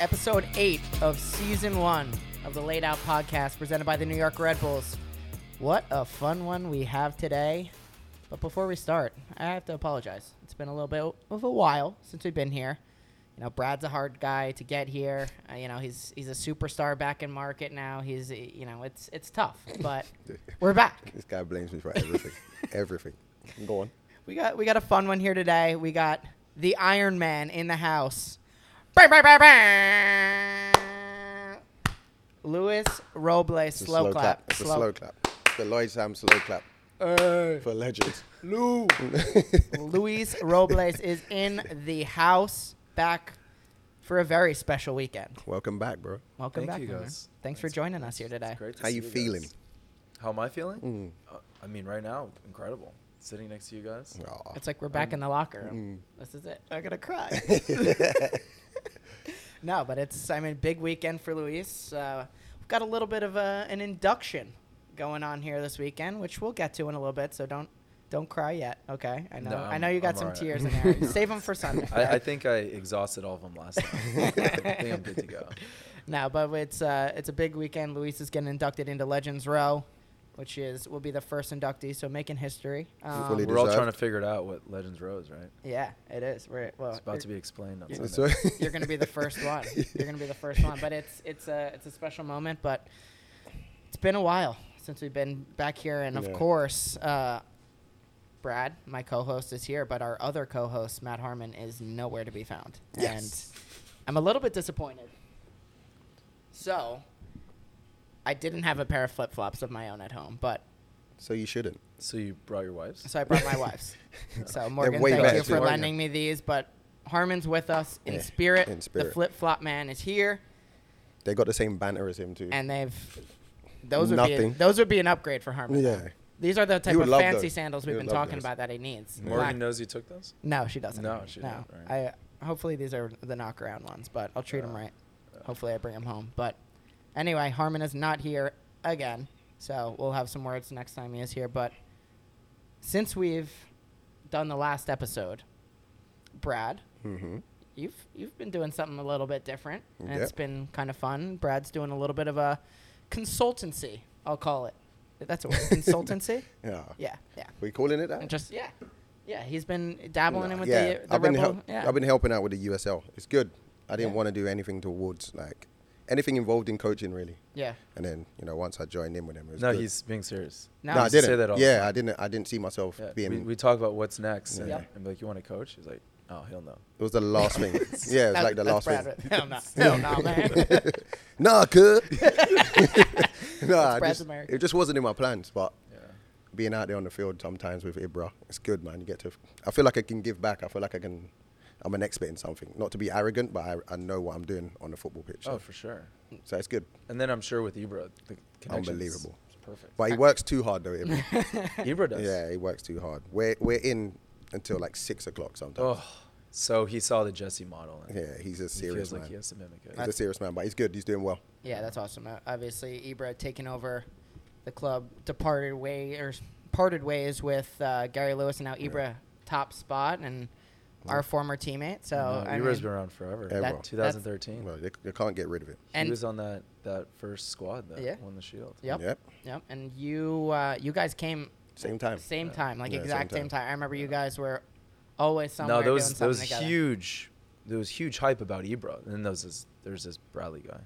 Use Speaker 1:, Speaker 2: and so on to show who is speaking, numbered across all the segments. Speaker 1: episode eight of season one of the Laid Out podcast presented by the New York Red Bulls. What a fun one we have today. But before we start, I have to apologize. It's been a little bit of a while since we've been here. You know, Brad's a hard guy to get here. Uh, you know, he's he's a superstar back in market now. He's uh, you know, it's it's tough, but we're back.
Speaker 2: This guy blames me for everything. everything. Go on.
Speaker 1: We got we got a fun one here today. We got the Iron Man in the house. Bang, bang, bang, bang. Luis Robles,
Speaker 2: It's a
Speaker 1: slow, clap.
Speaker 2: It's a slow clap. It's the Lloyd Sam slow clap for legends. Lou.
Speaker 1: Luis Robles is in the house back for a very special weekend.
Speaker 2: Welcome back, bro.
Speaker 1: Welcome
Speaker 3: Thank
Speaker 1: back,
Speaker 3: you,
Speaker 1: Luis.
Speaker 3: guys.
Speaker 1: Thanks for
Speaker 3: Thanks,
Speaker 1: joining us here today.
Speaker 3: It's great to
Speaker 2: How
Speaker 3: see
Speaker 2: you feeling? Mm.
Speaker 3: guys. How am I feeling? Uh, I mean, right now, incredible. Sitting next to you guys.
Speaker 2: Aw.
Speaker 1: It's like we're back in the locker
Speaker 2: Mm.
Speaker 1: room. This is it. I'm gonna cry. no, but it's I mean big weekend for Luis. Uh, we've got a little bit of a, an induction going on here this weekend, which we'll get to in a little bit. So don't don't cry yet. Okay, I know
Speaker 3: No,
Speaker 1: I
Speaker 3: I'm-
Speaker 1: know you got
Speaker 3: I'm
Speaker 1: some
Speaker 3: alright.
Speaker 1: tears in there. Save them for Sunday.
Speaker 3: I, I think I exhausted all of them last time. I think I'm good to go.
Speaker 1: No, but it's uh, it's a big weekend. Luis is getting inducted into Legends Row, which is will be the first inductee, so making history.
Speaker 2: Fully
Speaker 1: Um,
Speaker 3: We're all
Speaker 2: deserved.
Speaker 3: trying to figure it out what Legends Rose, right?
Speaker 1: yeah, it is. We're, well,
Speaker 3: It's about
Speaker 1: Oh,
Speaker 3: to
Speaker 1: you're-
Speaker 3: be explained on
Speaker 2: Yeah,
Speaker 3: Sunday.
Speaker 2: so-
Speaker 1: you're gonna be the first one. You're gonna be the first one. But it's it's a it's a special moment. But it's been a while since we've been back here, and of
Speaker 2: Yeah.
Speaker 1: course, uh, Brad, my co-host, is here. But our other co-host, Matt Harmon, is nowhere to be found.
Speaker 2: Yes.
Speaker 1: And I'm a little bit disappointed. So I didn't have a pair of flip flops of my own at home, but
Speaker 2: So you shouldn't.
Speaker 3: So you brought your wives?
Speaker 1: so I brought my wife's. So Morgan,
Speaker 2: way
Speaker 1: thank
Speaker 2: better
Speaker 1: you for
Speaker 2: too.
Speaker 1: lending me these, but. Harmon's with us in,
Speaker 2: Yeah,
Speaker 1: spirit.
Speaker 2: in
Speaker 1: The
Speaker 2: spirit.
Speaker 1: flip flop man is here.
Speaker 2: They got the same banter as him too.
Speaker 1: and they've those would be
Speaker 2: Nothing.
Speaker 1: those would be an upgrade for Harmon.
Speaker 2: yeah.
Speaker 1: These are the type
Speaker 2: would
Speaker 1: of
Speaker 2: love
Speaker 1: fancy
Speaker 2: those.
Speaker 1: sandals
Speaker 2: You
Speaker 1: we've
Speaker 2: would
Speaker 1: been
Speaker 2: love
Speaker 1: talking
Speaker 2: those.
Speaker 1: about that he needs. Black-
Speaker 3: Morgan knows you took those?
Speaker 1: No, she doesn't.
Speaker 3: No, she
Speaker 1: no.
Speaker 3: didn't,
Speaker 1: I hopefully these are the knockaround ones, but I'll treat them
Speaker 3: Yeah.
Speaker 1: right. Hopefully I bring them home. But anyway, Harmon is not here again, so we'll have some words next time he is here. But since we've done the last episode, Brad,
Speaker 2: Mm-hmm.
Speaker 1: you've you've been doing something a little bit different, and
Speaker 2: Yep.
Speaker 1: it's been kind of fun. Brad's doing a little bit of a consultancy, I'll call it. That's a word, consultancy.
Speaker 2: Yeah.
Speaker 1: Yeah, yeah.
Speaker 2: We calling it that?
Speaker 1: And just yeah, yeah. He's been dabbling in with
Speaker 2: yeah.
Speaker 1: the the
Speaker 2: I've been
Speaker 1: rebel.
Speaker 2: help-
Speaker 1: yeah,
Speaker 2: I've been helping out with the USL. It's good. I didn't
Speaker 1: Yeah.
Speaker 2: want to do anything towards like anything involved in coaching really.
Speaker 1: yeah.
Speaker 2: And then you know once I joined in with him, it was
Speaker 3: No,
Speaker 2: good.
Speaker 3: he's being serious.
Speaker 1: No,
Speaker 2: no,
Speaker 1: he
Speaker 2: I
Speaker 1: used
Speaker 3: to
Speaker 2: didn't.
Speaker 3: say that all the
Speaker 2: yeah,
Speaker 3: time.
Speaker 2: I didn't. I didn't see myself
Speaker 3: Yeah,
Speaker 2: being.
Speaker 3: we, we talk about what's next. And,
Speaker 1: Yeah.
Speaker 3: and be like, you want to coach? He's like, oh, he'll know.
Speaker 2: it was the last thing. Yeah, it was
Speaker 1: That-
Speaker 2: like the
Speaker 1: that's
Speaker 2: last
Speaker 1: Brad
Speaker 2: thing.
Speaker 1: right- Hell no, hell no, man.
Speaker 2: nah, cuz. nah,
Speaker 1: Brad's
Speaker 2: just,
Speaker 1: America.
Speaker 2: it just wasn't in my plans. But
Speaker 3: Yeah.
Speaker 2: being out there on the field sometimes with Ibra, it's good, man. You get to. I feel like I can give back. I feel like I can. I'm an expert in something. Not to be arrogant, but I, I know what I'm doing on the football pitch. So,
Speaker 3: Oh, for sure.
Speaker 2: so it's good.
Speaker 3: And then I'm sure with Ibra, the connection
Speaker 2: Unbelievable.
Speaker 3: It's perfect.
Speaker 2: But he works too hard though. Ibra.
Speaker 3: Ibra does.
Speaker 2: yeah, he works too hard. We're we're in until like six o'clock sometimes.
Speaker 3: Oh, so he saw the Jesse model. And
Speaker 2: Yeah, he's a
Speaker 3: Oh. he
Speaker 2: serious
Speaker 3: feels like
Speaker 2: man.
Speaker 3: he has to mimic it.
Speaker 2: He's a serious man, but he's good. He's doing well.
Speaker 1: Yeah, that's awesome. Uh, obviously, Ibra taking over the club, departed way or s- parted ways with uh, Gary Lewis, and now Ibra top spot and our former teammate. So
Speaker 3: No,
Speaker 1: I
Speaker 3: Ibra's
Speaker 1: mean,
Speaker 3: been around forever.
Speaker 2: That- that's-
Speaker 3: 2013.
Speaker 2: Well, they, they can't get rid of it.
Speaker 1: and
Speaker 3: he was on that, that first squad that
Speaker 1: Yeah.
Speaker 3: won the Shield.
Speaker 1: Yep.
Speaker 2: Yep.
Speaker 1: Yep. And you uh, you guys came
Speaker 2: Same time.
Speaker 1: same
Speaker 3: Yeah.
Speaker 1: time, like
Speaker 2: Yeah, same
Speaker 1: exact same time.
Speaker 2: time.
Speaker 1: I remember you guys were always somewhere
Speaker 3: No, there was, there
Speaker 1: doing
Speaker 3: was
Speaker 1: something together.
Speaker 3: huge. There was huge hype about Ibra, and then there was this, there's this Bradley guy.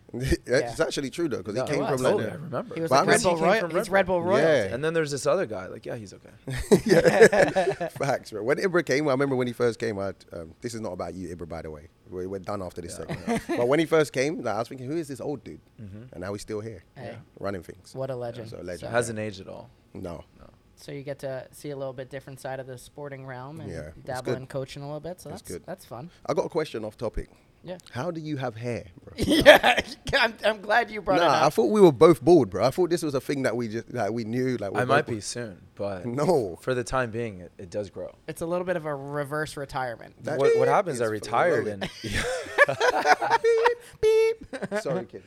Speaker 2: It's actually true though, because
Speaker 3: No,
Speaker 2: he came
Speaker 1: was.
Speaker 2: from
Speaker 1: Totally,
Speaker 2: like
Speaker 3: London.
Speaker 2: the-
Speaker 3: I remember.
Speaker 1: He was
Speaker 2: But
Speaker 1: like
Speaker 2: I
Speaker 1: Red
Speaker 2: remember
Speaker 1: Bull
Speaker 3: he came
Speaker 1: Royal.
Speaker 3: from
Speaker 1: He's
Speaker 3: Red
Speaker 1: Red Bull
Speaker 2: Bull.
Speaker 1: Royal.
Speaker 2: Yeah.
Speaker 3: And then there's this other guy. Like, yeah, he's okay.
Speaker 2: yeah. Facts, bro. When Ibra came, I remember when he first came. I, um, this is not about you, Ibra, by the way. We're, we're done after this
Speaker 3: Yeah.
Speaker 2: segment. but when he first came, like, I was thinking, who is this old dude?
Speaker 3: Mhm.
Speaker 2: And now he's still here,
Speaker 1: Hey.
Speaker 2: running things.
Speaker 1: What a legend.
Speaker 2: so legend.
Speaker 1: So,
Speaker 3: Hasn't aged at all.
Speaker 2: No,
Speaker 3: No.
Speaker 1: so you get to see a little bit different side of the sporting realm and
Speaker 2: Yeah, it's
Speaker 1: dabble
Speaker 2: good.
Speaker 1: in coaching a little bit. So that's
Speaker 2: It's good.
Speaker 1: that's fun.
Speaker 2: I got a question off topic.
Speaker 1: Yeah.
Speaker 2: How do you have hair, bro?
Speaker 1: yeah. I'm, I'm glad you brought it
Speaker 2: Nah, I
Speaker 1: up.
Speaker 2: thought we were both bored, bro. I thought this was a thing that we just like we knew. Like we're
Speaker 3: I might
Speaker 2: both-
Speaker 3: be soon, but
Speaker 2: No.
Speaker 3: For the time being, it, it does grow.
Speaker 1: it's a little bit of a reverse retirement.
Speaker 2: That
Speaker 3: what, what happens? I
Speaker 2: is
Speaker 3: retired,
Speaker 2: flowing.
Speaker 3: and
Speaker 2: Sorry, kids.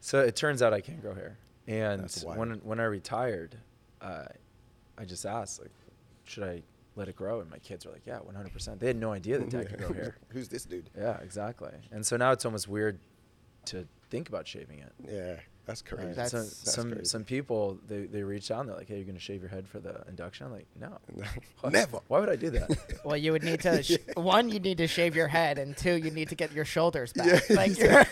Speaker 3: So it turns out I can't grow hair. And
Speaker 2: That's wild.
Speaker 3: when when I retired, uh, I just asked, like, should I let it grow. And my kids are like, yeah, 100%. They had no idea that dad could grow hair.
Speaker 2: Who's this dude?
Speaker 3: Yeah, exactly. And so now it's almost weird to think about shaving it.
Speaker 2: Yeah, that's crazy.
Speaker 1: Right. That's-
Speaker 3: some
Speaker 1: that's
Speaker 3: some,
Speaker 2: crazy.
Speaker 3: some people they, they reached out and they're like, hey, you're gonna shave your head for the induction. I'm like, no, What?
Speaker 2: Never.
Speaker 3: Why would I do that?
Speaker 1: Well, you would need to sh- one, you need to shave your head, and two, you need to get your shoulders back.
Speaker 2: Yeah,
Speaker 1: like your,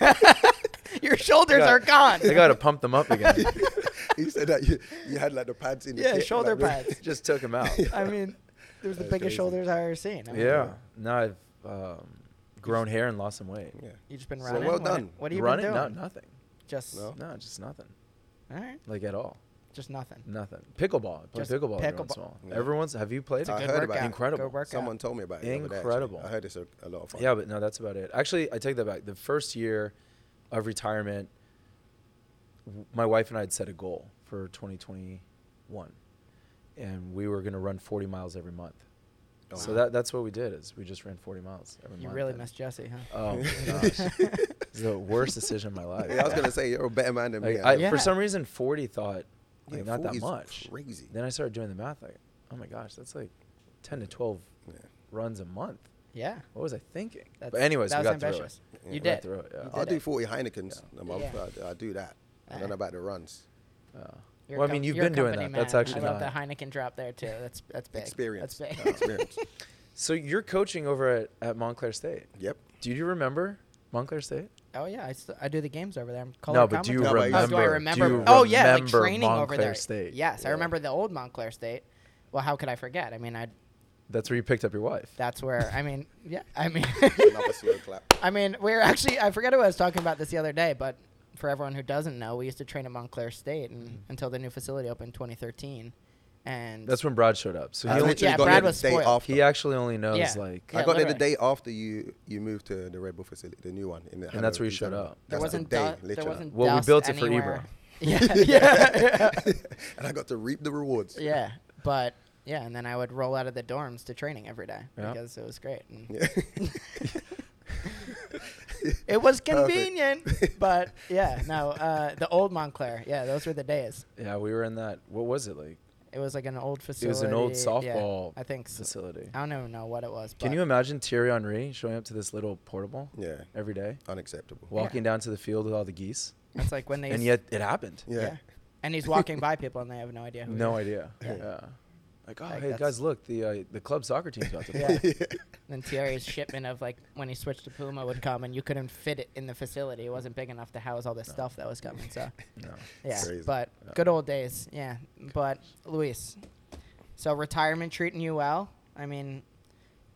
Speaker 1: your shoulders
Speaker 3: got-
Speaker 1: are gone.
Speaker 3: they gotta pump them up again.
Speaker 2: he said that you, you had like the pads in the
Speaker 1: Yeah,
Speaker 2: kit,
Speaker 1: shoulder
Speaker 2: like,
Speaker 1: pads.
Speaker 3: Just took them out.
Speaker 1: I mean, there's the
Speaker 2: That's
Speaker 1: biggest
Speaker 2: crazy.
Speaker 1: shoulders I've ever seen. I mean,
Speaker 3: Yeah. No, I've um, grown hair and lost some weight.
Speaker 2: Yeah.
Speaker 1: You just been
Speaker 2: So
Speaker 1: running.
Speaker 2: well
Speaker 1: What-
Speaker 2: done.
Speaker 1: What, have you
Speaker 3: Running?
Speaker 1: been
Speaker 3: No,
Speaker 1: doing? Oh.
Speaker 3: nothing.
Speaker 1: Just
Speaker 2: No.
Speaker 3: No, just nothing.
Speaker 1: all right.
Speaker 3: Like at all.
Speaker 1: Just nothing.
Speaker 3: Nothing. Pickleball. I play
Speaker 1: Just
Speaker 3: pickleball, every once in a
Speaker 1: pickleball.
Speaker 3: while. Every once have you played?
Speaker 2: I
Speaker 1: Good
Speaker 2: heard about
Speaker 1: workout.
Speaker 2: it.
Speaker 3: Incredible.
Speaker 1: Go work
Speaker 2: Someone
Speaker 1: out.
Speaker 2: told me about it. the other day, actually.
Speaker 3: Incredible.
Speaker 2: I heard it's a, a lot of fun.
Speaker 3: Yeah, but no, that's about it. Actually, I take that back. The first year of retirement, w- my wife and I had set a goal for 2021, and we were going to run 40 miles every month.
Speaker 2: Oh,
Speaker 3: so
Speaker 2: wow.
Speaker 3: that, that's what we did is we just ran 40 miles every
Speaker 1: You
Speaker 3: month.
Speaker 1: really
Speaker 3: and-
Speaker 1: missed Jesse, huh?
Speaker 3: Oh my gosh, it's the worst decision of my life.
Speaker 2: Yeah, I was gonna say you're a better man than
Speaker 3: Like,
Speaker 2: me.
Speaker 3: I,
Speaker 1: Yeah.
Speaker 3: For some reason, 40 thought
Speaker 2: Yeah,
Speaker 3: like, not
Speaker 2: 40
Speaker 3: that
Speaker 2: is
Speaker 3: much.
Speaker 2: crazy.
Speaker 3: Then I started doing the math. Like, oh my gosh, that's like 10 to 12
Speaker 2: Yeah.
Speaker 3: runs a month.
Speaker 1: Yeah.
Speaker 3: What was I thinking?
Speaker 1: That's,
Speaker 3: but anyways,
Speaker 1: that
Speaker 3: we
Speaker 1: was
Speaker 3: got
Speaker 1: ambitious.
Speaker 3: through it.
Speaker 1: You
Speaker 2: We
Speaker 3: got
Speaker 1: did.
Speaker 3: through it, yeah.
Speaker 1: You
Speaker 2: I'll
Speaker 1: did
Speaker 2: do
Speaker 1: it.
Speaker 2: 40 Heinekens a month.
Speaker 1: Yeah.
Speaker 2: I, I do that. I don't
Speaker 1: Yeah.
Speaker 2: know about the runs.
Speaker 3: Uh,
Speaker 1: You're a
Speaker 3: well, I
Speaker 1: com-
Speaker 3: mean, you've
Speaker 1: you're a
Speaker 3: been doing that.
Speaker 1: company
Speaker 3: That's
Speaker 1: man.
Speaker 3: actually
Speaker 1: I love
Speaker 3: not.
Speaker 1: the Heineken drop there too. That's that's big.
Speaker 2: Experience.
Speaker 1: That's big.
Speaker 2: Uh, experience.
Speaker 3: So you're coaching over at, at Montclair State.
Speaker 2: Yep.
Speaker 3: Do you remember Montclair State?
Speaker 1: oh yeah, I, st- I do the games over there. I'm calling
Speaker 3: No, but do you
Speaker 2: No, but
Speaker 3: remember?
Speaker 1: Oh,
Speaker 2: you-
Speaker 1: do I remember?
Speaker 3: do you
Speaker 1: oh yeah, like
Speaker 3: remember
Speaker 1: training over
Speaker 3: Montclair
Speaker 1: there.
Speaker 3: State.
Speaker 1: Yes, I
Speaker 2: Yeah.
Speaker 1: remember the old Montclair State. Well, how could I forget? I mean, I
Speaker 3: That's where you picked up your wife.
Speaker 1: that's where. I mean, yeah. I mean,
Speaker 2: Another slow clap.
Speaker 1: I mean, we're actually. I forget who I was talking about this the other day, but for everyone who doesn't know, we used to train at Montclair State
Speaker 3: Mm-hmm.
Speaker 1: and, until the new facility opened in 2013, and
Speaker 3: That's when Brad showed up. So
Speaker 2: I
Speaker 3: he,
Speaker 1: only-
Speaker 2: literally
Speaker 3: only,
Speaker 1: Yeah,
Speaker 2: got
Speaker 1: Brad
Speaker 2: there the
Speaker 1: was
Speaker 2: day
Speaker 1: spoiled.
Speaker 2: after.
Speaker 3: he actually only knows
Speaker 1: Yeah.
Speaker 3: like
Speaker 2: I
Speaker 1: Yeah,
Speaker 2: got there the
Speaker 1: literally.
Speaker 2: day after you you moved to the Red Bull facility, the new one in the.
Speaker 3: And that's
Speaker 2: Hanover
Speaker 3: where you showed
Speaker 2: December.
Speaker 3: up.
Speaker 1: there
Speaker 2: That's the
Speaker 1: wasn't,
Speaker 2: day,
Speaker 1: du- there
Speaker 2: literally.
Speaker 1: wasn't
Speaker 3: Well, we
Speaker 1: dust
Speaker 3: built it for
Speaker 1: anywhere.
Speaker 3: Ebro.
Speaker 1: Yeah, yeah, yeah.
Speaker 2: and I got to reap the rewards.
Speaker 1: Yeah, but yeah, and then I would roll out of the dorms to training every day
Speaker 3: Yeah.
Speaker 1: because it was great. And
Speaker 2: Yeah.
Speaker 1: It was
Speaker 2: Perfect.
Speaker 1: convenient, but yeah, no, uh, the old Montclair, yeah, those were the days.
Speaker 3: yeah, we were in that. What was it like?
Speaker 1: It was like an old facility.
Speaker 3: It was an old
Speaker 1: yeah,
Speaker 3: softball
Speaker 1: I think. So.
Speaker 3: facility.
Speaker 1: I don't even know what it was.
Speaker 3: Can
Speaker 1: but
Speaker 3: you imagine Thierry Henry showing up to this little portable
Speaker 2: Yeah.
Speaker 3: every day,
Speaker 2: Unacceptable.
Speaker 3: walking down to the field with all the geese,
Speaker 1: It's like when they.
Speaker 3: and
Speaker 1: used-
Speaker 3: yet it happened.
Speaker 2: Yeah.
Speaker 1: And he's walking by people and they have no idea. Who he
Speaker 3: No
Speaker 1: is.
Speaker 3: idea.
Speaker 1: Yeah.
Speaker 3: Yeah. Like, oh,
Speaker 1: Like,
Speaker 3: hey
Speaker 1: that's-
Speaker 3: guys, look, the uh, the club soccer team's about to play.
Speaker 1: Yeah.
Speaker 2: Yeah.
Speaker 1: And Thierry's shipment of like when he switched to Puma would come and you couldn't fit it in the facility. It wasn't big enough to house all this stuff that was coming. So
Speaker 3: No.
Speaker 1: yeah,
Speaker 2: Crazy.
Speaker 1: but
Speaker 3: Yeah.
Speaker 1: good old days. Yeah, but Luis, so retirement treating you well. I mean,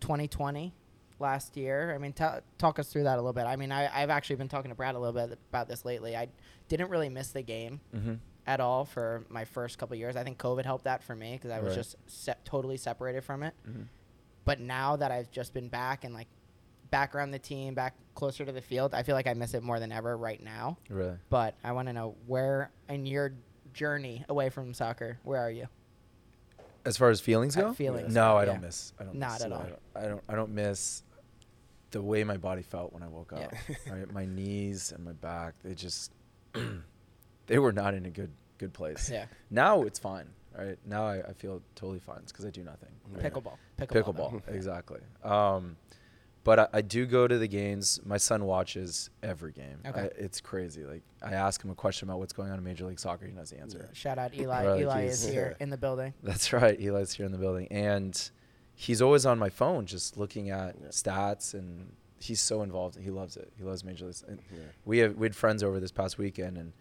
Speaker 1: 2020, last year. I mean, ta talk us through that a little bit. I mean, I, I've actually been talking to Brad a little bit about this lately. I didn't really miss the game
Speaker 3: Mm-hmm.
Speaker 1: at all for my first couple years. I think COVID helped that for me because I was
Speaker 3: Right.
Speaker 1: just se- totally separated from it.
Speaker 3: Mhm.
Speaker 1: But now that I've just been back and like back around the team, back closer to the field, I feel like I miss it more than ever right now.
Speaker 3: Really.
Speaker 1: But I want to know where in your journey away from soccer, where are you?
Speaker 3: As far as feelings
Speaker 1: Uh,
Speaker 3: go,
Speaker 1: feelings,
Speaker 3: No, I
Speaker 1: yeah.
Speaker 3: don't miss. I don't.
Speaker 1: Not
Speaker 3: miss
Speaker 1: at
Speaker 3: it.
Speaker 1: all.
Speaker 3: I don't, I don't. I don't miss the way my body felt when I woke up. right? My knees and my back. They just. they were not in a good good place.
Speaker 1: Yeah.
Speaker 3: Now it's fine. Right now I, I feel totally fine. It's because I do nothing. right?
Speaker 1: Pickleball. Pickleball.
Speaker 3: pickleball, exactly um but I, I do go to the games my son watches every game
Speaker 1: Okay.
Speaker 3: I, it's crazy like i ask him a question about what's going on in major league soccer he knows the answer
Speaker 2: Yeah.
Speaker 1: Shout out Eli.
Speaker 3: Really,
Speaker 1: Eli
Speaker 3: geez.
Speaker 1: is here
Speaker 2: Yeah.
Speaker 1: in the building.
Speaker 3: that's right eli's here in the building and he's always on my phone just looking at
Speaker 2: Yeah.
Speaker 3: stats and he's so involved he loves it he loves major league and
Speaker 2: Yeah.
Speaker 3: we have we had friends over this past weekend and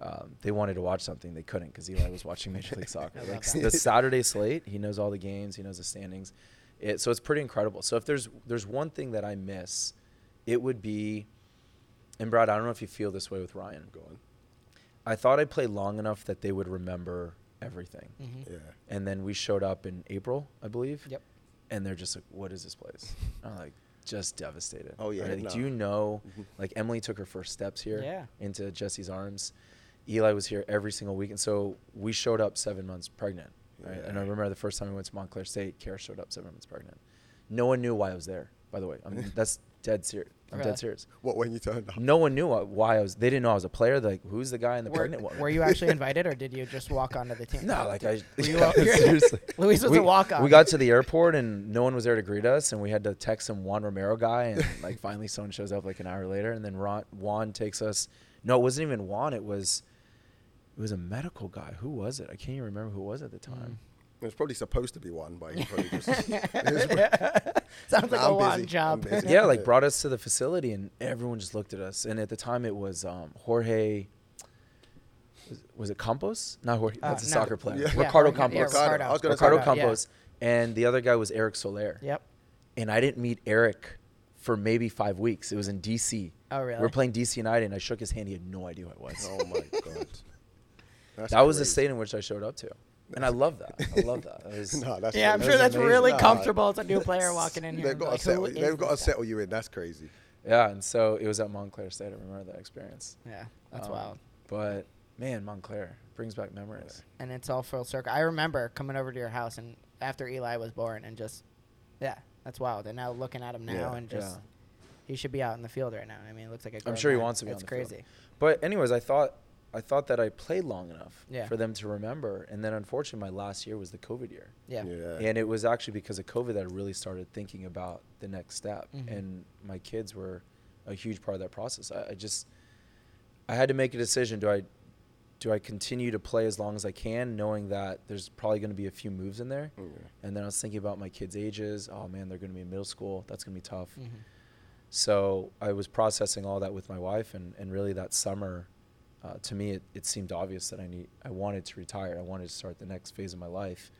Speaker 3: um, they wanted to watch something they couldn't because Eli was watching Major League Soccer.
Speaker 1: I love
Speaker 3: Like
Speaker 1: that.
Speaker 3: the Saturday slate, he knows all the games, he knows the standings. It, so it's pretty incredible. So if there's there's one thing that I miss, it would be, and Brad, I don't know if you feel this way with Ryan.
Speaker 2: Go on.
Speaker 3: I thought I played long enough that they would remember everything,
Speaker 1: hmm
Speaker 2: Yeah.
Speaker 3: and then we showed up in April, I believe.
Speaker 1: Yep.
Speaker 3: And they're just like, "What is this place?" I'm like, just devastated.
Speaker 2: Oh, yeah,
Speaker 3: Right? Like,
Speaker 2: no.
Speaker 3: do you know?
Speaker 2: Mhm.
Speaker 3: Like Emily took her first steps here
Speaker 1: Yeah.
Speaker 3: into Jesse's arms. Eli was here every single week, and so we showed up seven months pregnant. Right? And I
Speaker 2: Yeah.
Speaker 3: remember the first time we went to Montclair State, Kara showed up seven months pregnant. No one knew why I was there. By the way, I mean, that's dead serious. I'm
Speaker 1: Really?
Speaker 3: dead serious.
Speaker 2: What when you turned up?
Speaker 3: No one knew wh- why I was. They didn't know I was a player. They're like, who's the guy in the
Speaker 1: Were,
Speaker 3: pregnant one?
Speaker 1: were you actually invited, or did you just walk onto the team?
Speaker 3: No, like I.
Speaker 1: Were you
Speaker 3: Yeah,
Speaker 1: up here?
Speaker 3: seriously.
Speaker 1: Luis was
Speaker 3: we,
Speaker 1: a walk-on.
Speaker 3: We got to the airport and no one was there to greet us, and we had to text some Juan Romero guy, and like finally someone shows up like an hour later, and then Ron, Juan takes us. No, it wasn't even Juan. It was, it was a medical guy. Who was it? I can't even remember who it was at
Speaker 1: Hmm.
Speaker 3: the time.
Speaker 2: It was probably supposed to be one, but he probably just.
Speaker 1: Sounds like
Speaker 2: Nah,
Speaker 1: a
Speaker 2: I'm
Speaker 1: one
Speaker 2: busy.
Speaker 1: job.
Speaker 2: I'm busy.
Speaker 3: Yeah, like brought us to the facility, and everyone just looked at us. And at the time, it was um, Jorge. Was, was it Campos? Not Jorge.
Speaker 1: Uh,
Speaker 3: That's a
Speaker 1: no.
Speaker 3: soccer player.
Speaker 2: Yeah.
Speaker 1: Yeah,
Speaker 3: Ricardo
Speaker 1: Jorge- yeah,
Speaker 3: Campos.
Speaker 1: Ricardo.
Speaker 2: I was gonna say
Speaker 3: Ricardo
Speaker 2: that.
Speaker 1: yeah.
Speaker 3: Campos, and the other guy was Eric Soler.
Speaker 1: Yep.
Speaker 3: And I didn't meet Eric for maybe five weeks. It was in DC.
Speaker 1: Oh,
Speaker 3: We
Speaker 1: really?
Speaker 3: were playing DC United, and I shook his hand. He had no idea who I was.
Speaker 2: oh my god. That's
Speaker 3: that was the
Speaker 2: crazy.
Speaker 3: state in which I showed up to, and I love that. I love that. It was-
Speaker 2: Nah, that's
Speaker 1: Yeah, I'm
Speaker 2: that
Speaker 1: sure
Speaker 2: was
Speaker 1: that's
Speaker 2: amazing.
Speaker 1: really
Speaker 2: Nah,
Speaker 1: comfortable. It's a new player walking in here.
Speaker 2: They've
Speaker 1: and
Speaker 2: got
Speaker 1: like,
Speaker 2: to
Speaker 1: who
Speaker 2: settle.
Speaker 1: is
Speaker 2: They've got to
Speaker 1: this guy?
Speaker 2: settle you in. That's crazy.
Speaker 3: yeah, and so it was at Montclair State. I remember that experience.
Speaker 1: Yeah, that's
Speaker 3: Um,
Speaker 1: wild.
Speaker 3: But man, Montclair brings back memories.
Speaker 1: And it's all full circle. I remember coming over to your house and after Eli was born, and just yeah, that's wild. And now looking at him now,
Speaker 2: Yeah,
Speaker 1: and just
Speaker 3: yeah.
Speaker 1: he should be out in the field right now. I mean, it looks like a.
Speaker 3: I'm
Speaker 1: grown
Speaker 3: sure he
Speaker 1: man.
Speaker 3: wants to be
Speaker 1: It's
Speaker 3: on the
Speaker 1: crazy.
Speaker 3: field. But anyways, I thought I thought that I played long enough
Speaker 1: Yeah.
Speaker 3: for them to remember, and then unfortunately, my last year was the COVID year.
Speaker 1: Yeah.
Speaker 2: Yeah.
Speaker 3: And it was actually because of COVID that I really started thinking about the next step.
Speaker 1: Mhm.
Speaker 3: And my kids were a huge part of that process. I, I just I had to make a decision. Do I do I continue to play as long as I can, knowing that there's probably going to be a few moves in there?
Speaker 2: Yeah.
Speaker 3: And then I was thinking about my kids' ages. Oh man, they're going to be in middle school. That's going to be tough.
Speaker 1: Mhm.
Speaker 3: So I was processing all that with my wife, and, and really that summer, uh, to me, it, it seemed obvious that I need I wanted to retire. I wanted to start the next phase of my life,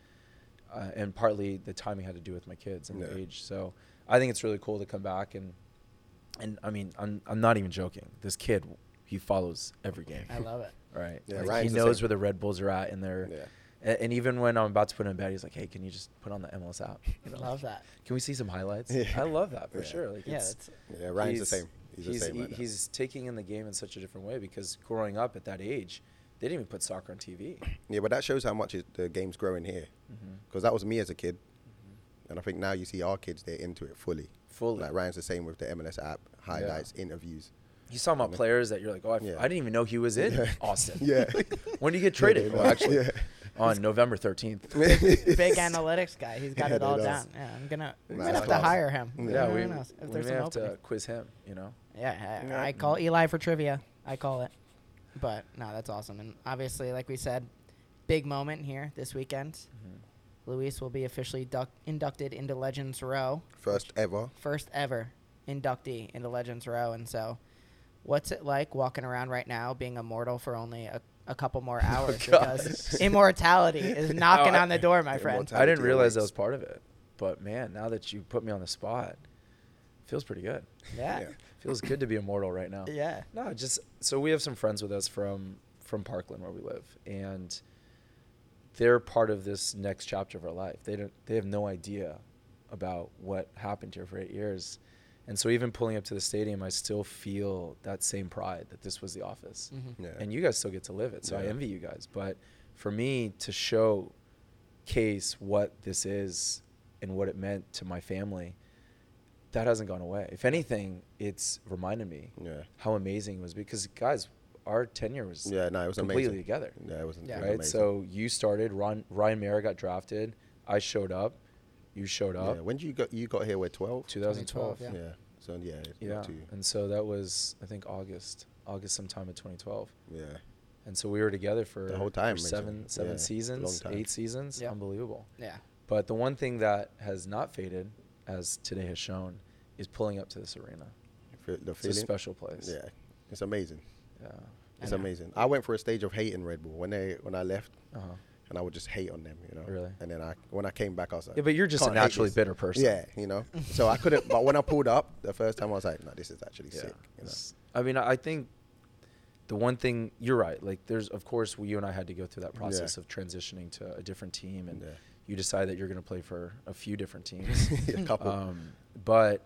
Speaker 3: uh, and partly the timing had to do with my kids and
Speaker 2: Yeah.
Speaker 3: the age. So I think it's really cool to come back and and I mean I'm I'm not even joking. This kid, he follows every game.
Speaker 1: I love it.
Speaker 3: Right.
Speaker 2: Yeah,
Speaker 3: Like,
Speaker 2: Ryan's
Speaker 3: he
Speaker 2: the
Speaker 3: knows
Speaker 2: same.
Speaker 3: where the Red Bulls are at, and they're.
Speaker 2: Yeah.
Speaker 3: a- And even when I'm about to put him in bed, he's like, "Hey, can you just put on the MLS app? You
Speaker 1: I
Speaker 3: know?
Speaker 1: love that.
Speaker 3: Can we see some highlights?
Speaker 2: Yeah.
Speaker 3: I love that for
Speaker 2: Yeah.
Speaker 3: sure. Like,
Speaker 1: Yeah,
Speaker 3: it's-
Speaker 1: that's-
Speaker 2: Yeah, Ryan's the same. He's,
Speaker 3: He's
Speaker 2: the same.
Speaker 3: he-
Speaker 2: like that.
Speaker 3: he's taking in the game in such a different way because growing up at that age, they didn't even put soccer on TV.
Speaker 2: yeah, but that shows how much it, the game's growing here.
Speaker 3: Mm-hmm.
Speaker 2: Because that was me as a kid, and I think now you see our kids they're into it fully.
Speaker 3: Fully.
Speaker 2: Like Ryan's the same with the MLS app, highlights, interviews.
Speaker 3: He's talking about players that you're like, oh, I, f-
Speaker 2: Yeah.
Speaker 3: I didn't even know he was in
Speaker 2: Yeah.
Speaker 3: Austin.
Speaker 2: Yeah.
Speaker 3: when do you get traded?
Speaker 2: Yeah.
Speaker 3: Oh, actually,
Speaker 2: Yeah.
Speaker 3: on November 13th.
Speaker 1: Big analytics guy. He's got
Speaker 2: Yeah,
Speaker 1: it all
Speaker 2: they
Speaker 1: down.
Speaker 2: does.
Speaker 1: Yeah, I'm gonna, I'm gonna
Speaker 2: Nah,
Speaker 1: have
Speaker 2: that's
Speaker 1: to
Speaker 2: class.
Speaker 1: hire him.
Speaker 2: Yeah,
Speaker 1: No,
Speaker 3: Yeah,
Speaker 1: no,
Speaker 3: we,
Speaker 1: no, no. If
Speaker 3: we
Speaker 1: there's
Speaker 3: may
Speaker 1: an
Speaker 3: have
Speaker 1: opening.
Speaker 3: to quiz him, you know?
Speaker 1: Yeah, I,
Speaker 2: Yeah.
Speaker 1: I call Eli for trivia. I call it. But no, that's awesome. And obviously, like we said, big moment here this weekend.
Speaker 3: Mm-hmm.
Speaker 1: Luis will be officially duck, inducted into Legends Row,
Speaker 2: First ever.
Speaker 1: first ever inductee into Legends Row. And so, what's it like walking around right now, being immortal for only a, a couple more hours? because
Speaker 3: gosh.
Speaker 1: immortality is knocking
Speaker 3: I-
Speaker 1: on the door, my friend.
Speaker 2: Immortality
Speaker 3: I didn't realize that
Speaker 2: awaits.
Speaker 3: was part of it. But man, now that you put me on the spot, feels pretty good.
Speaker 1: Yeah.
Speaker 2: Yeah.
Speaker 3: Feels good to be immortal right now.
Speaker 1: Yeah.
Speaker 3: No, just so we have some friends with us from from Parkland where we live, and they're part of this next chapter of our life. They don't they have no idea about what happened here for eight years, and so even pulling up to the stadium, I still feel that same pride that this was the office,
Speaker 1: Mhm.
Speaker 2: Yeah.
Speaker 3: and you guys still get to live it. So I
Speaker 2: Yeah.
Speaker 3: envy you guys, but for me to show case what this is and what it meant to my family that hasn't gone away if anything it's reminded me
Speaker 2: Yeah.
Speaker 3: how amazing it was because guys our tenure was
Speaker 2: Yeah, no, it was
Speaker 3: completely
Speaker 2: amazing.
Speaker 3: together
Speaker 2: Yeah, it was,
Speaker 1: Yeah.
Speaker 2: it was
Speaker 3: right
Speaker 2: amazing.
Speaker 3: so you started Ron, ryan mayer got drafted i showed up you showed
Speaker 2: yeah.
Speaker 3: up
Speaker 2: when did you got you got here? We're twelve.
Speaker 3: 2012
Speaker 1: Oh, Yeah.
Speaker 2: Yeah. So yeah. it's
Speaker 3: yeah
Speaker 2: not too-
Speaker 3: and so that was i think august august sometime in 2012
Speaker 2: yeah.
Speaker 3: and so we were together for
Speaker 2: The whole
Speaker 3: for
Speaker 2: time, isn't
Speaker 3: seven
Speaker 2: it?
Speaker 3: seven
Speaker 2: Yeah,
Speaker 3: seasons
Speaker 2: long time.
Speaker 3: eight seasons
Speaker 1: Yeah.
Speaker 3: unbelievable
Speaker 1: Yeah.
Speaker 3: But the one thing that has not faded, as today has shown, is pulling up to this arena.
Speaker 2: Fe- The
Speaker 3: It's a
Speaker 2: feeling.
Speaker 3: special place.
Speaker 2: Yeah. It's amazing.
Speaker 3: Yeah.
Speaker 2: It's
Speaker 1: I know.
Speaker 2: amazing. I went for a stage of hating Red Bull when they when I left,
Speaker 3: Uh-huh.
Speaker 2: and I would just hate on them, you know.
Speaker 3: Really?
Speaker 2: And then I when I came back, I was like,
Speaker 3: Yeah, but you're just
Speaker 2: "Can't
Speaker 3: a
Speaker 2: hate
Speaker 3: naturally
Speaker 2: this."
Speaker 3: bitter person.
Speaker 2: Yeah, you know. So I couldn't. but when I pulled up the first time, I was like, no, this is actually sick. You know?
Speaker 3: It's- I mean, I I think the one thing you're right. Like, there's of course we, you and I had to go through that process
Speaker 2: Yeah.
Speaker 3: of transitioning to a different team, and
Speaker 2: Yeah.
Speaker 3: you decide that you're going to play for a few different teams.
Speaker 2: a couple.
Speaker 3: Um, but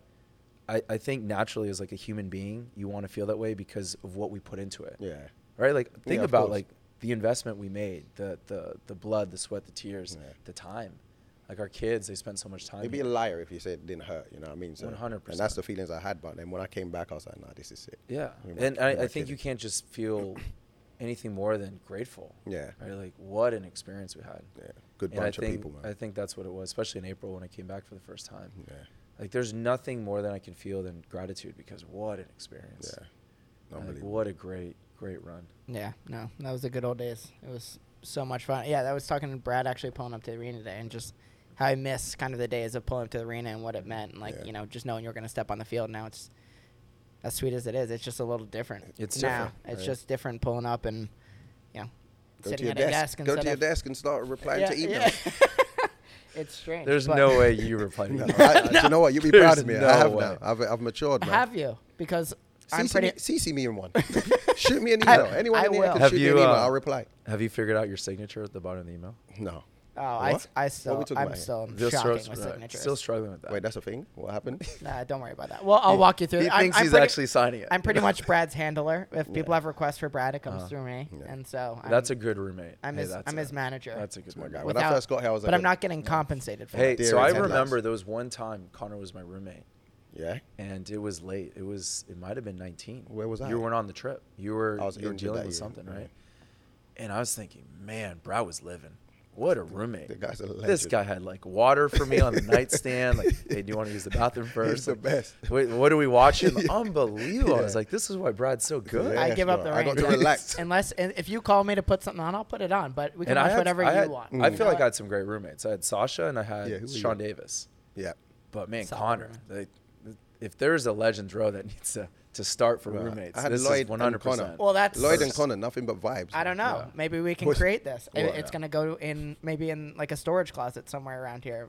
Speaker 3: I, I think naturally, as like a human being, you want to feel that way because of what we put into it.
Speaker 2: yeah.
Speaker 3: right? Like think
Speaker 2: of
Speaker 3: about
Speaker 2: course.
Speaker 3: like the investment we made, the the the blood, the sweat, the tears,
Speaker 2: Yeah.
Speaker 3: the time. Like our kids, they spent so much time.
Speaker 2: You'd be
Speaker 3: here.
Speaker 2: a liar if you said it didn't hurt. You know what I mean? So,
Speaker 3: 100%.
Speaker 2: And that's the feelings I had. But then when I came back, I was like, nah, this is it.
Speaker 3: Yeah,
Speaker 2: You're not-
Speaker 3: and I,
Speaker 2: you're not
Speaker 3: I think you
Speaker 2: kidding.
Speaker 3: can't just feel anything more than grateful.
Speaker 2: Yeah.
Speaker 3: right. Like what an experience we had.
Speaker 2: Yeah. Good
Speaker 3: And I
Speaker 2: bunch of
Speaker 3: think-
Speaker 2: people, man.
Speaker 3: I think that's what it was, especially in April when I came back for the first time.
Speaker 2: Yeah.
Speaker 3: Like there's nothing more than I can feel than gratitude because what an experience.
Speaker 2: Yeah.
Speaker 3: Like,
Speaker 2: Unbelievable.
Speaker 3: what a great, great run.
Speaker 1: Yeah, no, that was the good old days. It was so much fun. Yeah, that was talking to Brad actually pulling up to the arena today and just how I miss kind of the days of pulling up to the arena and what it meant. And like,
Speaker 2: Yeah.
Speaker 1: you know, just knowing you were going to step on the field. Now it's as sweet as it is, it's just a little different.
Speaker 3: It's
Speaker 1: now.
Speaker 3: different,
Speaker 1: It's
Speaker 3: right.
Speaker 1: just different pulling up and, you know,
Speaker 2: Go to
Speaker 1: sitting
Speaker 2: your
Speaker 1: at
Speaker 2: desk.
Speaker 1: a desk
Speaker 2: Go to
Speaker 1: instead
Speaker 2: your
Speaker 1: of-
Speaker 2: desk and start replying to emails.
Speaker 1: Yeah, yeah. it's strange.
Speaker 3: There's
Speaker 1: but-
Speaker 3: no way you replied.
Speaker 2: No,
Speaker 3: to
Speaker 2: I-
Speaker 3: that.
Speaker 2: I- do you know what? You'd be proud of
Speaker 3: There's
Speaker 2: me.
Speaker 3: no
Speaker 2: I have
Speaker 3: way.
Speaker 2: now. I've, I've matured, man.
Speaker 1: Have you? Because I'm
Speaker 2: CC
Speaker 1: pretty.
Speaker 2: me, CC me in one. shoot me an email. Anyone
Speaker 1: I
Speaker 2: in here
Speaker 1: will.
Speaker 2: can
Speaker 3: Have
Speaker 2: shoot
Speaker 3: you,
Speaker 2: me an email.
Speaker 3: uh,
Speaker 2: I'll reply.
Speaker 3: Have you figured out your signature at the bottom of the email?
Speaker 2: No.
Speaker 1: Oh, I,
Speaker 2: What?
Speaker 1: I
Speaker 2: What are we
Speaker 1: still,
Speaker 2: talking
Speaker 1: I'm
Speaker 2: about here?
Speaker 1: still
Speaker 3: Still,
Speaker 1: um, shocking
Speaker 3: strugg-
Speaker 1: with
Speaker 3: right.
Speaker 1: signatures.
Speaker 3: Still struggling with that.
Speaker 2: Wait, that's a thing? What happened?
Speaker 1: Nah, don't worry about that. Well, I'll walk you through.
Speaker 3: he
Speaker 1: it. I'm-
Speaker 3: thinks
Speaker 1: I'm
Speaker 3: he's
Speaker 1: pretty-
Speaker 3: actually signing it.
Speaker 1: I'm pretty much Brad's handler. If people
Speaker 2: Yeah.
Speaker 1: have requests for Brad, it comes
Speaker 3: Uh-huh.
Speaker 1: through me,
Speaker 2: Yeah.
Speaker 1: and so I'm,
Speaker 3: that's a good roommate.
Speaker 1: I'm
Speaker 3: Hey,
Speaker 1: his
Speaker 3: that's
Speaker 1: I'm
Speaker 3: a-
Speaker 1: his manager.
Speaker 3: That's a good
Speaker 2: my
Speaker 3: one.
Speaker 2: guy. When I first got here, I was like,
Speaker 1: but I'm
Speaker 2: a-
Speaker 1: not getting compensated for
Speaker 3: Hey,
Speaker 1: it.
Speaker 2: Deer
Speaker 3: so
Speaker 2: in
Speaker 3: I
Speaker 2: headlights.
Speaker 3: remember there was one time Connor was my roommate,
Speaker 2: Yeah.
Speaker 3: and it was late. It was it might have been 19.
Speaker 2: Where was I?
Speaker 3: You weren't on the trip. You were
Speaker 2: I was
Speaker 3: you were
Speaker 2: injured
Speaker 3: dealing
Speaker 2: that
Speaker 3: with
Speaker 2: year,
Speaker 3: something,
Speaker 2: yeah.
Speaker 3: right? And I was thinking, man, Brad was living. What a roommate!
Speaker 2: the guy's a
Speaker 3: this
Speaker 2: legend.
Speaker 3: guy had like water for me on the nightstand. Like, hey, do you want to use the bathroom
Speaker 2: He's
Speaker 3: first?
Speaker 2: the
Speaker 3: Like,
Speaker 2: best.
Speaker 3: Wait, what are we watching? Unbelievable! I was
Speaker 2: Yeah.
Speaker 3: like, this is why Brad's so good.
Speaker 1: I
Speaker 2: Yes,
Speaker 1: give up
Speaker 2: bro.
Speaker 1: the
Speaker 2: I
Speaker 1: reins.
Speaker 2: got to relax.
Speaker 1: Unless and if you call me to put something on, I'll put it on. But we can
Speaker 3: I
Speaker 1: watch
Speaker 3: had-
Speaker 1: whatever
Speaker 3: I
Speaker 1: you
Speaker 3: had-
Speaker 1: want.
Speaker 3: I feel like I
Speaker 1: I.
Speaker 3: had some great roommates. I had Sasha and I had
Speaker 2: Mm. Yeah, who were
Speaker 3: Sean
Speaker 2: you?
Speaker 3: Davis.
Speaker 2: Yeah.
Speaker 3: But man,
Speaker 1: Solid
Speaker 3: Connor, like, if there's a legends row that needs to, to start for
Speaker 2: Right.
Speaker 3: roommates,
Speaker 2: I had
Speaker 3: this
Speaker 2: Lloyd
Speaker 3: is
Speaker 2: and
Speaker 3: 100.
Speaker 2: Connor.
Speaker 3: percent
Speaker 1: Well, that's
Speaker 2: Lloyd and
Speaker 1: First.
Speaker 2: Connor, nothing but vibes.
Speaker 1: I don't know.
Speaker 3: Yeah.
Speaker 1: Maybe we can
Speaker 2: Push-
Speaker 1: create this. I-
Speaker 3: Well,
Speaker 1: it's
Speaker 3: yeah.
Speaker 1: gonna go in maybe in like a storage closet somewhere around here.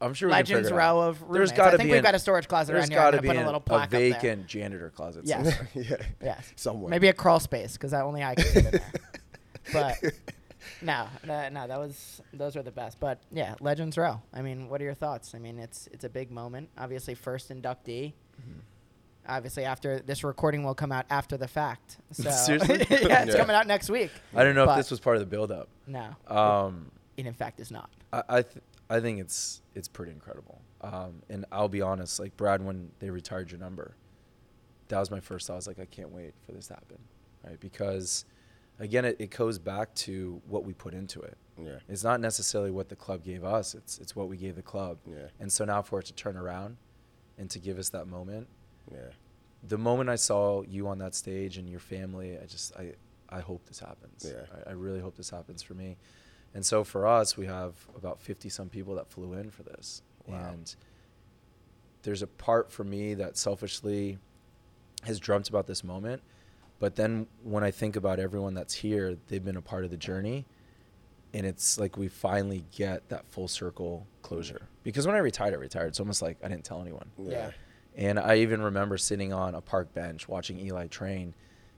Speaker 3: I'm sure we
Speaker 1: Legends
Speaker 3: can figure it out.
Speaker 1: row of
Speaker 3: There's
Speaker 1: roommates. I
Speaker 3: got to
Speaker 1: think
Speaker 3: be
Speaker 1: we've
Speaker 3: an-
Speaker 1: got a storage closet
Speaker 3: there's
Speaker 1: around here. I'm
Speaker 3: gotta
Speaker 1: gonna
Speaker 3: be
Speaker 1: put a
Speaker 3: an-
Speaker 1: little plaque up there.
Speaker 3: vacant janitor closet.
Speaker 1: Yeah.
Speaker 3: somewhere.
Speaker 2: yeah.
Speaker 1: Yes.
Speaker 2: Somewhere.
Speaker 1: Maybe a crawl space because only I could fit in there. but no, no, no, that was those were the best. But yeah, Legends Row. I mean, what are your thoughts? I mean, it's it's a big moment. Obviously, first inductee.
Speaker 3: Mm-hmm.
Speaker 1: Obviously, after this recording will come out after the fact. So
Speaker 3: Seriously?
Speaker 1: yeah, it's
Speaker 2: Yeah.
Speaker 1: coming out next week.
Speaker 3: I don't know
Speaker 1: But-
Speaker 3: if this was part of the buildup.
Speaker 1: No,
Speaker 3: Um,
Speaker 1: it in fact is not.
Speaker 3: I I, th- I think it's it's pretty incredible. Um, and I'll be honest, like Brad, when they retired your number, that was my first thought. I was like, I can't wait for this to happen, right? Because again, it, it goes back to what we put into it.
Speaker 2: Yeah.
Speaker 3: It's not necessarily what the club gave us. It's it's what we gave the club.
Speaker 2: Yeah.
Speaker 3: And so now for it to turn around, and to give us that moment,
Speaker 2: Yeah.
Speaker 3: the moment I saw you on that stage and your family, I just I I hope this happens.
Speaker 2: Yeah.
Speaker 3: I, I really hope this happens for me. And so for us, we have about fifty some people that flew in for this.
Speaker 2: Wow.
Speaker 3: And there's a part for me that selfishly has dreamt about this moment. But then when I think about everyone that's here, they've been a part of the journey. And it's like we finally get that full circle closure.
Speaker 2: Mm.
Speaker 3: Because when I retired, I retired. It's almost like I didn't tell anyone.
Speaker 1: Yeah.
Speaker 3: And I even remember sitting on a park bench watching Eli train,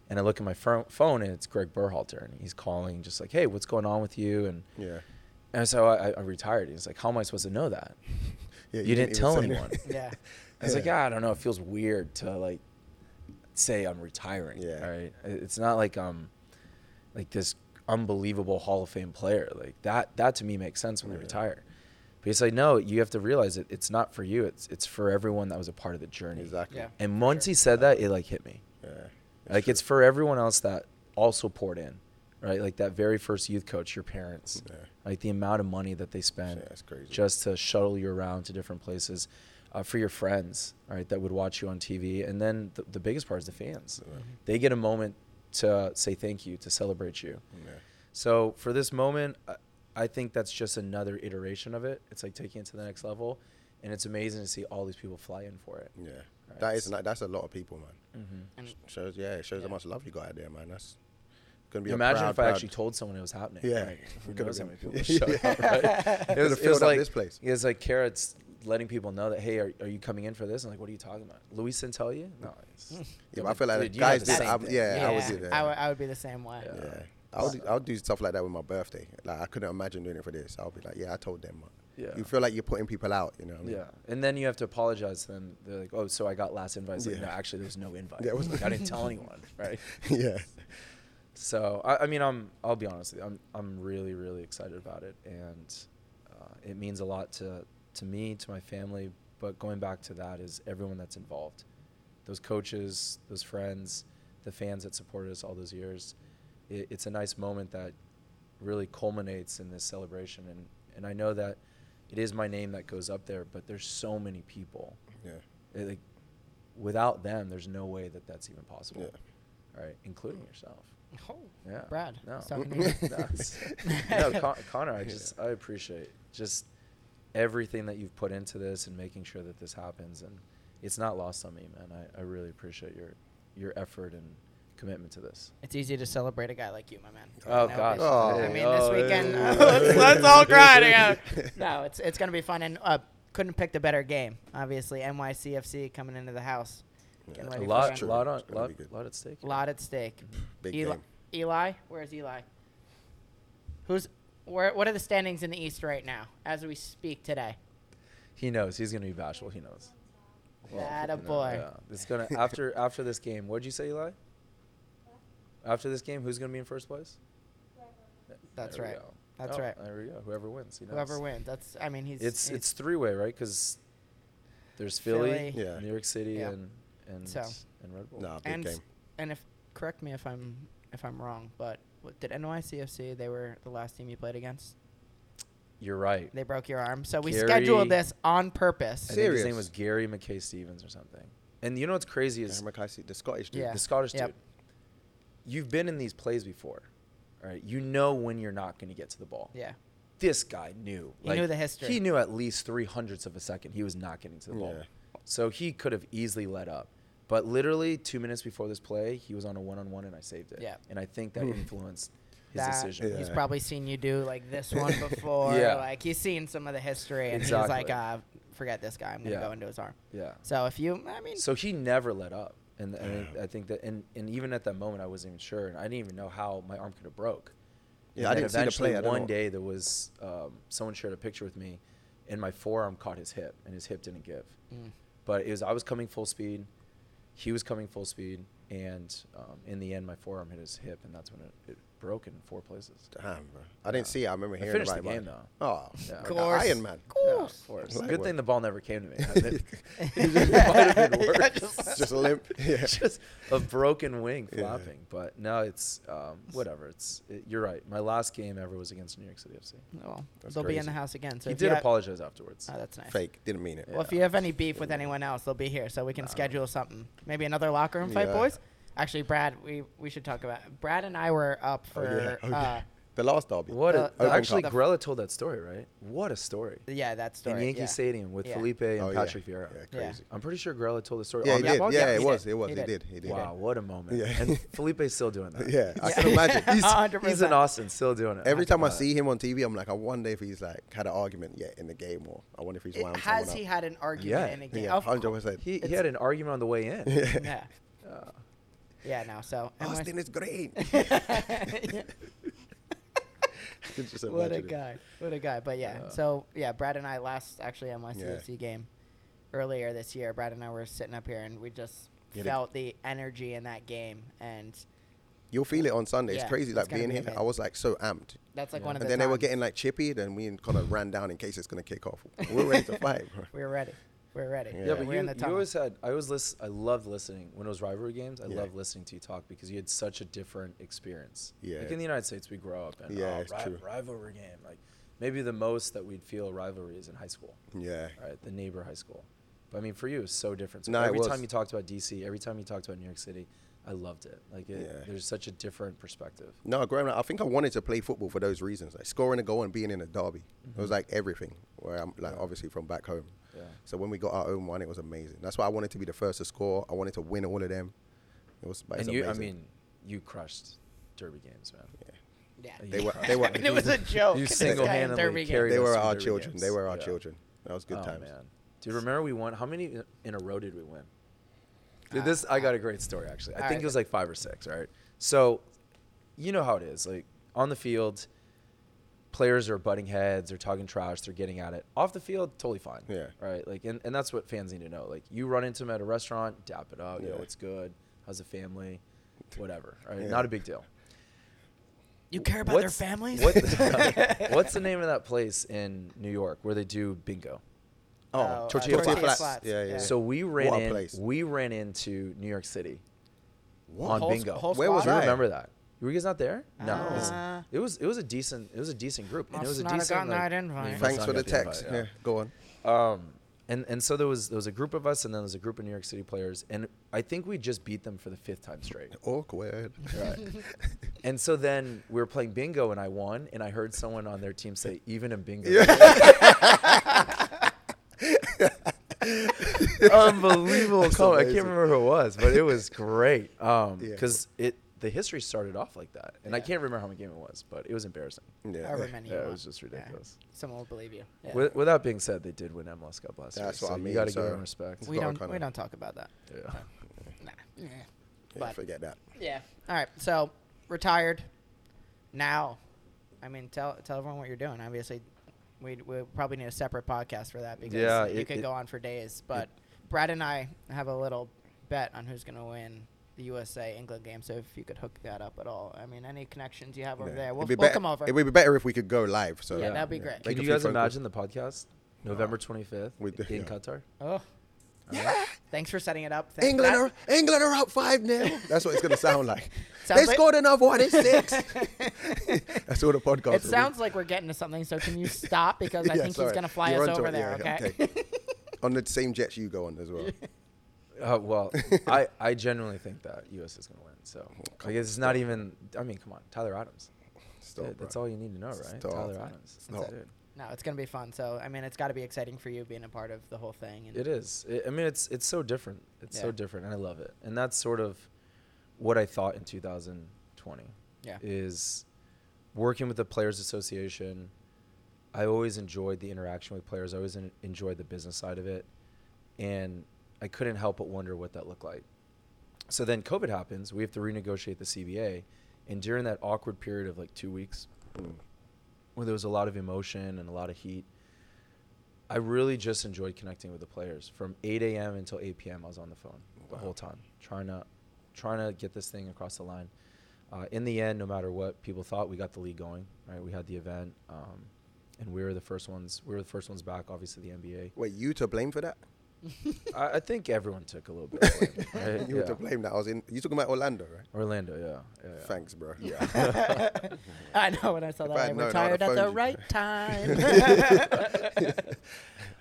Speaker 3: and I look at my fro- phone and it's Greg Berhalter, and he's calling just like, "Hey, what's going on with you?" And
Speaker 2: Yeah.
Speaker 3: and so I, I retired. He's like, "How am I supposed to know that?"
Speaker 2: Yeah,
Speaker 3: You didn't
Speaker 2: even
Speaker 3: tell
Speaker 2: say
Speaker 3: anyone.
Speaker 2: that.
Speaker 1: Yeah.
Speaker 3: I was like,
Speaker 2: Yeah.
Speaker 3: "Ah, I don't know. It feels weird to like say I'm retiring.
Speaker 2: Yeah.
Speaker 3: Right? It's not like I'm like this unbelievable Hall of Fame player. Like that. That to me makes sense when I
Speaker 2: Yeah.
Speaker 3: retire. But he's like, no, you have to realize it. It's not for you. It's it's for everyone that was a part of the journey.
Speaker 2: Exactly.
Speaker 1: Yeah.
Speaker 3: And once he said that, it like hit me.
Speaker 2: Yeah.
Speaker 3: like it's for everyone else that also poured in, right? Like that very first youth coach, your parents,
Speaker 2: Yeah.
Speaker 3: like the amount of money that they spent
Speaker 2: Yeah, it's crazy.
Speaker 3: just to shuttle you around to different places, uh, for your friends, right, that would watch you on TV, and then the, the biggest part is the fans.
Speaker 2: Yeah.
Speaker 3: They get a moment to say thank you, to celebrate you.
Speaker 2: Yeah.
Speaker 3: So for this moment, I- I think that's just another iteration of it. It's like taking it to the next level, and it's amazing to see all these people fly in for it.
Speaker 2: Yeah.
Speaker 3: Right.
Speaker 2: That is not, that's a lot of people, man.
Speaker 3: Mhm.
Speaker 1: And
Speaker 2: Shows yeah, it shows
Speaker 1: Yeah.
Speaker 2: how much love you got out there, man. That's gonna be
Speaker 3: Imagine
Speaker 2: a proud,
Speaker 3: if I
Speaker 2: proud-
Speaker 3: actually told someone it was happening.
Speaker 2: Yeah.
Speaker 3: Like, who
Speaker 2: Could've
Speaker 3: knows how many
Speaker 2: been-
Speaker 3: people showed up, right? It
Speaker 2: Could've
Speaker 3: was, it
Speaker 2: filled
Speaker 3: was
Speaker 2: up
Speaker 3: like
Speaker 2: this place.
Speaker 3: It was like carrots letting people know that hey, are, are you coming in for this? And like, what are you talking about? Luis didn't tell you? No. it's-
Speaker 2: Yeah, but I
Speaker 3: I mean,
Speaker 2: feel like
Speaker 3: dude,
Speaker 2: the
Speaker 3: you had
Speaker 2: guys
Speaker 3: the
Speaker 2: did.
Speaker 3: same
Speaker 2: I,
Speaker 3: thing.
Speaker 2: yeah, I
Speaker 1: yeah,
Speaker 2: would do that.
Speaker 1: I would- I would be the same way.
Speaker 3: Yeah.
Speaker 2: yeah. I would, I would do stuff like that with my birthday. Like I couldn't imagine doing it for this. I'll be like, yeah, I told them. man.
Speaker 3: Yeah.
Speaker 2: You feel like you're putting people out, you know what I mean?
Speaker 3: Yeah, and then you have to apologize to them. They're like, "Oh, so I got last invite." It's Like,
Speaker 2: Yeah.
Speaker 3: no, actually, there was no invite.
Speaker 2: Yeah, it was-
Speaker 3: Like, I didn't tell anyone, right?
Speaker 2: yeah.
Speaker 3: So I, I mean, I'm I'll be honest with you, I'm I'm really really excited about it, and uh, it means a lot to to me, to my family. But going back to that is everyone that's involved, those coaches, those friends, the fans that supported us all those years. It, it's a nice moment that really culminates in this celebration, and and I know that it is my name that goes up there, but there's so many people.
Speaker 2: Yeah.
Speaker 3: It, like, without them, there's no way that that's even possible. Right, including yourself.
Speaker 1: Oh,
Speaker 3: Yeah.
Speaker 1: Brad.
Speaker 3: No.
Speaker 1: he's talking to you.
Speaker 3: No, it's- no, Con- Connor, I just I appreciate just everything that you've put into this and making sure that this happens, and it's not lost on me, man. I, I really appreciate your your effort and commitment to this.
Speaker 1: It's easy to celebrate a guy like you, my man. I
Speaker 3: Oh,
Speaker 1: know,
Speaker 3: gosh.
Speaker 1: but- I
Speaker 2: Oh.
Speaker 1: mean,
Speaker 3: Oh,
Speaker 1: this weekend,
Speaker 3: yeah.
Speaker 1: let's, let's all cry together. No, it's it's gonna be fun, and uh, couldn't pick the better game. Obviously, NYCFC coming into the house.
Speaker 2: Yeah.
Speaker 1: Getting
Speaker 2: A
Speaker 3: A
Speaker 1: ready for
Speaker 3: lot,
Speaker 1: Sunday.
Speaker 2: True.
Speaker 3: lot on,
Speaker 2: It's gonna
Speaker 3: lot,
Speaker 2: be good.
Speaker 3: lot at stake. here.
Speaker 1: lot at stake.
Speaker 2: Mm-hmm. Big
Speaker 1: Eli,
Speaker 2: game.
Speaker 1: Eli, where's Eli? Who's where? What are the standings in the East right now as we speak today?
Speaker 3: He knows he's gonna be bashful. He knows.
Speaker 1: That a
Speaker 3: you know,
Speaker 1: boy.
Speaker 3: yeah. It's gonna after after this game. What'd you say, Eli? After this game, who's gonna be in first place?
Speaker 1: That's
Speaker 3: There we
Speaker 1: right.
Speaker 3: go.
Speaker 1: That's
Speaker 3: Oh,
Speaker 1: right.
Speaker 3: There we go. Whoever wins, he knows.
Speaker 1: Whoever wins, that's. I mean, he's.
Speaker 3: it's
Speaker 1: he's-
Speaker 3: it's three way, right? Because there's Philly,
Speaker 1: Philly.
Speaker 2: Yeah.
Speaker 3: New York City,
Speaker 1: Yeah.
Speaker 3: and and
Speaker 1: So.
Speaker 3: and Red Bull.
Speaker 2: Nah, big
Speaker 1: and
Speaker 2: game.
Speaker 1: and if correct me if I'm if I'm wrong, but what, did NYCFC they were the last team you played against?
Speaker 3: You're right.
Speaker 1: They broke your arm, so we
Speaker 3: Gary-
Speaker 1: scheduled this on purpose.
Speaker 3: I think his
Speaker 2: Serious.
Speaker 3: name was Gary McKay Stevens or something. And you know what's crazy is
Speaker 2: Cameron Kaisi, the Scottish dude.
Speaker 1: Yeah.
Speaker 3: the Scottish
Speaker 1: Yep.
Speaker 3: dude. You've been in these plays before, all right? You know when you're not going to get to the ball.
Speaker 1: Yeah,
Speaker 3: This guy knew.
Speaker 1: He knew the history.
Speaker 3: He knew at least three hundredths of a second he was not getting to the ball.
Speaker 2: Yeah.
Speaker 3: So he could have easily let up. But literally two minutes before this play, he was on a one on one and I saved it.
Speaker 1: Yeah.
Speaker 3: And I think that influenced his
Speaker 1: That-
Speaker 3: decision.
Speaker 1: He's
Speaker 2: Hmm. Yeah.
Speaker 1: probably seen you do like this one before.
Speaker 3: Yeah.
Speaker 1: like he's seen some of the history, and he's like,
Speaker 3: Exactly.
Speaker 1: uh, forget this guy. I'm gonna
Speaker 3: Yeah.
Speaker 1: go into his arm.
Speaker 3: Yeah.
Speaker 1: So if you, I mean,
Speaker 3: So he never let up, and, and I think that, and, and even at that moment, I wasn't even sure, and I didn't even know how my arm could have broke.
Speaker 2: Yeah, I
Speaker 3: And then
Speaker 2: didn't see the
Speaker 3: eventually
Speaker 2: play, I don't
Speaker 3: One
Speaker 2: know.
Speaker 3: day, there was um, someone shared a picture with me, and my forearm caught his hip, and his hip didn't give. But it was I was coming full speed, he was coming full speed, and um, in the end, my forearm hit his hip, and that's when it, it broke in four places.
Speaker 2: Damn, bro. I didn't see it. I remember
Speaker 3: I
Speaker 2: hearing
Speaker 3: finished
Speaker 2: about
Speaker 3: the
Speaker 2: it.
Speaker 3: game,
Speaker 2: but-
Speaker 3: though.
Speaker 2: Oh,
Speaker 3: Yeah.
Speaker 2: like
Speaker 3: Of
Speaker 1: course.
Speaker 2: Iron Man.
Speaker 1: Cool.
Speaker 3: Yeah,
Speaker 1: course.
Speaker 3: of course.
Speaker 2: Like
Speaker 3: Good
Speaker 2: what?
Speaker 3: thing the ball never came to me. it might have been worse.
Speaker 1: Just-
Speaker 2: Just limp. Yeah.
Speaker 3: just a broken wing
Speaker 2: Yeah.
Speaker 3: flopping. But no, it's um, whatever. It's it, you're right. My last game ever was against New York City FC.
Speaker 1: well,
Speaker 2: That's
Speaker 1: they'll be in
Speaker 2: crazy.
Speaker 1: the house again. So
Speaker 3: he
Speaker 1: if you
Speaker 3: did
Speaker 1: ha-
Speaker 3: apologize afterwards.
Speaker 1: Oh, that's nice.
Speaker 2: Fake. Didn't mean it.
Speaker 1: Well, if you have any beef with anyone else, they'll be here, so we can
Speaker 3: Nah.
Speaker 1: schedule something. Maybe another locker room fight,
Speaker 2: Yeah.
Speaker 1: boys. Actually, Brad, we, we should talk about. Brad and I were up
Speaker 2: Oh,
Speaker 1: for.
Speaker 2: yeah.
Speaker 1: uh,
Speaker 2: Oh,
Speaker 1: yeah.
Speaker 2: yeah. the last derby.
Speaker 3: What
Speaker 1: The-
Speaker 3: a,
Speaker 2: Uh,
Speaker 1: the-
Speaker 3: actually,
Speaker 1: the-
Speaker 3: Grella told that story, right? What a story!
Speaker 1: Uh, yeah, that story.
Speaker 3: in Yankee
Speaker 1: yeah.
Speaker 3: Stadium with
Speaker 1: Yeah.
Speaker 3: Felipe and
Speaker 2: Oh, yeah.
Speaker 3: Patrick Vieira.
Speaker 2: Yeah,
Speaker 1: Yeah.
Speaker 2: crazy.
Speaker 3: I'm pretty sure Grella told the story.
Speaker 2: Yeah,
Speaker 3: on
Speaker 2: he
Speaker 3: that
Speaker 2: did.
Speaker 3: podcast.
Speaker 1: oh, Yeah,
Speaker 2: Yeah,
Speaker 1: he
Speaker 2: it
Speaker 1: did.
Speaker 2: was. It was.
Speaker 1: He
Speaker 2: He
Speaker 1: did.
Speaker 2: did. He did.
Speaker 3: Wow, what a moment!
Speaker 2: Yeah.
Speaker 3: And Felipe's still doing that.
Speaker 2: Yeah, I
Speaker 1: Yeah.
Speaker 2: can imagine. He's,
Speaker 1: A hundred
Speaker 3: he's in
Speaker 1: percent.
Speaker 3: Austin, still doing it.
Speaker 2: every time I
Speaker 3: Uh,
Speaker 2: see him on TV, I'm like, I wonder if he's like had an argument yet in the game, or I wonder if he's
Speaker 1: It-
Speaker 2: wound
Speaker 1: has
Speaker 2: someone
Speaker 1: he
Speaker 2: up.
Speaker 1: had an argument
Speaker 3: Yeah.
Speaker 1: in a game?
Speaker 2: Yeah,
Speaker 1: Of course.
Speaker 2: hundred percent.
Speaker 3: he, he had an argument on the way in. Uh,
Speaker 1: Yeah. Yeah, no, so. and we're-
Speaker 2: Austin is great. Just
Speaker 1: what a
Speaker 2: imagine it.
Speaker 1: guy. What a guy. But yeah,
Speaker 3: Yeah.
Speaker 1: so yeah, Brad and I last actually
Speaker 2: Yeah.
Speaker 1: NYCFC E game earlier this year, Brad and I were sitting up here and we just
Speaker 2: Yeah, they-
Speaker 1: felt the energy in that game. And
Speaker 2: You'll feel it on Sunday.
Speaker 1: Yeah,
Speaker 2: it's crazy, like
Speaker 1: it's gonna
Speaker 2: being
Speaker 1: be
Speaker 2: here.
Speaker 1: amazing.
Speaker 2: I was like so amped.
Speaker 1: that's like
Speaker 3: Yeah.
Speaker 1: one of
Speaker 2: And
Speaker 1: the.
Speaker 2: then they were
Speaker 1: times-
Speaker 2: getting like chippy. Then we kind of ran down in case it's gonna kick off. We're ready to fight, bro.
Speaker 1: We were ready. We were ready.
Speaker 2: Yeah.
Speaker 3: Yeah, but
Speaker 1: we're
Speaker 3: you,
Speaker 1: in the
Speaker 3: you
Speaker 1: tunnel.
Speaker 3: always had. I always list. I loved listening when it was rivalry games. I
Speaker 2: Yeah.
Speaker 3: loved listening to you talk because you had such a different experience.
Speaker 2: Yeah.
Speaker 3: Like in the United States, we grow up and
Speaker 2: Yeah,
Speaker 3: oh,
Speaker 2: it's
Speaker 3: ri-
Speaker 2: true.
Speaker 3: rivalry game. Like maybe the most that we'd feel rivalry is in high school,
Speaker 2: Yeah,
Speaker 3: right? The neighbor high school. But I mean, for you, it was so different. So
Speaker 2: No, it
Speaker 3: every
Speaker 2: was.
Speaker 3: time you talked about DC, every time you talked about New York City, I loved it. Like it,
Speaker 2: Yeah.
Speaker 3: there's such a different perspective.
Speaker 2: No, growing up, I think I wanted to play football for those reasons, like scoring a goal and being in a derby. It was like everything. Where I'm like obviously from back home,
Speaker 3: Mm-hmm. Yeah.
Speaker 2: so when we got our own one, it was amazing. That's why I wanted to be the first to score. I wanted to win all of them. It was, but it's
Speaker 3: and you,
Speaker 2: amazing.
Speaker 3: I mean, you crushed derby games, man.
Speaker 1: Yeah.
Speaker 3: You
Speaker 2: They were-
Speaker 3: crushed
Speaker 2: they were-
Speaker 1: I mean, it was a joke.
Speaker 3: You
Speaker 1: This guy in
Speaker 3: single-handedly
Speaker 1: Derby game.
Speaker 3: carried
Speaker 2: they
Speaker 3: us
Speaker 2: were
Speaker 3: through
Speaker 2: our
Speaker 3: derby
Speaker 2: children. They
Speaker 3: games.
Speaker 2: were our
Speaker 3: Yeah. Oh,
Speaker 2: children. That was good times.
Speaker 3: man. Dude, remember we won? How many in a row did we win? Dude,
Speaker 1: Ah,
Speaker 3: this I got a great story actually. I
Speaker 1: All
Speaker 3: think
Speaker 1: right.
Speaker 3: it was like five or six. All right, so you know how it is. Like on the field, players are butting heads, they're talking trash, they're getting at it. Off the field, totally fine.
Speaker 2: Yeah.
Speaker 3: Right. Like, and, and that's what fans need to know. Like, you run into them at a restaurant, dap it up. Yo,
Speaker 2: Yeah.
Speaker 3: it's good. How's the family? Whatever. Right.
Speaker 2: Yeah.
Speaker 3: Not a big deal.
Speaker 1: You care about their
Speaker 3: what's-
Speaker 1: families?
Speaker 3: what the- what's the name of that place in New York where they do bingo?
Speaker 2: Oh,
Speaker 1: uh,
Speaker 2: tortilla,
Speaker 1: tortilla
Speaker 2: flats.
Speaker 1: flats,
Speaker 2: Yeah, yeah.
Speaker 1: yeah.
Speaker 2: yeah.
Speaker 3: So we ran
Speaker 2: What a
Speaker 3: in.
Speaker 2: place.
Speaker 3: We ran into New York City
Speaker 2: What?
Speaker 3: on
Speaker 1: Whole-
Speaker 3: bingo.
Speaker 1: whole
Speaker 2: Where was
Speaker 1: squad?
Speaker 3: I
Speaker 2: Right.
Speaker 3: remember that. Were you guys not there? No. it was-
Speaker 1: Ah.
Speaker 3: It was it was a decent it was a decent group. And it
Speaker 1: Must
Speaker 3: was a
Speaker 1: not have
Speaker 3: decent.
Speaker 1: gotten
Speaker 3: like-
Speaker 1: that invite.
Speaker 3: you must
Speaker 2: Thanks
Speaker 3: not
Speaker 2: for the
Speaker 3: have got
Speaker 2: text.
Speaker 3: invite,
Speaker 2: yeah. go on.
Speaker 3: Um, and and so there was there was a group of us, and then there was a group of New York City players, and I think we just beat them for the fifth time straight.
Speaker 2: Awkward.
Speaker 3: And so then we were playing bingo, and I won, and I heard someone on their team say, "Even in bingo." Unbelievable
Speaker 2: That's
Speaker 3: comment. I
Speaker 2: amazing.
Speaker 3: can't remember who it was, but it was great. Um,
Speaker 2: Yeah.
Speaker 3: because it the history started off like that, and I can't remember how many game it was, but it was embarrassing.
Speaker 1: However
Speaker 2: Yeah.
Speaker 1: many
Speaker 3: Yeah,
Speaker 1: you
Speaker 3: it
Speaker 1: want.
Speaker 3: was just ridiculous.
Speaker 1: Yeah. Someone will believe you. Yeah.
Speaker 3: With, with that being said, they did win MLS Cup last year,
Speaker 2: That's what
Speaker 3: so
Speaker 2: I
Speaker 3: you
Speaker 2: mean,
Speaker 3: got to give
Speaker 2: so-
Speaker 3: them respect.
Speaker 1: we
Speaker 2: got
Speaker 1: don't
Speaker 2: kinda-
Speaker 1: we don't talk about that.
Speaker 3: Yeah.
Speaker 1: Nah. Yeah.
Speaker 2: Yeah,
Speaker 1: But
Speaker 2: forget that.
Speaker 1: yeah. All right. So retired. Now, I mean, tell tell everyone what you're doing. Obviously, we we probably need a separate podcast for that because
Speaker 3: Yeah,
Speaker 1: you
Speaker 3: it-
Speaker 1: could
Speaker 3: it-
Speaker 1: go on for days. But Brad and I have a little bet on who's going to win the USA England game. So if you could hook that up at all, I mean, any connections you have over
Speaker 2: Yeah.
Speaker 1: there, we'll,
Speaker 2: It'd be
Speaker 1: we'll
Speaker 2: bet-
Speaker 1: come over.
Speaker 2: It would be better if we could go live. So
Speaker 1: Yeah, that'd be great.
Speaker 2: Make
Speaker 3: Can
Speaker 2: a
Speaker 3: you
Speaker 2: few
Speaker 3: guys
Speaker 2: phone calls.
Speaker 3: imagine the podcast? November 25th
Speaker 2: We do-
Speaker 3: in
Speaker 2: yeah.
Speaker 3: Qatar.
Speaker 1: oh,
Speaker 2: Yeah.
Speaker 1: thanks for setting it up. Thank-
Speaker 2: England
Speaker 1: that-
Speaker 2: are England are out five 0 That's what it's gonna sound like.
Speaker 1: Sounds
Speaker 2: they
Speaker 1: like-
Speaker 2: scored another one. It's six. That's all the podcast. will
Speaker 1: It
Speaker 2: be.
Speaker 1: sounds like we're getting to something, so can you stop? Because I
Speaker 2: Yeah,
Speaker 1: think
Speaker 2: sorry.
Speaker 1: he's going to fly
Speaker 2: You're
Speaker 1: us
Speaker 2: onto
Speaker 1: over
Speaker 2: it.
Speaker 1: there,
Speaker 2: Yeah,
Speaker 1: okay?
Speaker 2: on the same jets you go on as well.
Speaker 3: Uh, well, I, I genuinely think that US is going to win. So I guess it's not even. I mean, come on, Tyler Adams.
Speaker 2: Stop,
Speaker 3: Dude, that's
Speaker 2: bro.
Speaker 3: all you need to know, right?
Speaker 2: Stop.
Speaker 3: Tyler Adams.
Speaker 2: Stop.
Speaker 3: Dude.
Speaker 1: no, it's going to be fun. So, I mean, it's got to be exciting for you being a part of the whole thing. And
Speaker 3: It is. I I mean, it's it's so different. It's so
Speaker 1: Yeah.
Speaker 3: different, and I love it. And that's sort of what I thought in 2020.
Speaker 1: Yeah.
Speaker 3: Is working with the Players Association. I always enjoyed the interaction with players. I always en- enjoyed the business side of it, and I couldn't help but wonder what that looked like. So then COVID happens. We have to renegotiate the CBA, and during that awkward period of like two weeks, where there was a lot of emotion and a lot of heat. I really just enjoyed connecting with the players from 8 a.m. until 8 p.m. I was on the phone the
Speaker 2: Wow.
Speaker 3: whole time, trying to, trying to get this thing across the line. Uh, in the end, no matter what people thought, we got the league going. Right, we had the event, um, and we were the first ones. We were the first ones back. Obviously, the NBA.
Speaker 2: Wait, you to blame for that?
Speaker 3: I, I think everyone took a little bit. Of blame, right?
Speaker 2: you were to
Speaker 3: Yeah.
Speaker 2: blame that. I was in. You talking about Orlando, right?
Speaker 3: Orlando, yeah. yeah, yeah.
Speaker 2: Thanks, bro.
Speaker 1: I know when I saw
Speaker 2: If
Speaker 1: that,
Speaker 2: I
Speaker 1: I,
Speaker 2: had known, I would've
Speaker 1: retired at
Speaker 2: phoned
Speaker 1: the
Speaker 2: you.
Speaker 1: right time.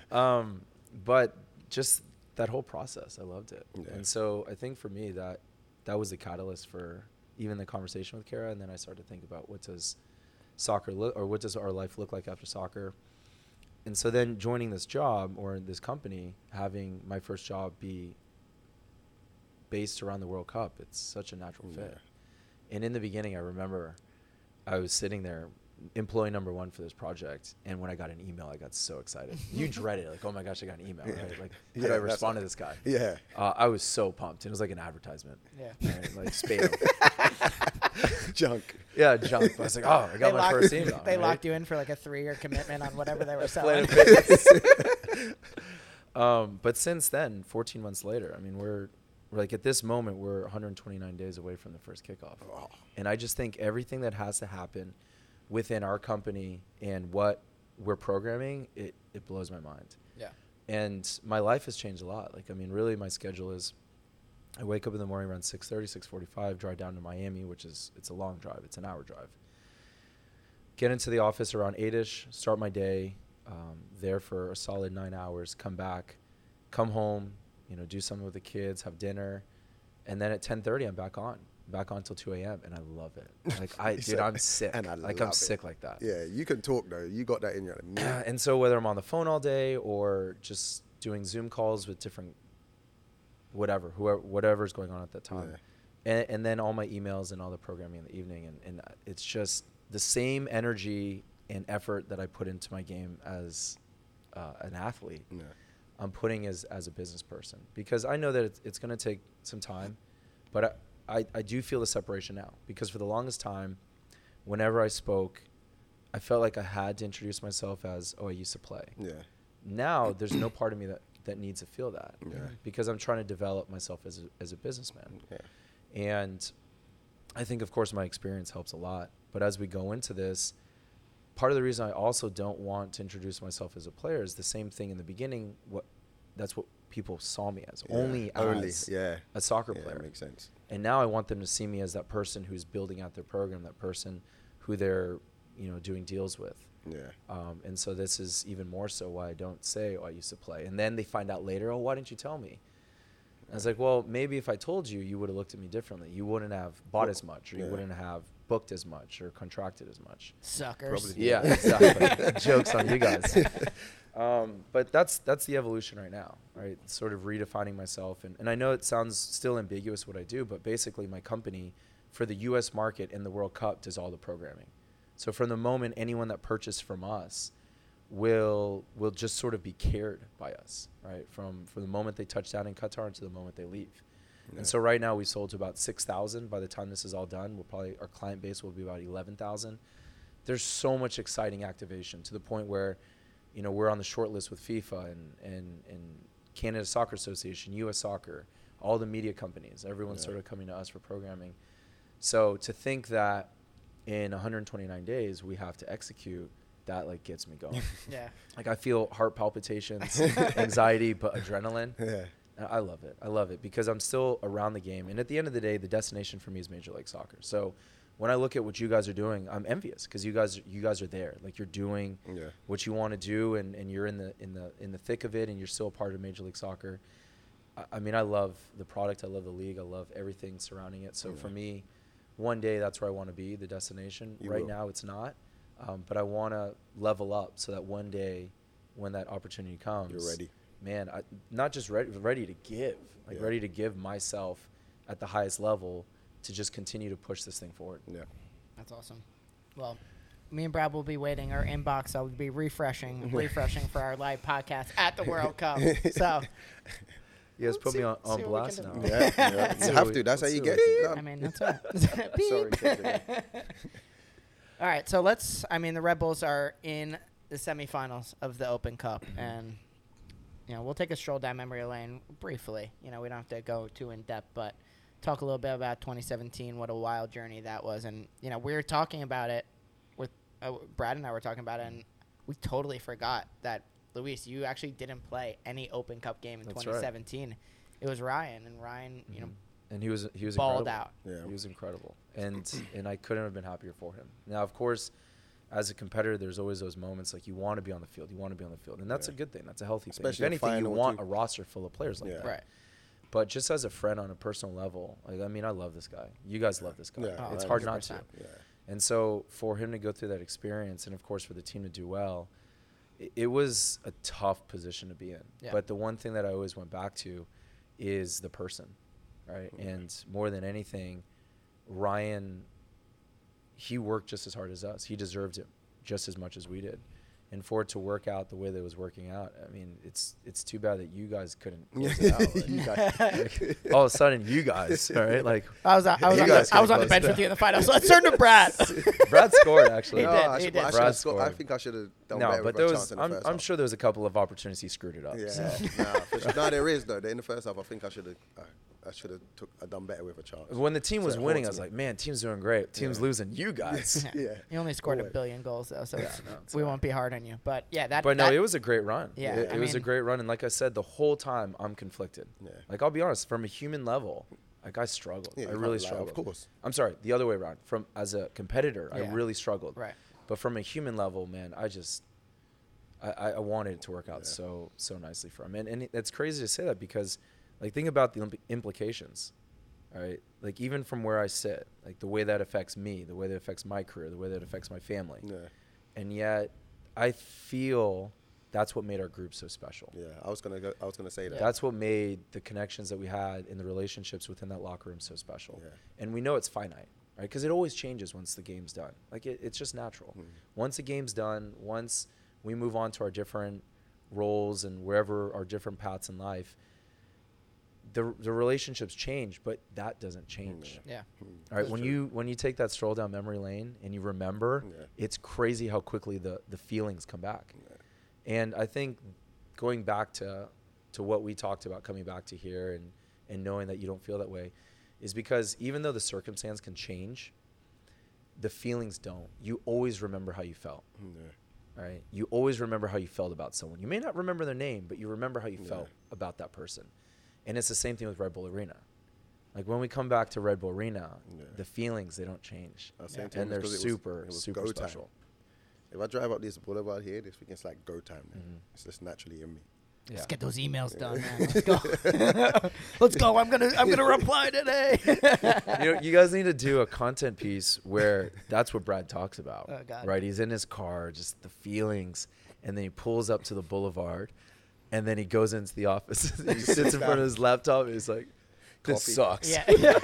Speaker 3: um, but just that whole process, I loved it.
Speaker 2: Yeah.
Speaker 3: And so I think for me that that was the catalyst for even the conversation with Kara, and then I started to think about what does soccer look or what does our life look like after soccer. And so then joining this job or this company, having my first job be based around the World Cup, it's such a natural
Speaker 2: Yeah.
Speaker 3: fit. And in the beginning, I remember I was sitting there, employee number one for this project, and when I got an email, I got so excited. you dread it, like, oh my gosh, I got an email,
Speaker 2: Yeah.
Speaker 3: right? Like, how
Speaker 2: Yeah,
Speaker 3: do I
Speaker 2: that's
Speaker 3: respond to
Speaker 2: like-
Speaker 3: this guy?
Speaker 2: yeah.
Speaker 3: Uh, I was so pumped. It was like an advertisement.
Speaker 1: Yeah.
Speaker 3: Right? Like spam.
Speaker 2: Junk.
Speaker 3: yeah, junk. I was like, oh, I got
Speaker 1: they
Speaker 3: my
Speaker 1: locked,
Speaker 3: first email.
Speaker 1: they
Speaker 3: right?
Speaker 1: locked you in for like a three-year commitment on whatever they were
Speaker 3: Planet
Speaker 1: selling.
Speaker 3: Fitness. um, but since then, 14 months later, I mean, we're, we're like at this moment, we're 129 days away from the first kickoff.
Speaker 2: Oh.
Speaker 3: And I just think everything that has to happen within our company and what we're programming, it, it blows my mind.
Speaker 1: yeah.
Speaker 3: And my life has changed a lot. Like, I mean, really my schedule is I wake up in the morning around 6.30, 6.45, drive down to Miami, which is, it's a long drive. It's an hour drive get into the office around eight-ish start my day um, there for a solid nine hours come back come home you know do something with the kids have dinner and then at 10.30 i'm back on back on till 2 a.m and i love it like i
Speaker 2: He
Speaker 3: dude
Speaker 2: said,
Speaker 3: i'm sick
Speaker 2: And I
Speaker 3: like
Speaker 2: love
Speaker 3: i'm
Speaker 2: it."
Speaker 3: sick like that
Speaker 2: Yeah, you can talk though. You got that in your.
Speaker 3: and so whether i'm on the phone all day or just doing zoom calls with different whatever whoever whatever's going on at that time and, and then all my emails and all the programming in the evening and, and it's just the same energy and effort that i put into my game as uh, an athlete
Speaker 2: Yeah.
Speaker 3: i'm putting as, as a business person because i know that it's, it's going to take some time but I, I, I do feel the separation now because for the longest time whenever i spoke i felt like i had to introduce myself as oh i used to play
Speaker 2: Yeah.
Speaker 3: now there's no part of me that, that needs to feel that
Speaker 2: Yeah.
Speaker 3: because i'm trying to develop myself as a, as a businessman
Speaker 2: Yeah.
Speaker 3: and I think, of course, my experience helps a lot. But as we go into this, part of the reason I also don't want to introduce myself as a player is the same thing in the beginning. What that's what people saw me as
Speaker 2: Yeah,
Speaker 3: only
Speaker 2: only,
Speaker 3: as
Speaker 2: yeah.
Speaker 3: a soccer
Speaker 2: Yeah,
Speaker 3: player.
Speaker 2: makes sense.
Speaker 3: And now I want them to see me as that person who's building out their program, that person who they're you know doing deals with.
Speaker 2: Yeah.
Speaker 3: Um, and so this is even more so why I don't say oh, I used to play. And then they find out later, oh, why didn't you tell me? I was like, well, maybe if I told you, you would have looked at me differently. You wouldn't have bought as much, or you
Speaker 2: Yeah.
Speaker 3: wouldn't have booked as much, or contracted as much.
Speaker 1: Suckers.
Speaker 2: Probably.
Speaker 3: Yeah, exactly. Jokes on you guys. Um, but that's that's the evolution right now, right? Sort of redefining myself, and, and I know it sounds still ambiguous what I do, but basically my company for the U.S. market and the World Cup does all the programming. So from the moment anyone that purchased from us will will just sort of be cared by us, right? From from the moment they touch down in Qatar until the moment they leave.
Speaker 2: Yeah.
Speaker 3: And so right now we sold to about 6,000. By the time this is all done, we'll probably our client base will be about 11,000. There's so much exciting activation to the point where, you know, we're on the short list with FIFA and and and Canada Soccer Association, U.S. Soccer, all the media companies. Everyone's
Speaker 2: Yeah.
Speaker 3: sort of coming to us for programming. So to think that in 129 days we have to execute that like gets me going.
Speaker 1: Yeah.
Speaker 3: like I feel heart palpitations, anxiety, but adrenaline.
Speaker 2: Yeah.
Speaker 3: And I love it. I love it because I'm still around the game. And at the end of the day, the destination for me is Major League Soccer. So when I look at what you guys are doing, I'm envious because you guys you guys are there. Like you're doing
Speaker 2: Yeah.
Speaker 3: what you want to do and, and you're in the in the in the thick of it and you're still a part of Major League Soccer. I, I mean, I love the product, I love the league, I love everything surrounding it. So for
Speaker 2: Yeah.
Speaker 3: me, one day that's where I want to be, the destination.
Speaker 2: You
Speaker 3: right
Speaker 2: will.
Speaker 3: now it's not. Um, but I want to level up so that one day when that opportunity comes,
Speaker 2: ready.
Speaker 3: man, I, not just ready, ready to give, like
Speaker 2: Yeah.
Speaker 3: ready to give myself at the highest level to just continue to push this thing forward.
Speaker 2: Yeah.
Speaker 1: That's awesome. Well, me and Brad will be waiting. Our inbox, I will be refreshing, refreshing for our live podcast at the World Cup. So,
Speaker 3: You guys
Speaker 1: Let's
Speaker 3: put
Speaker 1: see-
Speaker 3: me on,
Speaker 1: see
Speaker 3: on
Speaker 1: what we
Speaker 3: blast
Speaker 1: can
Speaker 3: now.
Speaker 1: do.
Speaker 2: Yeah, yeah.
Speaker 3: Let's
Speaker 2: you
Speaker 3: see
Speaker 2: have
Speaker 3: what
Speaker 2: to.
Speaker 3: we-
Speaker 2: That's how
Speaker 3: let's
Speaker 2: you
Speaker 3: see
Speaker 2: get
Speaker 3: what
Speaker 2: it
Speaker 3: we
Speaker 2: done.
Speaker 1: I mean, that's right. Beep. All right, so let's. I mean, the Red Bulls are in the semifinals of the Open Cup,
Speaker 3: Mm-hmm.
Speaker 1: and you know we'll take a stroll down memory lane briefly. You know, we don't have to go too in depth, but talk a little bit about 2017. What a wild journey that was, and you know we were talking about it with uh, Brad and I were talking about it, and we totally forgot that Luis, you actually didn't play any Open Cup game in
Speaker 3: That's right.
Speaker 1: 2017. It was Ryan, and Ryan, you know,
Speaker 3: Mm-hmm. and he was he was
Speaker 1: Balled
Speaker 3: incredible.
Speaker 1: out.
Speaker 2: Yeah.
Speaker 3: He was incredible, and and I couldn't have been happier for him. Now, of course, as a competitor, there's always those moments like you want to be on the field, you want to be on the field, and that's
Speaker 2: Yeah.
Speaker 3: a good thing. That's a healthy
Speaker 2: Especially a
Speaker 3: thing. If anything, you
Speaker 2: final
Speaker 3: want
Speaker 2: too.
Speaker 3: a roster full of players like
Speaker 2: Yeah.
Speaker 3: that.
Speaker 1: right.
Speaker 3: But just as a friend on a personal level, like, I mean, I love this guy. You guys love this guy.
Speaker 2: Yeah. Oh,
Speaker 3: it's hard not to.
Speaker 1: 100%.
Speaker 2: Yeah.
Speaker 3: And so for him to go through that experience, and of course for the team to do well, it, it was a tough position to be in.
Speaker 1: Yeah.
Speaker 3: But the one thing that I always went back to is the person, right?
Speaker 2: Mm-hmm.
Speaker 3: And more than anything, Ryan, he worked just as hard as us. He deserved it just as much as we did. And for it to work out the way that it was working out, I mean, it's it's too bad that you guys couldn't close it out. Like,
Speaker 2: You guys-
Speaker 3: like, all of a sudden, you guys, all right? Like,
Speaker 1: I was, I was,
Speaker 2: You
Speaker 1: on, the,
Speaker 2: guys
Speaker 1: I was
Speaker 2: could've
Speaker 1: on the
Speaker 2: closed
Speaker 1: bench
Speaker 2: it
Speaker 1: with you in the finals. Let's turn to Brad.
Speaker 3: Brad scored, actually. Oh,
Speaker 1: He
Speaker 2: No,
Speaker 1: did,
Speaker 2: I,
Speaker 1: he
Speaker 2: should,
Speaker 1: did.
Speaker 2: I, should
Speaker 3: Brad
Speaker 2: have scored. I
Speaker 3: scored.
Speaker 2: think I should have done
Speaker 3: No,
Speaker 2: better with
Speaker 3: but
Speaker 2: my
Speaker 3: there
Speaker 2: chance
Speaker 3: was,
Speaker 2: in the
Speaker 3: I'm,
Speaker 2: first
Speaker 3: I'm
Speaker 2: half.
Speaker 3: sure there was a couple of opportunities he screwed it up.
Speaker 2: Yeah,
Speaker 3: so.
Speaker 2: nah, for sure. no, there is though. In the first half, I think I should have, I, I should have took, I done better with a chance.
Speaker 3: When the team
Speaker 2: So
Speaker 3: was
Speaker 2: it
Speaker 3: winning, I
Speaker 2: haunts me.
Speaker 3: was like, man, team's doing great. Team's
Speaker 2: Yeah.
Speaker 3: losing. You guys.
Speaker 2: yeah,
Speaker 1: You only scored a
Speaker 2: Always.
Speaker 1: billion goals though, so it's-
Speaker 3: no, it's
Speaker 1: we
Speaker 3: all
Speaker 1: won't be hard on you. But yeah, that.
Speaker 3: But no,
Speaker 1: that-
Speaker 3: it was a great run.
Speaker 1: Yeah,
Speaker 3: It,
Speaker 1: I
Speaker 3: it was a
Speaker 1: mean-
Speaker 3: great run. And like I said, the whole time I'm conflicted.
Speaker 2: Yeah.
Speaker 3: Like, I'll be honest, from a human level, like I struggled.
Speaker 2: Yeah,
Speaker 3: I
Speaker 2: you
Speaker 3: really
Speaker 2: can't lie, of
Speaker 3: struggled.
Speaker 2: course.
Speaker 3: I'm sorry, the other way around. From as a competitor, I
Speaker 1: Yeah.
Speaker 3: really struggled.
Speaker 1: Right.
Speaker 3: But from a human level, man, I just I, I I wanted it to work out
Speaker 2: Yeah.
Speaker 3: so so nicely for him. And and it- it's crazy to say that because like think about the Olympic implications. All right. Like even from where I sit, like the way that affects me, the way that affects my career, the way that affects my family.
Speaker 2: yeah,
Speaker 3: And yet I feel that's what made our group so special.
Speaker 2: yeah. I was gonna, go, I was gonna say that.
Speaker 3: That's what made the connections that we had and the relationships within that locker room so special.
Speaker 2: Yeah.
Speaker 3: And we know it's finite, right? Because it always changes once the game's done. Like it, it's just natural.
Speaker 2: Mhm.
Speaker 3: Once the game's done, once we move on to our different roles and wherever our different paths in life, the the relationships change, but that
Speaker 2: Hmm.
Speaker 3: doesn't change.
Speaker 1: Yeah.
Speaker 3: All right,
Speaker 2: Mm, That's
Speaker 3: when
Speaker 2: true.
Speaker 3: you when you take that stroll down memory lane and you remember,
Speaker 2: Yeah.
Speaker 3: it's crazy how quickly the the feelings come back.
Speaker 2: Yeah.
Speaker 3: And I think going back to to what we talked about coming back to here and and knowing that you don't feel that way is because even though the circumstance can change, the feelings don't. You always remember how you felt.
Speaker 2: Mm, Yeah.
Speaker 3: right? You always remember how you felt about someone. You may not remember their name, but you remember how you
Speaker 2: Yeah.
Speaker 3: felt about that person. And it's the same thing with Red Bull Arena. Like when we come back to Red Bull Arena,
Speaker 2: Yeah.
Speaker 3: the feelings they don't change,
Speaker 2: I was
Speaker 1: Yeah.
Speaker 2: saying to him
Speaker 3: and they're
Speaker 2: because it was-
Speaker 3: super
Speaker 2: it was
Speaker 3: super
Speaker 2: go time.
Speaker 3: special.
Speaker 2: If I drive up this boulevard here this weekend, it's like go time. Man.
Speaker 3: Mhm.
Speaker 2: It's just naturally in me.
Speaker 3: Yeah.
Speaker 1: Let's get those emails done, man. Let's go. Let's go. I'm gonna I'm gonna reply today.
Speaker 3: you know, you guys need to do a content piece where that's what Brad talks about.
Speaker 1: Oh, God.
Speaker 3: Right? He's in his car, just the feelings, and then he pulls up to the boulevard, and then he goes into the office. he sits in front of his laptop. And he's like,
Speaker 2: Coffee.
Speaker 3: "This sucks."
Speaker 1: yeah.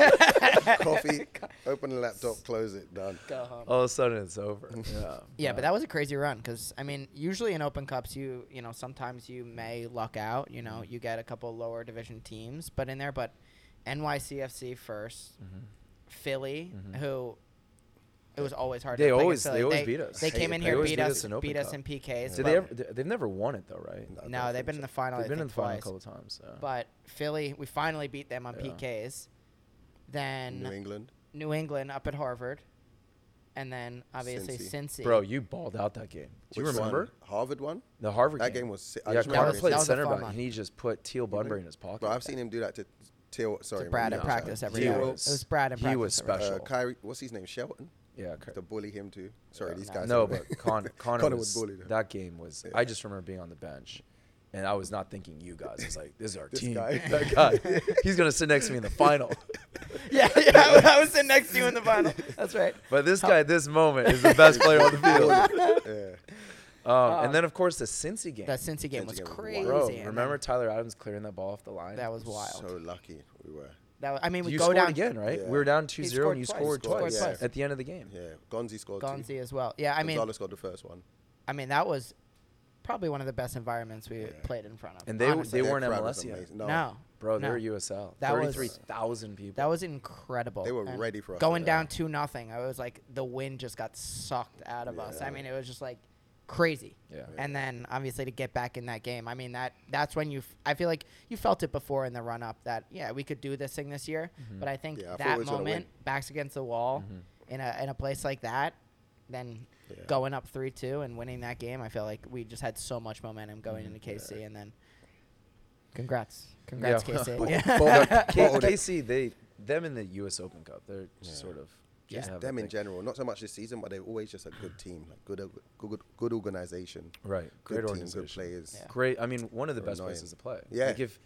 Speaker 2: Coffee, open the laptop, close it, done.
Speaker 1: go home.
Speaker 3: All of a sudden, it's over. Yeah.
Speaker 1: Yeah, but that was a crazy run because I mean, usually in open cups, you you know sometimes you may luck out. You
Speaker 3: Mm-hmm.
Speaker 1: know, you get a couple lower division teams, but in there, but NYCFC 1st
Speaker 3: Mhm.
Speaker 1: Philly,
Speaker 3: Mhm.
Speaker 1: who it was always hard.
Speaker 3: They
Speaker 1: to play against
Speaker 3: always- they
Speaker 1: Philly.
Speaker 3: always beat us.
Speaker 1: They
Speaker 2: Hated
Speaker 1: came in
Speaker 2: them.
Speaker 1: here,
Speaker 2: They
Speaker 3: always
Speaker 1: beat
Speaker 3: beat
Speaker 1: us,
Speaker 3: us in Open
Speaker 1: beat us
Speaker 3: Cup.
Speaker 1: in PKs.
Speaker 3: Did
Speaker 1: but-
Speaker 3: they ever? they- They've never won it though, right?
Speaker 2: No, I
Speaker 1: No,
Speaker 2: don't
Speaker 1: they've
Speaker 2: think
Speaker 1: been in
Speaker 2: so.
Speaker 1: the final.
Speaker 3: They've
Speaker 1: I
Speaker 3: been in
Speaker 1: think,
Speaker 3: the final a
Speaker 1: twice.
Speaker 3: couple of times. Yeah.
Speaker 1: But Philly, we finally beat them on
Speaker 3: Yeah.
Speaker 1: PKs. Then
Speaker 2: New England.
Speaker 1: New England up at Harvard, and then obviously Cincy.
Speaker 3: Bro, you balled out that game. Do you
Speaker 2: Which
Speaker 3: remember
Speaker 2: One? Harvard one?
Speaker 3: the Harvard
Speaker 2: That
Speaker 3: game?
Speaker 2: game was si- I
Speaker 3: Yeah,
Speaker 2: just remember
Speaker 3: Connor
Speaker 1: that
Speaker 3: played
Speaker 1: was a
Speaker 3: center
Speaker 1: fun
Speaker 3: back,
Speaker 1: one.
Speaker 3: and he just put Teal Bunbury in his pocket.
Speaker 2: But I've seen him do that to Till. Sorry,
Speaker 1: to Brad
Speaker 2: my
Speaker 1: at
Speaker 3: no,
Speaker 2: bad.
Speaker 1: practice
Speaker 3: sorry.
Speaker 1: every
Speaker 3: He
Speaker 1: day.
Speaker 2: Till,
Speaker 1: it was Brad at
Speaker 3: he
Speaker 1: practice.
Speaker 3: was
Speaker 1: every day.
Speaker 2: Uh,
Speaker 3: special.
Speaker 2: Kyrie, what's his name? Shelton.
Speaker 3: Yeah,
Speaker 2: To bully him too. Sorry,
Speaker 3: Yeah.
Speaker 2: these guys.
Speaker 3: No,
Speaker 2: are-
Speaker 3: but Con- Connor,
Speaker 2: Connor
Speaker 3: was,
Speaker 2: would bully them.
Speaker 3: that game was. I just remember being on the bench, and I was not thinking you guys. It's like this is our
Speaker 2: This
Speaker 3: team.
Speaker 2: guy.
Speaker 3: that guy. He's gonna sit next to me in the final.
Speaker 1: yeah, yeah, I was sitting next to you in the final. That's right.
Speaker 3: But this guy, at this moment, is the best player on the field. Um,
Speaker 2: yeah.
Speaker 3: and then of course the Cincy game.
Speaker 1: That Uh, Cincy game
Speaker 2: Cincy
Speaker 1: was
Speaker 2: game was
Speaker 1: crazy.
Speaker 2: wild.
Speaker 3: Bro,
Speaker 1: and
Speaker 3: remember
Speaker 1: then
Speaker 3: Tyler Adams clearing that ball off the line?
Speaker 1: that was wild.
Speaker 2: So lucky we were.
Speaker 1: that was, I mean, we
Speaker 3: you
Speaker 1: go
Speaker 3: scored
Speaker 1: down
Speaker 3: again, right?
Speaker 2: Yeah.
Speaker 3: We were down
Speaker 1: He
Speaker 3: 2 0
Speaker 1: scored
Speaker 3: and you
Speaker 1: twice.
Speaker 3: scored
Speaker 2: Scored
Speaker 3: twice,
Speaker 2: twice.
Speaker 3: at the end of the game.
Speaker 2: Yeah, Gonzi scored. two.
Speaker 1: Gonzi as well. Yeah, I mean,
Speaker 2: Gonzalez got the first one.
Speaker 1: I mean that was probably one of the best environments we
Speaker 2: Yeah.
Speaker 1: played in front of.
Speaker 3: And they-
Speaker 1: honestly.
Speaker 3: they
Speaker 2: Their
Speaker 3: weren't
Speaker 2: crowd was
Speaker 3: MLS yet.
Speaker 2: amazing.
Speaker 1: no,
Speaker 3: Bro, they
Speaker 1: No.
Speaker 3: were USL.
Speaker 1: That was-
Speaker 3: 33,000 people.
Speaker 1: That was incredible.
Speaker 2: They were ready for us
Speaker 1: Going
Speaker 2: today.
Speaker 1: down two nothing, I was like the wind just got sucked out of us. I
Speaker 2: Yeah.
Speaker 1: mean, it was just like crazy.
Speaker 3: Yeah.
Speaker 1: And then obviously to get back in that game, I mean that that's when you. F- I feel like you felt it before in the run up that yeah we could do this thing this year,
Speaker 3: Mm-hmm.
Speaker 1: but I think
Speaker 2: Yeah, I thought we
Speaker 1: that
Speaker 2: was gonna
Speaker 1: moment backs against the wall in a in a place like that, then
Speaker 2: Yeah.
Speaker 1: going up three two and winning that game, I feel like we just had so much momentum going
Speaker 3: Mm-hmm.
Speaker 1: into KC and then. Congrats, congrats,
Speaker 3: Yeah.
Speaker 1: KC.
Speaker 2: Bottled-
Speaker 1: Yeah.
Speaker 2: bottled-
Speaker 3: K-
Speaker 2: bottled it.
Speaker 3: KC, they, them in the US Open Cup, they're just
Speaker 2: Yeah.
Speaker 3: sort of.
Speaker 2: Just
Speaker 3: have
Speaker 2: them
Speaker 3: a
Speaker 2: in
Speaker 3: thing.
Speaker 2: general, not so much this season, but they're always just a good team, like good, uh, good, good, good organization,
Speaker 3: Right.
Speaker 2: good
Speaker 3: Great
Speaker 2: team,
Speaker 3: organization.
Speaker 2: good players.
Speaker 1: Yeah.
Speaker 3: Great. I mean, one of the
Speaker 2: They're
Speaker 3: best
Speaker 2: annoying.
Speaker 3: places to play.
Speaker 2: Yeah.
Speaker 3: Like if,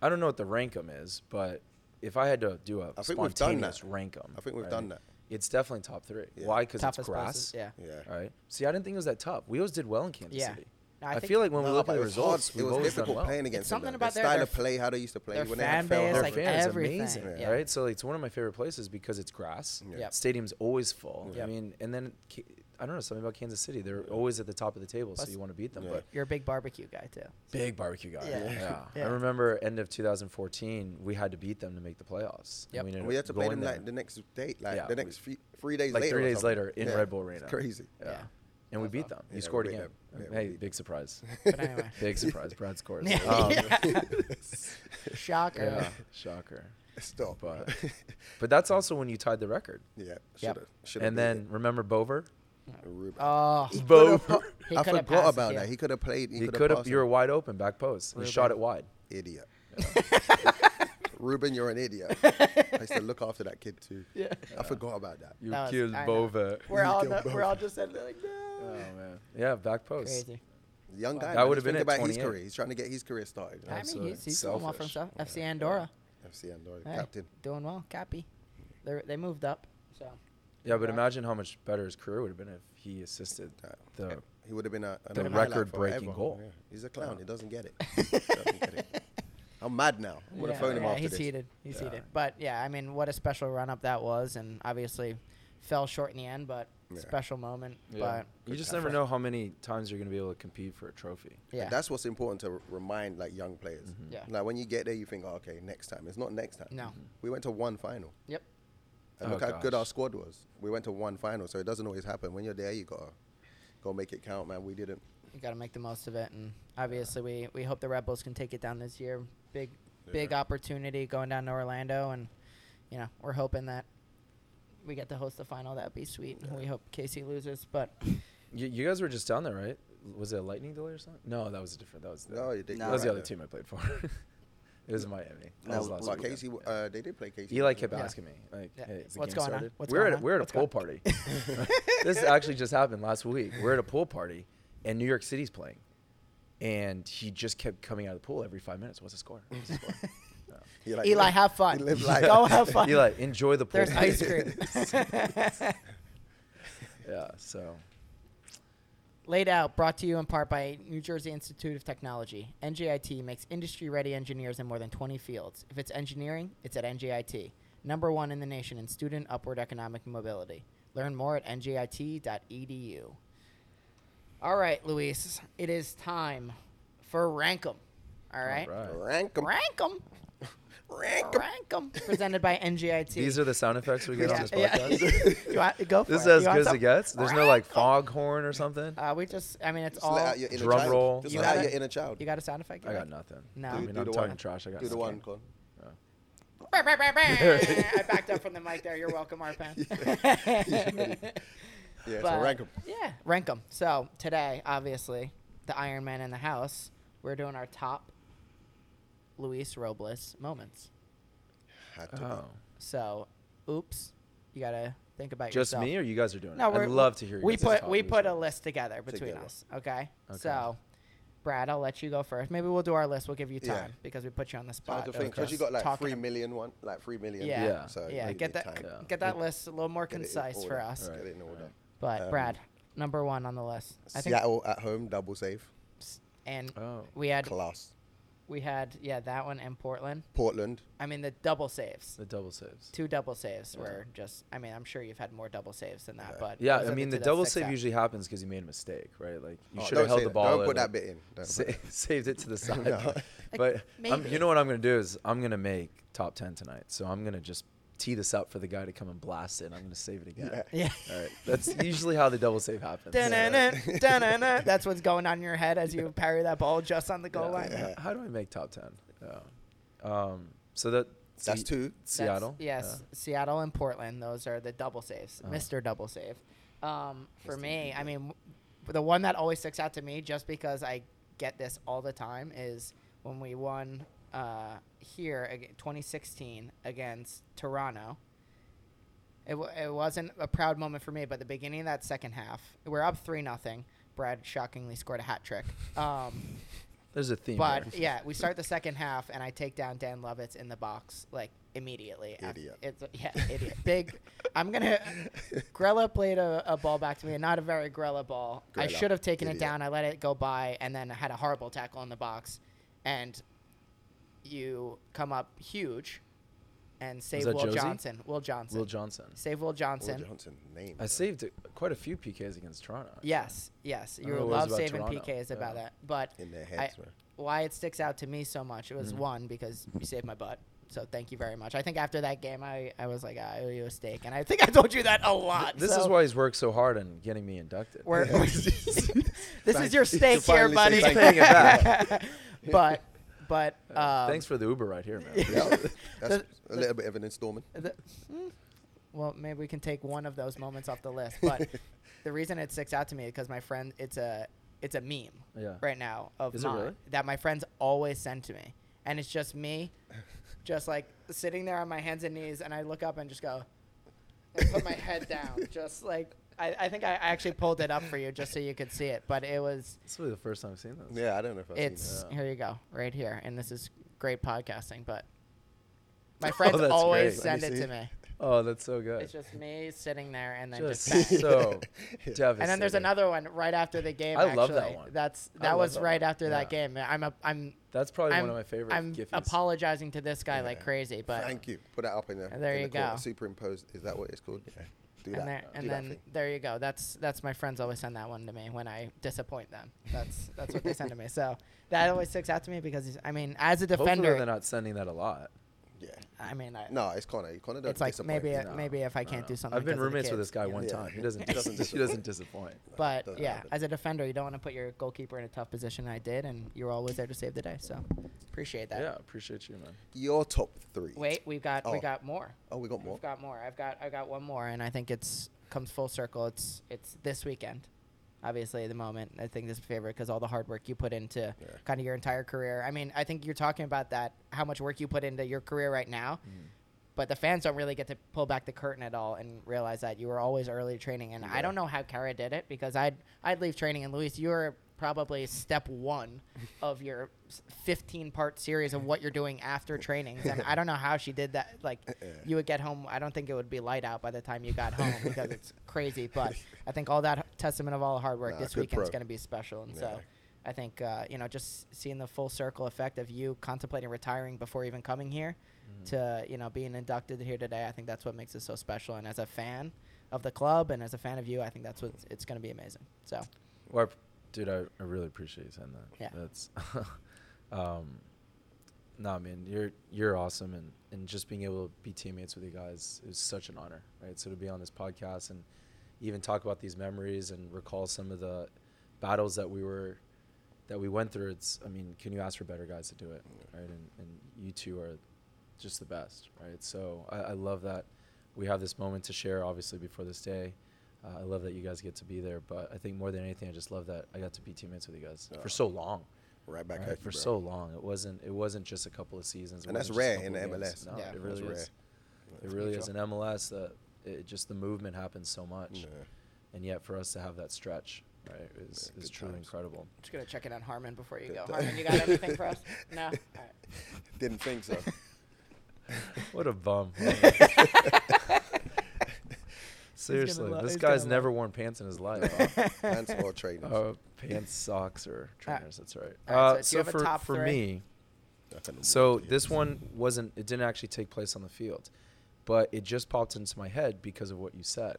Speaker 3: I don't know what the rank 'em is, but if I had to do a
Speaker 2: I think we've done that.
Speaker 3: spontaneous rank 'em,
Speaker 2: I think we've done that.
Speaker 3: It's definitely top three.
Speaker 2: Yeah.
Speaker 3: Why? Because it's
Speaker 1: Toughest
Speaker 3: grass.
Speaker 1: places, yeah.
Speaker 2: Yeah,
Speaker 3: All right. See, I didn't think it was that tough. We always did well in Kansas
Speaker 1: Yeah.
Speaker 3: City.
Speaker 1: No, I
Speaker 3: I,
Speaker 1: think-
Speaker 3: feel like when we look
Speaker 2: but
Speaker 3: at the
Speaker 2: it was hard.
Speaker 3: results, we've
Speaker 2: It was
Speaker 3: always
Speaker 2: difficult
Speaker 3: done well.
Speaker 2: playing against
Speaker 1: something
Speaker 2: them. though.
Speaker 1: about their-
Speaker 2: their style
Speaker 1: their
Speaker 2: of play, how they used to play.
Speaker 1: their fan
Speaker 2: when they
Speaker 1: base,
Speaker 2: had fell
Speaker 3: Their
Speaker 1: like
Speaker 2: over.
Speaker 3: fan is
Speaker 1: everything,
Speaker 3: amazing,
Speaker 1: yeah.
Speaker 3: right? So it's one of my favorite places because it's grass.
Speaker 2: Yeah.
Speaker 1: Yep.
Speaker 3: Stadium's always full.
Speaker 1: Yep.
Speaker 3: I mean, and then K- I don't know something about Kansas City. They're always at the top of the table,
Speaker 1: Plus-
Speaker 3: so you want to beat them.
Speaker 2: Yeah.
Speaker 3: But
Speaker 1: You're a big barbecue guy too.
Speaker 3: big barbecue guy.
Speaker 1: Yeah.
Speaker 3: Yeah.
Speaker 1: Yeah.
Speaker 3: I remember end of 2014, we had to beat them to make the playoffs. and
Speaker 1: Yep.
Speaker 3: ended
Speaker 2: And we
Speaker 3: up
Speaker 2: had to play
Speaker 3: going
Speaker 2: them
Speaker 3: there.
Speaker 2: like the next day, like
Speaker 3: Yeah,
Speaker 2: the
Speaker 3: we-
Speaker 2: next three, three days
Speaker 3: Like
Speaker 2: later.
Speaker 3: three
Speaker 2: or
Speaker 3: days
Speaker 2: something.
Speaker 3: later in
Speaker 2: Yeah.
Speaker 3: Red Bull Arena.
Speaker 2: It's crazy.
Speaker 3: Yeah.
Speaker 1: Yeah.
Speaker 3: And we
Speaker 1: That's
Speaker 3: beat
Speaker 1: awesome.
Speaker 3: them.
Speaker 2: Yeah,
Speaker 3: He scored
Speaker 2: we beat
Speaker 3: again.
Speaker 2: them. Yeah, we
Speaker 3: hey,
Speaker 2: beat
Speaker 3: big surprise.
Speaker 1: But anyway,
Speaker 3: big surprise. Brad scores.
Speaker 1: Yeah.
Speaker 3: Um,
Speaker 1: shocker.
Speaker 3: yeah. Shocker.
Speaker 2: Stop.
Speaker 3: But but that's also when you tied the record.
Speaker 2: yeah,
Speaker 1: Yep.
Speaker 2: shoulda, shoulda
Speaker 3: And
Speaker 2: beat
Speaker 3: then remember Bover?
Speaker 2: it. Ruben.
Speaker 1: Oh,
Speaker 2: He coulda
Speaker 3: Bo-
Speaker 2: pu-
Speaker 1: He
Speaker 2: I
Speaker 1: coulda
Speaker 2: forgot
Speaker 1: passed it,
Speaker 2: about
Speaker 1: yeah.
Speaker 2: that. He could have played. He,
Speaker 3: He
Speaker 2: coulda
Speaker 3: could have
Speaker 2: passed
Speaker 3: you were
Speaker 2: him.
Speaker 3: wide open back post. He shot it wide.
Speaker 2: idiot. Ruben, you're an idiot. I used to look after that kid too.
Speaker 1: Yeah.
Speaker 2: I forgot about that.
Speaker 3: You
Speaker 1: That was-
Speaker 3: killed
Speaker 1: I know.
Speaker 3: Bover.
Speaker 1: we're
Speaker 2: You
Speaker 1: all
Speaker 2: killed
Speaker 1: we're
Speaker 2: both.
Speaker 1: all just sitting there like
Speaker 3: Oh
Speaker 1: no.
Speaker 3: man. Yeah, back post.
Speaker 1: Crazy.
Speaker 2: Young guy.
Speaker 3: That
Speaker 2: man, just
Speaker 3: would've been
Speaker 2: think
Speaker 3: at
Speaker 2: about his
Speaker 3: 28.
Speaker 2: career. He's trying to get his career started.
Speaker 1: I mean, he's, he's doing well from
Speaker 3: Selfish.
Speaker 1: South FC Andorra.
Speaker 2: FC Andorra,
Speaker 1: Hey,
Speaker 2: captain.
Speaker 1: doing well. Cappy, they they moved up. So
Speaker 3: Yeah, but
Speaker 1: Yeah.
Speaker 3: imagine how much better his career would have been if he assisted
Speaker 2: That-
Speaker 3: the
Speaker 2: He would have been a, an
Speaker 3: The
Speaker 2: highlight
Speaker 3: record-breaking
Speaker 2: forever.
Speaker 3: goal.
Speaker 2: Yeah. He's a clown.
Speaker 3: Yeah.
Speaker 2: He doesn't get it. Doesn't get it. I'm mad now. I'm gonna
Speaker 1: yeah,
Speaker 2: phone him
Speaker 1: yeah,
Speaker 2: after
Speaker 1: he's
Speaker 2: this.
Speaker 1: heated. He's
Speaker 3: Yeah.
Speaker 1: heated. But yeah, I mean, what a special run up that was, and obviously fell short in the end, but
Speaker 2: Yeah.
Speaker 1: special moment.
Speaker 3: Yeah.
Speaker 1: But
Speaker 3: you just never know how many times you're gonna be able to compete for a trophy.
Speaker 1: Yeah.
Speaker 2: And that's what's important to r- remind like young players.
Speaker 1: Yeah.
Speaker 2: Like when you get there, you think, oh, okay, next time. It's not next time.
Speaker 1: No.
Speaker 2: We went to one final,
Speaker 1: Yep.
Speaker 2: and
Speaker 3: Oh,
Speaker 2: look how good
Speaker 3: gosh.
Speaker 2: our squad was. We went to one final, so it doesn't always happen. When you're there, you gotta go make it count, man. We didn't.
Speaker 1: you got to make the most of it and obviously we, we hope the rebels can take it down this year big big
Speaker 2: Yeah.
Speaker 1: opportunity going down to orlando and you know we're hoping that we get to host the final, that'd be sweet. We hope Casey loses, but
Speaker 3: You, you guys were just down there, right? Was it a lightning delay or something? No, that was a different. That was the,
Speaker 2: No, you did-
Speaker 3: that
Speaker 4: No.
Speaker 3: was the
Speaker 2: right
Speaker 3: other
Speaker 2: there.
Speaker 3: team I played for. it was Miami. That
Speaker 4: No,
Speaker 3: was last
Speaker 2: But
Speaker 4: Like
Speaker 3: week.
Speaker 2: Casey, w- uh, they did play Casey.
Speaker 3: Eli kept
Speaker 1: Yeah.
Speaker 3: asking me, like,
Speaker 1: Yeah.
Speaker 3: hey, is the
Speaker 1: What's
Speaker 3: game
Speaker 1: going on?
Speaker 3: started?
Speaker 1: What's
Speaker 3: we're
Speaker 1: going
Speaker 3: at,
Speaker 1: on?
Speaker 3: We're at a
Speaker 1: What's
Speaker 3: pool
Speaker 1: going-
Speaker 3: party. this actually just happened last week. We're at a pool party, and New York City's playing. And he just kept coming out of the pool every five minutes. What's the score? What's the score? No.
Speaker 2: You're like,
Speaker 1: Eli,
Speaker 2: "Look,
Speaker 1: have fun.
Speaker 2: you live life."
Speaker 1: Go have fun.
Speaker 3: Eli, enjoy the pool.
Speaker 1: There's
Speaker 3: party.
Speaker 1: ice cream.
Speaker 3: yeah, so
Speaker 1: Laid out, brought to you in part by New Jersey Institute of Technology. NJIT makes industry ready engineers in more than 20 fields. If it's engineering, it's at NJIT, number one in the nation in student upward economic mobility. Learn more at njit.edu. E All right, Luis, it is time for Rank 'em. All right?
Speaker 3: right.
Speaker 2: Rank 'em.
Speaker 1: Rank 'em. Rank 'em. Presented by NJIT.
Speaker 3: these are the sound effects we get on this
Speaker 1: Yeah,
Speaker 3: podcast.
Speaker 1: yeah. you want, go for
Speaker 3: This is
Speaker 1: it.
Speaker 3: as
Speaker 1: You want
Speaker 3: good as
Speaker 1: some-
Speaker 3: it gets. There's no like foghorn or something.
Speaker 1: Uh, we just, I mean, it's
Speaker 2: Just
Speaker 1: all.
Speaker 2: let out your inner
Speaker 3: Drum
Speaker 2: child.
Speaker 3: roll.
Speaker 2: Just
Speaker 1: You
Speaker 2: let out
Speaker 1: got
Speaker 2: your
Speaker 1: it?
Speaker 2: inner child.
Speaker 1: you got a sound effect?
Speaker 3: I got
Speaker 1: Eric?
Speaker 3: nothing.
Speaker 1: No.
Speaker 3: I
Speaker 1: Do-
Speaker 3: mean,
Speaker 2: do
Speaker 3: I'm
Speaker 2: the
Speaker 3: talking
Speaker 2: one.
Speaker 3: trash. I got
Speaker 2: Do the
Speaker 3: nothing.
Speaker 2: one, Con.
Speaker 1: I backed up from the mic there. You're welcome, Arpan.
Speaker 2: Yeah,
Speaker 1: But-
Speaker 2: so rank 'em.
Speaker 1: Yeah, rank them. So today, obviously, the Iron Man in the house. We're doing our top Luis Robles moments.
Speaker 2: Had to be.
Speaker 3: Oh.
Speaker 1: So, oops, you gotta think about
Speaker 3: Just
Speaker 1: yourself.
Speaker 3: me or you guys are doing it?
Speaker 1: we're-
Speaker 3: I'd love to hear your
Speaker 1: We
Speaker 3: guys'
Speaker 1: put
Speaker 3: top
Speaker 1: we
Speaker 3: moves
Speaker 1: put
Speaker 3: on
Speaker 1: a
Speaker 3: this.
Speaker 1: list together between
Speaker 2: Together.
Speaker 1: us. Okay?
Speaker 3: Okay.
Speaker 1: So, Brad, I'll let you go first. Maybe we'll do our list. We'll give you
Speaker 2: Yeah.
Speaker 1: time because we put you on the
Speaker 2: I had
Speaker 1: spot.
Speaker 2: to
Speaker 1: of
Speaker 2: think because you
Speaker 1: just
Speaker 2: got like
Speaker 1: talking
Speaker 2: three
Speaker 1: ab-
Speaker 2: million one, like three million.
Speaker 1: Yeah.
Speaker 3: Yeah.
Speaker 2: So
Speaker 1: yeah,
Speaker 2: you
Speaker 1: get
Speaker 2: need
Speaker 1: that
Speaker 2: time.
Speaker 3: Yeah.
Speaker 1: get that list a little more
Speaker 2: Get it in
Speaker 1: concise for
Speaker 2: order.
Speaker 1: us.
Speaker 3: Right.
Speaker 2: Get it in order.
Speaker 1: But
Speaker 2: Um,
Speaker 1: Brad, number one on the list. I think,
Speaker 2: Seattle at home, double save,
Speaker 1: and
Speaker 3: Oh.
Speaker 1: we had
Speaker 2: class.
Speaker 1: we had yeah that one and Portland.
Speaker 2: Portland,
Speaker 1: I mean the double saves,
Speaker 3: The double saves.
Speaker 1: two double saves were just. I mean I'm sure you've had more double saves than that, but
Speaker 3: Yeah,
Speaker 1: those are
Speaker 3: I mean
Speaker 1: two
Speaker 3: the
Speaker 1: that
Speaker 3: double
Speaker 1: sticks
Speaker 3: save
Speaker 1: out.
Speaker 3: usually happens because you made a mistake, right? Like you
Speaker 2: Oh,
Speaker 3: should
Speaker 2: don't
Speaker 3: have held
Speaker 2: say
Speaker 3: the
Speaker 2: that.
Speaker 3: ball.
Speaker 2: Don't
Speaker 3: in,
Speaker 2: put that
Speaker 3: like,
Speaker 2: bit in. Don't put
Speaker 3: sa-
Speaker 2: that
Speaker 3: saved it to the side.
Speaker 2: No.
Speaker 3: But I'm,
Speaker 1: maybe.
Speaker 3: you know what I'm gonna do is I'm gonna make top ten tonight. So I'm gonna just tee this up for the guy to come and blast it. and I'm gonna save it again.
Speaker 1: Yeah.
Speaker 3: All right. That's usually how the double save happens.
Speaker 1: Dun-dun-dun, dun-dun-dun. That's what's going on in your head as you parry that ball just on the goal
Speaker 3: Yeah.
Speaker 1: line.
Speaker 3: How- How do I make top ten? Um, so that
Speaker 2: That's
Speaker 3: Se-
Speaker 2: two.
Speaker 1: That's-
Speaker 3: Seattle.
Speaker 1: yes,
Speaker 3: Yeah.
Speaker 1: Seattle and Portland. Those are the double saves.
Speaker 3: Oh.
Speaker 1: Mr. Double Save. Um, for
Speaker 2: Mr.
Speaker 1: me, I
Speaker 2: Double.
Speaker 1: mean, w- the one that always sticks out to me, just because I get this all the time, is when we won uh, here ag- 2016 against Toronto. It, w- it wasn't a proud moment for me, but the beginning of that second half, we're up three nothing. Brad shockingly scored a hat trick. Um,
Speaker 3: There's a theme.
Speaker 1: but
Speaker 3: here.
Speaker 1: yeah, we start the second half, and I take down Dan Lovitz in the box like immediately. af-
Speaker 2: Idiot.
Speaker 1: It's yeah, idiot. Big. I'm gonna. Grella played a, a ball back to me, and not a very Grella ball. I
Speaker 2: Grella.
Speaker 1: should have taken it
Speaker 2: Idiot.
Speaker 1: down. I let it go by, and then I had a horrible tackle in the box, and you come up huge, and save
Speaker 3: that
Speaker 1: Will
Speaker 3: Josie?
Speaker 1: Johnson. Will Johnson.
Speaker 3: Will Johnson.
Speaker 1: Save Will Johnson.
Speaker 2: Will Johnson name.
Speaker 3: I saved quite a few PKs against Toronto. actually.
Speaker 1: Yes, yes.
Speaker 3: I
Speaker 1: You
Speaker 3: don't know what it was
Speaker 1: love
Speaker 3: about
Speaker 1: saving
Speaker 3: Toronto.
Speaker 1: PKs about
Speaker 3: Yeah.
Speaker 1: that, but
Speaker 2: in their
Speaker 1: I-
Speaker 2: heads, man.
Speaker 1: why it sticks out to me so much. It was
Speaker 3: Mhm.
Speaker 1: one because you saved my butt. So thank you very much. I think after that game, I, I was like, I owe you a steak, and I think I told you that a lot.
Speaker 3: This
Speaker 1: so
Speaker 3: is why he's worked so hard on getting me inducted.
Speaker 1: We're,
Speaker 2: Yeah.
Speaker 1: this is your steak
Speaker 2: Thank- to
Speaker 1: here, buddy.
Speaker 2: finally say
Speaker 3: thank you. Uh,
Speaker 1: but but um,
Speaker 3: Thanks for the Uber right here, man.
Speaker 2: Yeah, that's
Speaker 1: The-
Speaker 2: a little bit of an installment.
Speaker 1: The, mm, well, maybe we can take one of those moments off the list. But the reason it sticks out to me is because my friend, it's a it's a meme
Speaker 3: Yeah.
Speaker 1: right now of
Speaker 3: Is it
Speaker 1: mine
Speaker 3: really?
Speaker 1: that my friends always send to me, and it's just me, just like sitting there on my hands and knees, and I look up and just go, and put my head down, just like. I, I think I I actually pulled it up for you just so you could see it, but it was
Speaker 3: This will be the first time I've seen this.
Speaker 2: Yeah, I don't know if I've seen
Speaker 1: it's
Speaker 3: Yeah.
Speaker 1: here you go right here, and this is great podcasting. But my friends
Speaker 3: Oh, that's
Speaker 1: always
Speaker 3: great.
Speaker 2: Let me
Speaker 1: send it
Speaker 2: see.
Speaker 1: to me.
Speaker 3: Oh, that's so good.
Speaker 1: It's just me sitting there and then just,
Speaker 3: Just
Speaker 1: saying-
Speaker 3: so devastating.
Speaker 1: and then there's another one right after the game.
Speaker 3: I love that
Speaker 1: actually.
Speaker 3: one.
Speaker 1: That's
Speaker 3: I
Speaker 1: that
Speaker 3: love
Speaker 1: was
Speaker 3: that
Speaker 1: right
Speaker 3: one.
Speaker 1: after that
Speaker 3: Yeah.
Speaker 1: game. I'm a, I'm
Speaker 3: That's probably
Speaker 1: I'm,
Speaker 3: one of my favorite
Speaker 1: I'm
Speaker 3: giffies.
Speaker 1: apologizing to this guy like
Speaker 2: Yeah.
Speaker 1: crazy, but
Speaker 2: Thank you. Put that up in there.
Speaker 1: And there
Speaker 2: in
Speaker 1: you
Speaker 2: the corner.
Speaker 1: go.
Speaker 2: Superimposed. Is that what it's called? Yeah. Do that.
Speaker 1: and there
Speaker 2: Do
Speaker 1: and
Speaker 2: that
Speaker 1: then
Speaker 2: thing.
Speaker 1: there you go. That's that's my friends always send that one to me when I disappoint them. That's that's what they send to me. So that always sticks out to me because I mean, as a
Speaker 3: Hopefully
Speaker 1: defender,
Speaker 3: they're not sending that a lot.
Speaker 2: Yeah.
Speaker 1: I mean, I,
Speaker 2: No, it's Connor. Connor doesn't
Speaker 1: it's like
Speaker 2: disappoint.
Speaker 1: maybe
Speaker 3: No,
Speaker 1: maybe if I
Speaker 3: no,
Speaker 1: can't
Speaker 3: no.
Speaker 1: do something.
Speaker 3: Uh, I've
Speaker 1: 'cause of
Speaker 3: been
Speaker 1: the
Speaker 3: roommates with
Speaker 1: kids,
Speaker 3: this guy
Speaker 1: you know?
Speaker 3: one
Speaker 2: Yeah.
Speaker 3: time. He doesn't.
Speaker 2: He doesn't
Speaker 3: he doesn't disappoint.
Speaker 1: But
Speaker 2: Doesn't
Speaker 1: yeah,
Speaker 2: happen.
Speaker 1: as a defender, you don't want to put your goalkeeper in a tough position. and I did, and you were always there to save the day. So appreciate that.
Speaker 3: Yeah, appreciate you, man.
Speaker 2: Your top three.
Speaker 1: Wait, we've got we
Speaker 2: Oh.
Speaker 1: got more.
Speaker 2: Oh, we got more.
Speaker 1: We've got more. I've got I got one more, and I think it's comes full circle. It's it's this weekend. Obviously, the moment I think this is favorite because all the hard work you put into
Speaker 2: Yeah.
Speaker 1: kind of your entire career. I mean, I think you're talking about that how much work you put into your career right now,
Speaker 2: Mm-hmm.
Speaker 3: Mm.
Speaker 1: but the fans don't really get to pull back the curtain at all and realize that you were always early to training. And I
Speaker 2: Yeah.
Speaker 1: don't know how Kara did it because I'd I'd leave training, and Luis, you're probably step one of your 15 part series of what you're doing after training. And I don't know how she did that. Like
Speaker 2: Uh-uh.
Speaker 1: you would get home. I don't think it would be light out by the time you got home because it's crazy. But I think all that testament of all the hard work
Speaker 2: Nah,
Speaker 1: this
Speaker 2: good
Speaker 1: weekend's
Speaker 2: pro.
Speaker 1: going to be special. And so
Speaker 2: Yeah.
Speaker 1: I think uh, you know just seeing the full circle effect of you contemplating retiring before even coming here
Speaker 3: Mm-hmm.
Speaker 1: to you know being inducted here today. I think that's what makes it so special. And as a fan of the club and as a fan of you, I think that's what it's going to be amazing. So
Speaker 3: Well, I- dude, I, I really appreciate you saying that.
Speaker 1: Yeah.
Speaker 3: That's, um, nah, man, you're you're awesome, and and just being able to be teammates with you guys is such an honor, right? So to be on this podcast and even talk about these memories and recall some of the battles that we were that we went through. It's, I mean, can you ask for better guys to do it, right? And and you two are just the best, right? So I, I love that we have this moment to share, obviously, before this day. Uh, I love that you guys get to be there, but I think more than anything, I just love that I got to be teammates with you guys
Speaker 2: Yeah.
Speaker 3: for so long.
Speaker 2: Right back
Speaker 3: right?
Speaker 2: at you,
Speaker 3: for
Speaker 2: bro.
Speaker 3: so long, it wasn't it wasn't just a couple of seasons, It
Speaker 2: And that's
Speaker 3: wasn't just a
Speaker 2: rare in
Speaker 3: couple
Speaker 2: the
Speaker 3: games.
Speaker 2: MLS.
Speaker 1: Yeah.
Speaker 3: No, it
Speaker 1: That's
Speaker 3: really
Speaker 2: rare.
Speaker 3: is. It
Speaker 2: That's
Speaker 3: really
Speaker 2: mutual.
Speaker 3: is in MLS. The it just the movement happens so much,
Speaker 2: Yeah.
Speaker 3: and yet for us to have that stretch, right, is
Speaker 2: Yeah,
Speaker 3: is
Speaker 2: good
Speaker 3: truly
Speaker 2: times.
Speaker 3: incredible.
Speaker 1: Just gonna check in on Harmon before you
Speaker 2: Good
Speaker 1: go.
Speaker 2: time.
Speaker 1: Harmon, you got anything for us? No. All right.
Speaker 2: Didn't think so.
Speaker 3: What a bum. Seriously,
Speaker 1: lo-
Speaker 3: this
Speaker 1: he's gonna
Speaker 3: guy's
Speaker 1: love
Speaker 3: never
Speaker 1: it.
Speaker 3: worn pants in his life.
Speaker 2: No, Hands or trainers.
Speaker 3: uh, pants, socks, or
Speaker 1: right.
Speaker 3: trainers. That's right.
Speaker 1: Oh, uh, All right, so
Speaker 3: Uh,
Speaker 1: do you
Speaker 3: so
Speaker 1: have a
Speaker 3: for
Speaker 1: top
Speaker 3: for
Speaker 1: three?
Speaker 3: me,
Speaker 2: I couldn't
Speaker 3: so
Speaker 2: believe it.
Speaker 3: this one wasn't. It didn't actually take place on the field, but it just popped into my head because of what you said.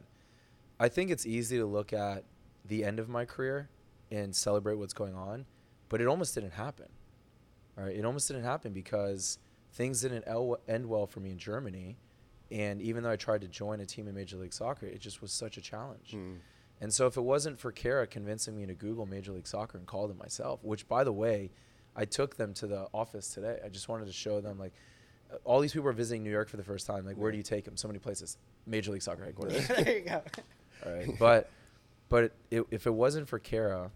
Speaker 3: I think it's easy to look at the end of my career and celebrate what's going on, but it almost didn't happen. All right, it almost didn't happen because things didn't el- end well for me in Germany, and even though I tried to join a team in Major League Soccer, it just was such a challenge.
Speaker 2: Mm.
Speaker 3: And so if it wasn't for Kara convincing me to Google Major League Soccer and call them myself, which by the way, I took them to the office today. I just wanted to show them like uh, all these people are visiting New York for the first time. Like, where do you take them? So many places. Major League Soccer headquarters.
Speaker 1: there you go.
Speaker 3: all right, but but it, if it wasn't for Kara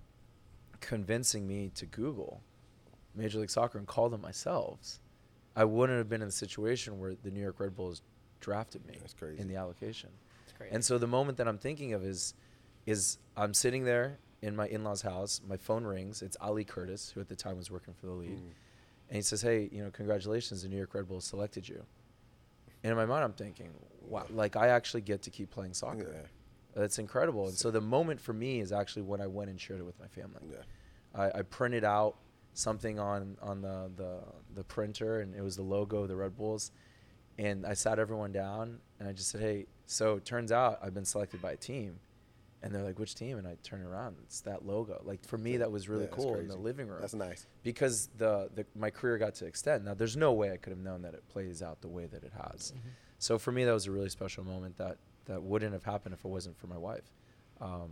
Speaker 3: convincing me to Google Major League Soccer and call them myself, I wouldn't have been in the situation where the New York Red Bulls drafted me
Speaker 2: That's crazy.
Speaker 3: in the allocation.
Speaker 1: It's crazy.
Speaker 3: And so the moment that I'm thinking of is, is I'm sitting there in my in-laws' house. My phone rings. It's Ali Curtis, who at the time was working for the league,
Speaker 2: Mm.
Speaker 3: and he says, "Hey, you know, congratulations, the New York Red Bulls selected you." And in my mind, I'm thinking, "Wow, like I actually get to keep playing soccer.
Speaker 2: Yeah.
Speaker 3: That's incredible." And so the moment for me is actually when I went and shared it with my family.
Speaker 2: Yeah.
Speaker 3: I, I printed out something on on the, the the printer, and it was the logo of the Red Bulls. And I sat everyone down, and I just said, "Hey, so it turns out I've been selected by a team." And they're like, "Which team?" And I turn around, it's that logo. Like for me, that was really
Speaker 2: Yeah, that's
Speaker 3: cool in the
Speaker 2: crazy.
Speaker 3: living room
Speaker 2: That's nice.
Speaker 3: because the, the my career got to extend. Now there's no way I could have known that it plays out the way that it has.
Speaker 2: Mm-hmm.
Speaker 3: So for me, that was a really special moment that that wouldn't have happened if it wasn't for my wife, um,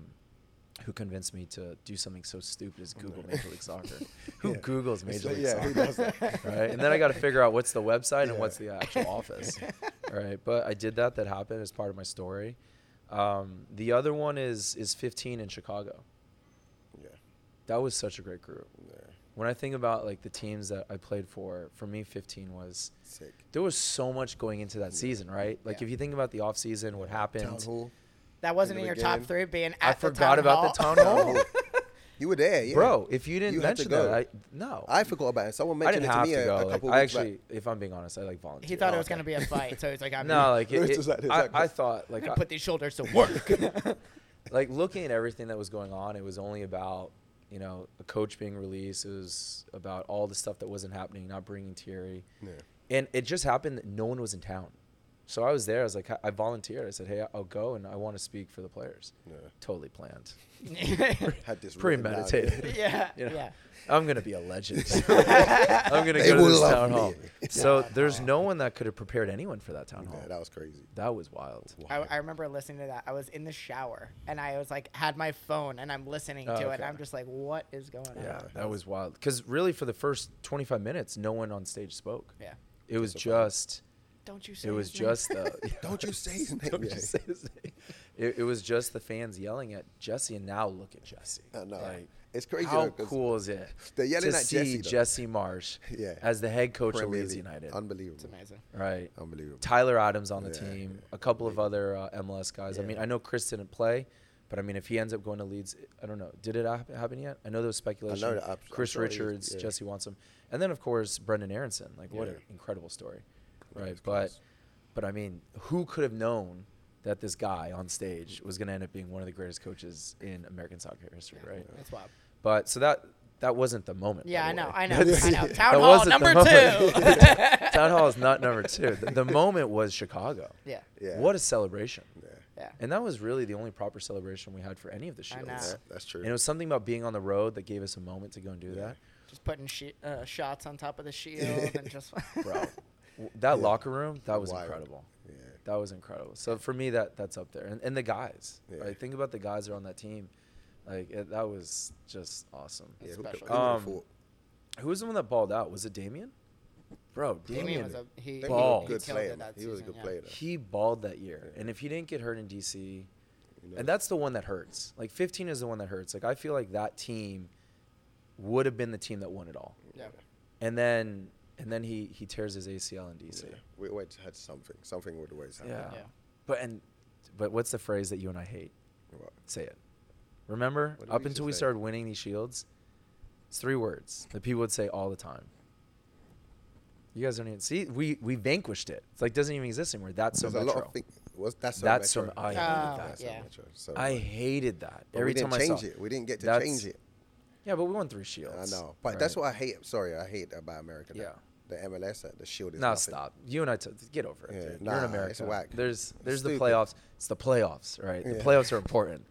Speaker 3: who convinced me to do something so stupid as Google Major League Soccer. Who
Speaker 2: Oh, Yeah.
Speaker 3: Googles
Speaker 2: It's
Speaker 3: Major
Speaker 2: like,
Speaker 3: League
Speaker 2: yeah,
Speaker 3: Soccer?
Speaker 2: who does that?
Speaker 3: right? And then I got to figure out what's the website and
Speaker 2: Yeah.
Speaker 3: what's the actual office. All right, but I did that. That happened as part of my story. Um, the other one is is 15 in Chicago.
Speaker 2: Yeah.
Speaker 3: That was such a great group
Speaker 2: Yeah.
Speaker 3: when I think about like the teams that I played for, for me, 15 was
Speaker 2: Sick.
Speaker 3: there was so much going into that season, right? Like
Speaker 1: Yeah.
Speaker 3: if you think about the off season, what happened?
Speaker 2: Town hall.
Speaker 1: that wasn't in
Speaker 2: Into
Speaker 1: your
Speaker 2: the
Speaker 1: top
Speaker 2: game.
Speaker 1: three being at
Speaker 3: I
Speaker 1: the
Speaker 3: forgot
Speaker 1: town
Speaker 3: about
Speaker 1: hall.
Speaker 3: the town
Speaker 2: Town
Speaker 3: hall,
Speaker 2: hall. You were there, yeah.
Speaker 3: bro. If you didn't
Speaker 2: You had to
Speaker 3: mention that,
Speaker 2: go.
Speaker 3: I no,
Speaker 2: I forgot about it. Someone
Speaker 3: I
Speaker 2: mentioned
Speaker 3: didn't
Speaker 2: it to
Speaker 3: have
Speaker 2: me
Speaker 3: to
Speaker 2: a, a
Speaker 3: go. Like,
Speaker 2: couple
Speaker 3: I
Speaker 2: weeks
Speaker 3: actually,
Speaker 2: back.
Speaker 3: if I'm being honest, I like volunteered.
Speaker 1: He thought it was
Speaker 2: okay.
Speaker 1: gonna be a fight, so he's like, I'm
Speaker 3: no,
Speaker 1: gonna
Speaker 3: like uh,
Speaker 2: It was
Speaker 3: it-
Speaker 2: just like this,
Speaker 3: I,
Speaker 2: like-
Speaker 3: I thought like I,
Speaker 1: put these shoulders to work.
Speaker 3: like looking at everything that was going on, it was only about you know a coach being released. It was about all the stuff that wasn't happening, not bringing Thierry,
Speaker 2: Yeah.
Speaker 3: and it just happened that no one was in town. So I was there. I was like, I volunteered. I said, hey, I'll go and I want to speak for the players.
Speaker 2: Yeah.
Speaker 3: Totally planned.
Speaker 2: Had this written down.
Speaker 3: Premeditated.
Speaker 1: yeah,
Speaker 3: You know,
Speaker 1: yeah.
Speaker 3: I'm gonna be a legend. I'm gonna
Speaker 2: They
Speaker 3: go to
Speaker 2: will
Speaker 3: this
Speaker 2: love
Speaker 3: town
Speaker 2: me.
Speaker 3: hall. So there's no one that could have prepared anyone for that town hall.
Speaker 2: Yeah, that was crazy.
Speaker 3: That was wild.
Speaker 1: I, I remember listening to that. I was in the shower and I was like, had my phone and I'm listening
Speaker 3: Oh,
Speaker 1: to it.
Speaker 3: okay.
Speaker 1: And I'm just like, what is going on?
Speaker 3: Yeah, that was wild. Because really, for the first 25 minutes, no one on stage spoke.
Speaker 1: Yeah.
Speaker 3: It was just.
Speaker 1: Don't you say
Speaker 3: It was
Speaker 1: his name?
Speaker 3: just the.
Speaker 2: Don't you say his name.
Speaker 3: Don't you
Speaker 2: Yeah.
Speaker 3: say his name. It, it was just the fans yelling at Jesse, and now look at Jesse.
Speaker 2: I know.
Speaker 3: Like,
Speaker 2: It's crazy,
Speaker 3: How
Speaker 2: though, 'cause
Speaker 3: cool is it?
Speaker 2: they're yelling
Speaker 3: to
Speaker 2: at
Speaker 3: see
Speaker 2: Jesse, though.
Speaker 3: Jesse Marsh
Speaker 2: Yeah.
Speaker 3: as the head coach
Speaker 2: Premier
Speaker 3: of Leeds
Speaker 2: League.
Speaker 3: United.
Speaker 2: Unbelievable.
Speaker 1: It's amazing.
Speaker 3: Right.
Speaker 2: Unbelievable.
Speaker 3: Tyler Adams on the
Speaker 2: Oh, Yeah,
Speaker 3: team,
Speaker 2: yeah.
Speaker 3: a couple of other uh, MLS guys. I
Speaker 2: Yeah.
Speaker 3: mean, I know Chris didn't play, but I mean, if he ends up going to Leeds, I don't know. Did it hap- happen yet? I know there was speculation.
Speaker 2: that hap- I'm
Speaker 3: Chris
Speaker 2: sure it is,
Speaker 3: Richards,
Speaker 2: yeah.
Speaker 3: Jesse Wansom, and then of course Brendan Aronson. Like, what
Speaker 2: Yeah.
Speaker 3: an incredible story,
Speaker 2: Yeah,
Speaker 3: right?
Speaker 2: it's
Speaker 3: But,
Speaker 2: class.
Speaker 3: but I mean, who could have known that this guy on stage was going to end up being one of the greatest coaches in American soccer history, right?
Speaker 1: That's wild.
Speaker 3: But so that that wasn't the moment. by
Speaker 1: Yeah,
Speaker 3: the
Speaker 1: I know,
Speaker 3: way.
Speaker 1: I know, I know. Town
Speaker 3: That
Speaker 1: hall
Speaker 3: wasn't the
Speaker 1: number
Speaker 3: moment.
Speaker 1: two.
Speaker 3: Town hall is not number two. The, the moment was Chicago.
Speaker 1: Yeah.
Speaker 2: Yeah.
Speaker 3: What a celebration.
Speaker 2: Yeah.
Speaker 1: Yeah.
Speaker 3: And that was really the only proper celebration we had for any of the
Speaker 1: I
Speaker 3: shields.
Speaker 1: know.
Speaker 2: Yeah, that's true.
Speaker 3: And it was something about being on the road that gave us a moment to go and do
Speaker 2: Yeah.
Speaker 1: just putting shi uh, shots on top of the shield and just.
Speaker 3: that, bro. w- That
Speaker 2: Yeah.
Speaker 3: locker room, that was
Speaker 2: Wild.
Speaker 3: incredible.
Speaker 2: Yeah.
Speaker 3: That was incredible. So for me, that that's up there. And, and the guys,
Speaker 2: Yeah.
Speaker 3: right? Think about the guys that are on that team. Like it, that was just awesome.
Speaker 2: Yeah, who,
Speaker 1: Special.
Speaker 2: who would've
Speaker 3: Um,
Speaker 2: thought?
Speaker 3: Who was the one that balled out? Was it Damien? Bro, Damien,
Speaker 1: Damien was a he.
Speaker 2: They
Speaker 3: Ball.
Speaker 2: were
Speaker 1: he
Speaker 2: a good
Speaker 1: killed
Speaker 2: player.
Speaker 1: it
Speaker 2: man.
Speaker 1: that
Speaker 2: He was a
Speaker 1: season,
Speaker 2: good
Speaker 1: yeah.
Speaker 2: player. though.
Speaker 3: he balled that year. And if he didn't get hurt in DC,
Speaker 2: You know?
Speaker 3: and that's the one that hurts. Like 15 is the one that hurts. Like I feel like that team would have been the team that won it all.
Speaker 1: Yeah.
Speaker 3: And then and then he he tears his ACL in DC.
Speaker 2: Yeah. We always had something. Something would always
Speaker 3: Yeah.
Speaker 2: happen.
Speaker 1: Yeah.
Speaker 3: But and but what's the phrase that you and I hate?
Speaker 2: What?
Speaker 3: Say it. Remember,
Speaker 2: What did
Speaker 3: up
Speaker 2: we
Speaker 3: until
Speaker 2: just
Speaker 3: we
Speaker 2: say?
Speaker 3: started winning these shields, it's three words that people would say all the time. You guys don't even see. We we vanquished it. It's like doesn't even exist anymore. That's so
Speaker 2: There's a lot
Speaker 3: metro.
Speaker 2: of things. Was that's so
Speaker 3: That's so-
Speaker 2: metro.
Speaker 3: I
Speaker 1: hated that.
Speaker 2: That's so
Speaker 1: Oh, Yeah.
Speaker 2: metro. So
Speaker 3: I
Speaker 2: much.
Speaker 3: hated that.
Speaker 2: But
Speaker 3: Every
Speaker 2: we didn't
Speaker 3: time
Speaker 2: change
Speaker 3: I saw
Speaker 2: it. We didn't get to
Speaker 3: That's-
Speaker 2: change it.
Speaker 3: Yeah, but we won three
Speaker 2: I
Speaker 3: shields.
Speaker 2: know, but that's
Speaker 3: right?
Speaker 2: what I hate. Sorry, I hate about America. now.
Speaker 3: Yeah.
Speaker 2: the MLS, uh, the Shield is
Speaker 3: No,
Speaker 2: nothing.
Speaker 3: stop. You and I t- get over it.
Speaker 2: Yeah,
Speaker 3: dude. You're
Speaker 2: nah,
Speaker 3: in
Speaker 2: it's
Speaker 3: America.
Speaker 2: whack.
Speaker 3: There's there's the
Speaker 2: Stupid.
Speaker 3: playoffs. It's the playoffs, right? The
Speaker 2: Yeah.
Speaker 3: playoffs are important.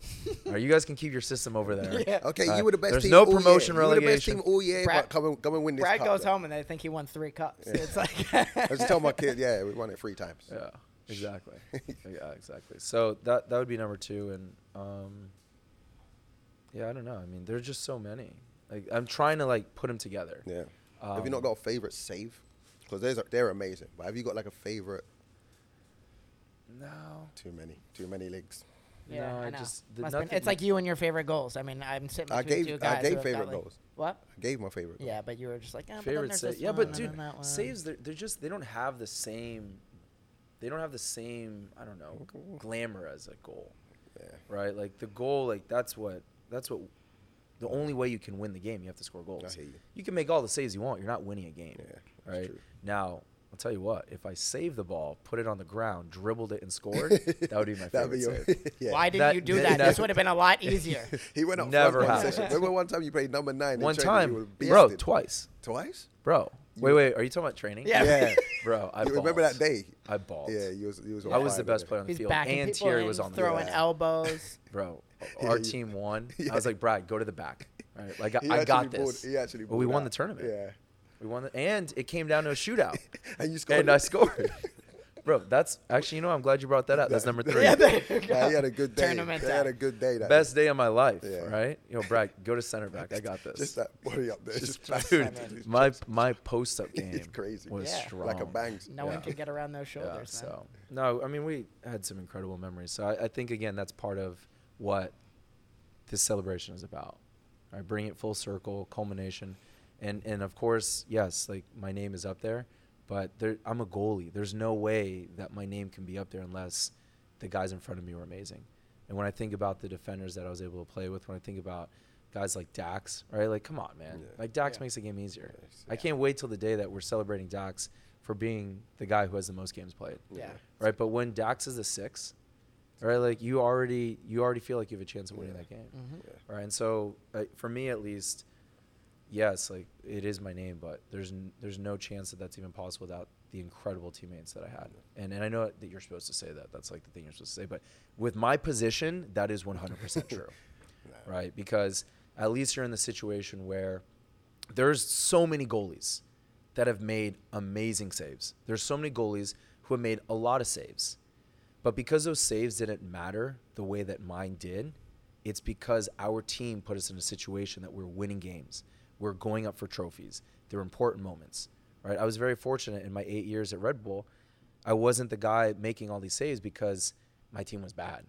Speaker 3: all right, you guys can keep your system over there.
Speaker 1: Yeah.
Speaker 2: Okay,
Speaker 3: Uh,
Speaker 2: you were the best.
Speaker 3: there's
Speaker 2: team
Speaker 3: no
Speaker 2: all year.
Speaker 3: promotion
Speaker 2: You were the best
Speaker 3: relegation.
Speaker 2: team all year,
Speaker 1: Brad-
Speaker 2: but come and come and win this.
Speaker 1: Brad
Speaker 2: cup,
Speaker 1: goes
Speaker 2: though.
Speaker 1: home and they think he won three cups. It's like.
Speaker 2: I just told my kid, yeah, we won it three times.
Speaker 3: Yeah, exactly. yeah, exactly. So that that would be number two, and um, yeah, I don't know. I mean, there's just so many. Like I'm trying to like put them together.
Speaker 2: Yeah. have you not
Speaker 3: Um,
Speaker 2: got a favorite save? Because they're they're amazing. But have you got like a favorite?
Speaker 1: Oh,
Speaker 3: No.
Speaker 2: Too many, too many leagues.
Speaker 1: Yeah,
Speaker 3: No,
Speaker 1: I
Speaker 3: I
Speaker 1: know.
Speaker 3: just- the-
Speaker 1: Must been-
Speaker 3: nothing-
Speaker 1: it's like you and your favorite goals. I mean, I'm sitting
Speaker 2: I
Speaker 1: between
Speaker 2: gave-
Speaker 1: two
Speaker 2: I
Speaker 1: guys.
Speaker 2: gave
Speaker 1: who have got,
Speaker 2: favorite
Speaker 1: like-
Speaker 2: goals.
Speaker 1: What?
Speaker 2: I gave my favorite. goal.
Speaker 1: Yeah, but you were just like, oh, but then
Speaker 3: favorite
Speaker 1: there's
Speaker 3: save.
Speaker 1: this
Speaker 3: Yeah,
Speaker 1: one
Speaker 3: but
Speaker 1: and
Speaker 3: dude,
Speaker 1: then that one."
Speaker 3: saves they're, they're just they don't have the same. They don't have the same. I don't know glamour as a goal,
Speaker 2: Yeah.
Speaker 3: right? Like the goal, like that's what that's what. The only way you can win the game, you have to score goals.
Speaker 2: hear you.
Speaker 3: can make all the saves you want. You're not winning a game.
Speaker 2: Yeah, that's
Speaker 3: right
Speaker 2: true.
Speaker 3: now, I'll tell you what. If I saved the ball, put it on the ground, dribbled it, and scored, that would be my
Speaker 2: That'd
Speaker 3: favorite
Speaker 2: your-
Speaker 3: save.
Speaker 2: yeah.
Speaker 1: Why didn't
Speaker 3: That-
Speaker 1: you do that?
Speaker 3: that-
Speaker 1: This
Speaker 3: that-
Speaker 1: would have been a lot easier.
Speaker 2: He went up Never
Speaker 3: Never
Speaker 2: one
Speaker 3: happened.
Speaker 2: session. Remember one time you played number nine? in
Speaker 3: One
Speaker 2: training, you
Speaker 3: time,
Speaker 2: were
Speaker 3: bro,
Speaker 2: beasted.
Speaker 3: twice,
Speaker 2: Twice?
Speaker 3: bro. Wait, wait. Are you talking about training?
Speaker 1: Yeah.
Speaker 2: Yeah.
Speaker 3: bro. I
Speaker 2: you remember
Speaker 3: balled.
Speaker 2: that day?
Speaker 3: I balled.
Speaker 2: Yeah, you was you was. on
Speaker 3: I was
Speaker 2: fire
Speaker 3: the best
Speaker 2: that
Speaker 3: player on the
Speaker 1: He's
Speaker 3: field,
Speaker 1: backing
Speaker 3: and
Speaker 1: people
Speaker 3: Thierry
Speaker 1: in,
Speaker 3: was on the field.
Speaker 1: throwing
Speaker 2: Yeah.
Speaker 1: elbows.
Speaker 3: bro.
Speaker 2: Yeah,
Speaker 3: Our
Speaker 2: you-
Speaker 3: team won. I
Speaker 2: Yeah.
Speaker 3: was like, Brad, go to the back. Right? Like
Speaker 2: He
Speaker 3: I, I got
Speaker 2: actually balled-
Speaker 3: this.
Speaker 2: he actually
Speaker 3: Well, we
Speaker 2: balled
Speaker 3: won
Speaker 2: out.
Speaker 3: the tournament.
Speaker 2: Yeah.
Speaker 3: We won, the, and it came down to a shootout.
Speaker 2: And you scored
Speaker 3: And I
Speaker 2: it.
Speaker 3: scored. bro, that's actually you know I'm glad you brought that up. That's number three.
Speaker 1: Yeah, there you go.
Speaker 2: Nah, he had a good day.
Speaker 1: Tournament
Speaker 2: He had
Speaker 1: time.
Speaker 2: a good day. That
Speaker 3: Best day of my life.
Speaker 2: Yeah.
Speaker 3: Right? You know, Brad, go to center back. I got this.
Speaker 2: Just uh, that body up there. Just,
Speaker 3: Just-
Speaker 2: back-
Speaker 3: dude, my my post up game
Speaker 2: It's crazy.
Speaker 3: was
Speaker 1: Yeah.
Speaker 3: strong.
Speaker 2: Like a bangs.
Speaker 1: No one
Speaker 3: Yeah.
Speaker 1: can get around those
Speaker 3: Yeah,
Speaker 1: shoulders. man.
Speaker 3: so no, I mean we had some incredible memories. So I, I think again that's part of what this celebration is about. I bring it full circle, culmination, and and of course yes, like my name is up there, but there, I'm a goalie. There's no way that my name can be up there unless the guys in front of me were amazing. And when I think about the defenders that I was able to play with, when I think about guys like Dax, right? Like come on, man.
Speaker 2: Yeah.
Speaker 3: Like Dax
Speaker 1: Yeah.
Speaker 3: makes the game easier.
Speaker 2: Yes.
Speaker 3: I can't wait till the day that we're celebrating Dax for being the guy who has the most games played.
Speaker 1: Yeah.
Speaker 3: Right. But when Dax is a six, right, like you already you already feel like you have a chance of winning
Speaker 2: Yeah.
Speaker 3: that game.
Speaker 1: Mhm.
Speaker 2: Yeah.
Speaker 3: Right. And so uh, for me at least, yes, like it is my name, but there's n- there's no chance that that's even possible without the incredible teammates that I had. And, and I know that you're supposed to say that. That's like the thing you're supposed to say. But with my position, that is 100% true, right? Because at least you're in the situation where there's so many goalies that have made amazing saves. There's so many goalies who have made a lot of saves. But because those saves didn't matter the way that mine did, it's because our team put us in a situation that we're winning games. We're going up for trophies. They're important moments, right? I was very fortunate in my eight years at Red Bull. I wasn't the guy making all these saves because my team was bad.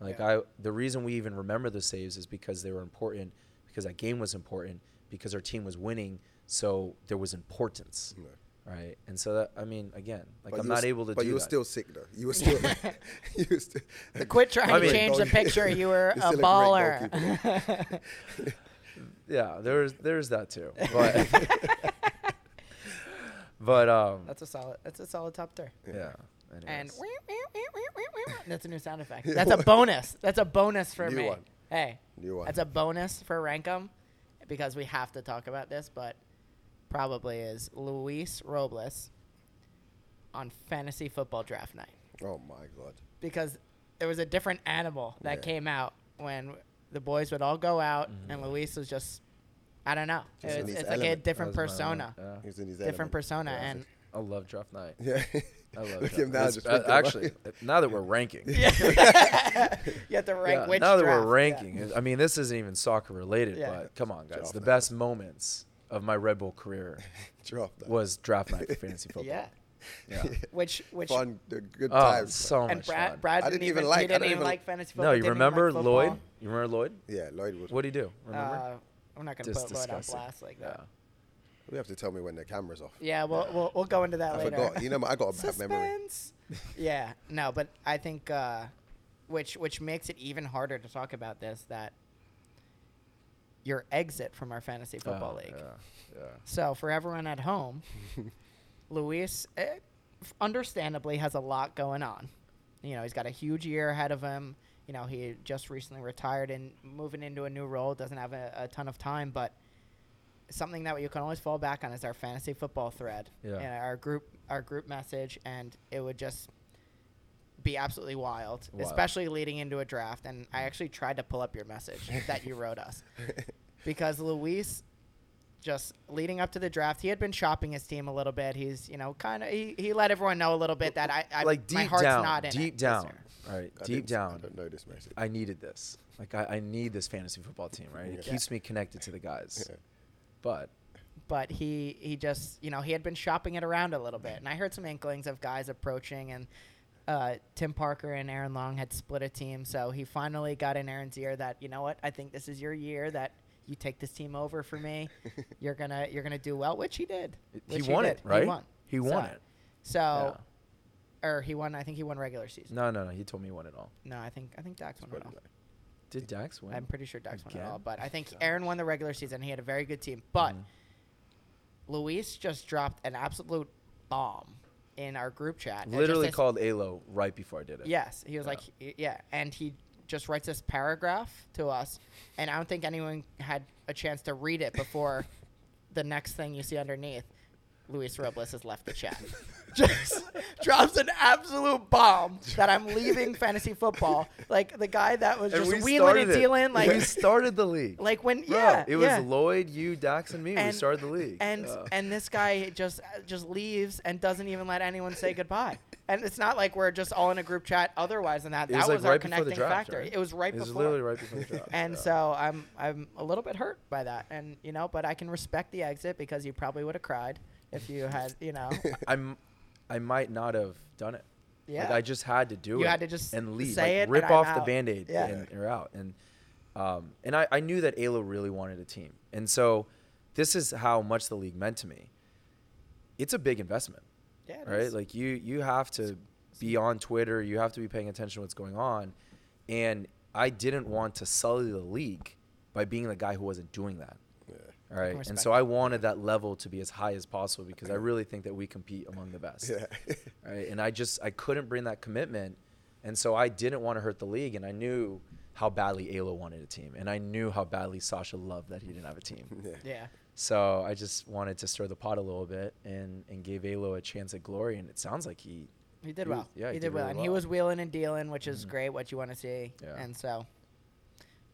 Speaker 3: Like
Speaker 1: Yeah.
Speaker 3: I, the reason we even remember the saves is because they were important, because that game was important, because our team was winning, so there was importance,
Speaker 2: Yeah.
Speaker 3: right? And so that, I mean, again, like
Speaker 2: Mm. But
Speaker 3: I'm
Speaker 2: you were
Speaker 3: not
Speaker 2: s-
Speaker 3: able to.
Speaker 2: But
Speaker 3: do
Speaker 2: you were
Speaker 3: that.
Speaker 2: still sick though. You were still. you were still
Speaker 1: Quit trying
Speaker 3: I
Speaker 1: to
Speaker 3: mean-
Speaker 1: change the picture. You were
Speaker 2: You're
Speaker 1: a
Speaker 2: still a great
Speaker 1: baller.
Speaker 3: Yeah, there's there's that too. But but um
Speaker 1: that's a solid. That's a solid top three.
Speaker 3: yeah.
Speaker 1: And
Speaker 3: anyways.
Speaker 1: that's a new sound effect. That's a bonus. That's a bonus for
Speaker 2: New
Speaker 1: me.
Speaker 2: one.
Speaker 1: Hey,
Speaker 2: New one.
Speaker 1: that's a bonus for Rankum because we have to talk about this, but probably is Luis Robles on fantasy football draft night
Speaker 2: oh my god.
Speaker 1: because there was a different animal that
Speaker 2: Yeah.
Speaker 1: came out when the boys would all go out and Luis was just I don't know.
Speaker 2: Just in
Speaker 1: it's
Speaker 2: his
Speaker 1: it's like a
Speaker 2: element.
Speaker 1: different
Speaker 3: That was my
Speaker 1: persona.
Speaker 3: moment, yeah.
Speaker 2: He's in his
Speaker 1: Different
Speaker 2: element.
Speaker 1: persona
Speaker 2: Yeah,
Speaker 1: and
Speaker 3: I love draft night.
Speaker 2: Yeah.
Speaker 3: I love
Speaker 2: Look at
Speaker 3: draft
Speaker 2: him now.
Speaker 3: night. It's-
Speaker 2: Just
Speaker 3: uh,
Speaker 2: thinking about
Speaker 3: actually
Speaker 2: it.
Speaker 3: now that we're ranking. Yeah.
Speaker 1: you have to rank which
Speaker 3: now that
Speaker 1: draft.
Speaker 3: we're ranking. I mean, this isn't even soccer related,
Speaker 1: Yeah.
Speaker 3: but come on, guys.
Speaker 2: Draft
Speaker 3: the
Speaker 2: night.
Speaker 3: best moments of my Red Bull career
Speaker 2: drop that.
Speaker 3: was draft night for fantasy
Speaker 1: Yeah.
Speaker 3: football.
Speaker 1: yeah.
Speaker 3: Yeah.
Speaker 1: Which which
Speaker 2: fun, the good
Speaker 3: Oh,
Speaker 2: times.
Speaker 3: so
Speaker 1: and
Speaker 3: much
Speaker 1: Brad,
Speaker 3: fun.
Speaker 1: Brad
Speaker 2: I
Speaker 1: didn't even like. He
Speaker 2: I
Speaker 1: didn't
Speaker 2: don't
Speaker 1: even
Speaker 2: even-
Speaker 1: like fantasy football.
Speaker 3: no, you
Speaker 1: didn't even like
Speaker 3: remember
Speaker 1: football.
Speaker 3: Lloyd? You remember Lloyd?
Speaker 2: yeah, Lloyd would.
Speaker 3: What do you do? Remember?
Speaker 1: Uh, we're not gonna
Speaker 3: Just
Speaker 1: put Lloyd on
Speaker 3: disgusting.
Speaker 1: blast like that.
Speaker 2: We have to tell me when the camera's off.
Speaker 1: Yeah, we'll we'll, we'll go into that
Speaker 2: I
Speaker 1: later.
Speaker 2: forgot. You know, I got a bad memory.
Speaker 1: Suspense. yeah, no, but I think uh, which which makes it even harder to talk about this that your exit from our fantasy
Speaker 3: Yeah.
Speaker 1: football
Speaker 3: Oh,
Speaker 1: league.
Speaker 3: Yeah. yeah.
Speaker 1: So for everyone at home, Luis, eh, f- understandably, has a lot going on. You know, he's got a huge year ahead of him. You know, he just recently retired and moving into a new role doesn't have a, a ton of time, but something that you can always fall back on is our fantasy football thread
Speaker 3: Yeah.
Speaker 1: and our group our group message, and it would just be absolutely wild,
Speaker 3: Wild. Mm.
Speaker 1: especially leading into a draft. And I actually tried to pull up your message that you wrote us because Luis just leading up to the draft, he had been shopping his team a little bit. He's, you know, kind of he, he let everyone know a little bit that I, I
Speaker 3: like deep
Speaker 1: my heart's
Speaker 3: down,
Speaker 1: not in it
Speaker 3: deep
Speaker 1: this
Speaker 3: down.
Speaker 1: year.
Speaker 3: All right,
Speaker 2: I
Speaker 3: deep
Speaker 2: didn't- I
Speaker 3: down.
Speaker 2: don't know this message.
Speaker 3: I needed this. Like I, I need this fantasy football team, right? It
Speaker 2: Yeah.
Speaker 3: keeps me connected to the guys.
Speaker 2: Yeah.
Speaker 3: But
Speaker 1: But he he just you know he had been shopping it around a little bit, and I heard some inklings of guys approaching, and uh, Tim Parker and Aaron Long had split a team, so he finally got in Aaron's ear that you know what I think this is your year that you take this team over for me, you're gonna you're gonna do well, which he did.
Speaker 3: It-
Speaker 1: Which
Speaker 3: he won
Speaker 1: did.
Speaker 3: it, right?
Speaker 1: He won.
Speaker 3: He won
Speaker 1: So- So,
Speaker 3: it.
Speaker 1: or he won. I think he won regular season.
Speaker 3: no, no, no. He told me he won it all.
Speaker 1: No, I think I think Dax won it all.
Speaker 3: Did Dax win?
Speaker 1: I'm pretty sure Dax won it
Speaker 3: Again? Mm-hmm.
Speaker 1: all, but I think Aaron won the regular season. He had a very good team, but Luis just dropped an absolute bomb in our group chat. And just
Speaker 3: Literally
Speaker 1: this-
Speaker 3: called Alo right before I did it.
Speaker 1: Yes, he was
Speaker 3: Yeah.
Speaker 1: like, y- yeah, and he just writes this paragraph to us, and I don't think anyone had a chance to read it before the next thing you see underneath. Luis Robles has left the chat. Just drops an absolute bomb that I'm leaving fantasy football. Like the guy that was
Speaker 3: And
Speaker 1: just
Speaker 3: we
Speaker 1: wheeling and
Speaker 3: started it.
Speaker 1: dealing, like
Speaker 3: we started the league.
Speaker 1: like when
Speaker 3: Bro,
Speaker 1: yeah,
Speaker 3: it was
Speaker 1: yeah.
Speaker 3: Lloyd, you, Dax, and me. we
Speaker 1: And-
Speaker 3: started the league. Uh,
Speaker 1: and
Speaker 3: Yeah.
Speaker 1: and this guy just just leaves and doesn't even let anyone say goodbye. And it's not like we're just all in a group chat. Otherwise than that,
Speaker 3: it
Speaker 1: that
Speaker 3: was
Speaker 1: was,
Speaker 3: like
Speaker 1: our
Speaker 3: right before
Speaker 1: connecting
Speaker 3: the draft.
Speaker 1: factor.
Speaker 3: right?
Speaker 1: It was right
Speaker 3: it was
Speaker 1: before.
Speaker 3: literally right before the draft.
Speaker 1: and
Speaker 3: yeah.
Speaker 1: so I'm I'm a little bit hurt by that, and you know, but I can respect the exit because you probably would have cried if you had, you know,
Speaker 3: I'm, I might not have done it. Like,
Speaker 1: Yeah.
Speaker 3: I just had to do
Speaker 1: You
Speaker 3: it.
Speaker 1: had to just
Speaker 3: and leave.
Speaker 1: say it,
Speaker 3: like, Rip
Speaker 1: and I'm
Speaker 3: off the
Speaker 1: out.
Speaker 3: band aid
Speaker 1: Yeah.
Speaker 3: and you're out. And um, and I, I knew that Alo really wanted a team. And so this is how much the league meant to me. It's a big investment.
Speaker 1: Yeah, it
Speaker 3: right?
Speaker 1: is.
Speaker 3: Like you you have to be on Twitter, you have to be paying attention to what's going on. And I didn't want to sully the league by being the guy who wasn't doing that. All right. And
Speaker 1: respect
Speaker 3: so I wanted that level to be as high as possible because I really think that we compete among the best.
Speaker 2: Yeah. yeah.
Speaker 3: Right? And I just I couldn't bring that commitment, and so I didn't want to hurt the league, and I knew how badly Alo wanted a team, and I knew how badly Sasha loved that he didn't have a team.
Speaker 2: Yeah.
Speaker 1: yeah.
Speaker 3: So I just wanted to stir the pot a little bit and and gave Alo a chance at glory, and it sounds like he
Speaker 1: He did
Speaker 3: He was-
Speaker 1: well.
Speaker 3: yeah,
Speaker 1: he,
Speaker 3: he
Speaker 1: did,
Speaker 3: did
Speaker 1: well,
Speaker 3: really
Speaker 1: and he
Speaker 3: well.
Speaker 1: was wheeling and dealing, which is
Speaker 3: Mhm.
Speaker 1: great. What you want to see,
Speaker 3: Yeah.
Speaker 1: and so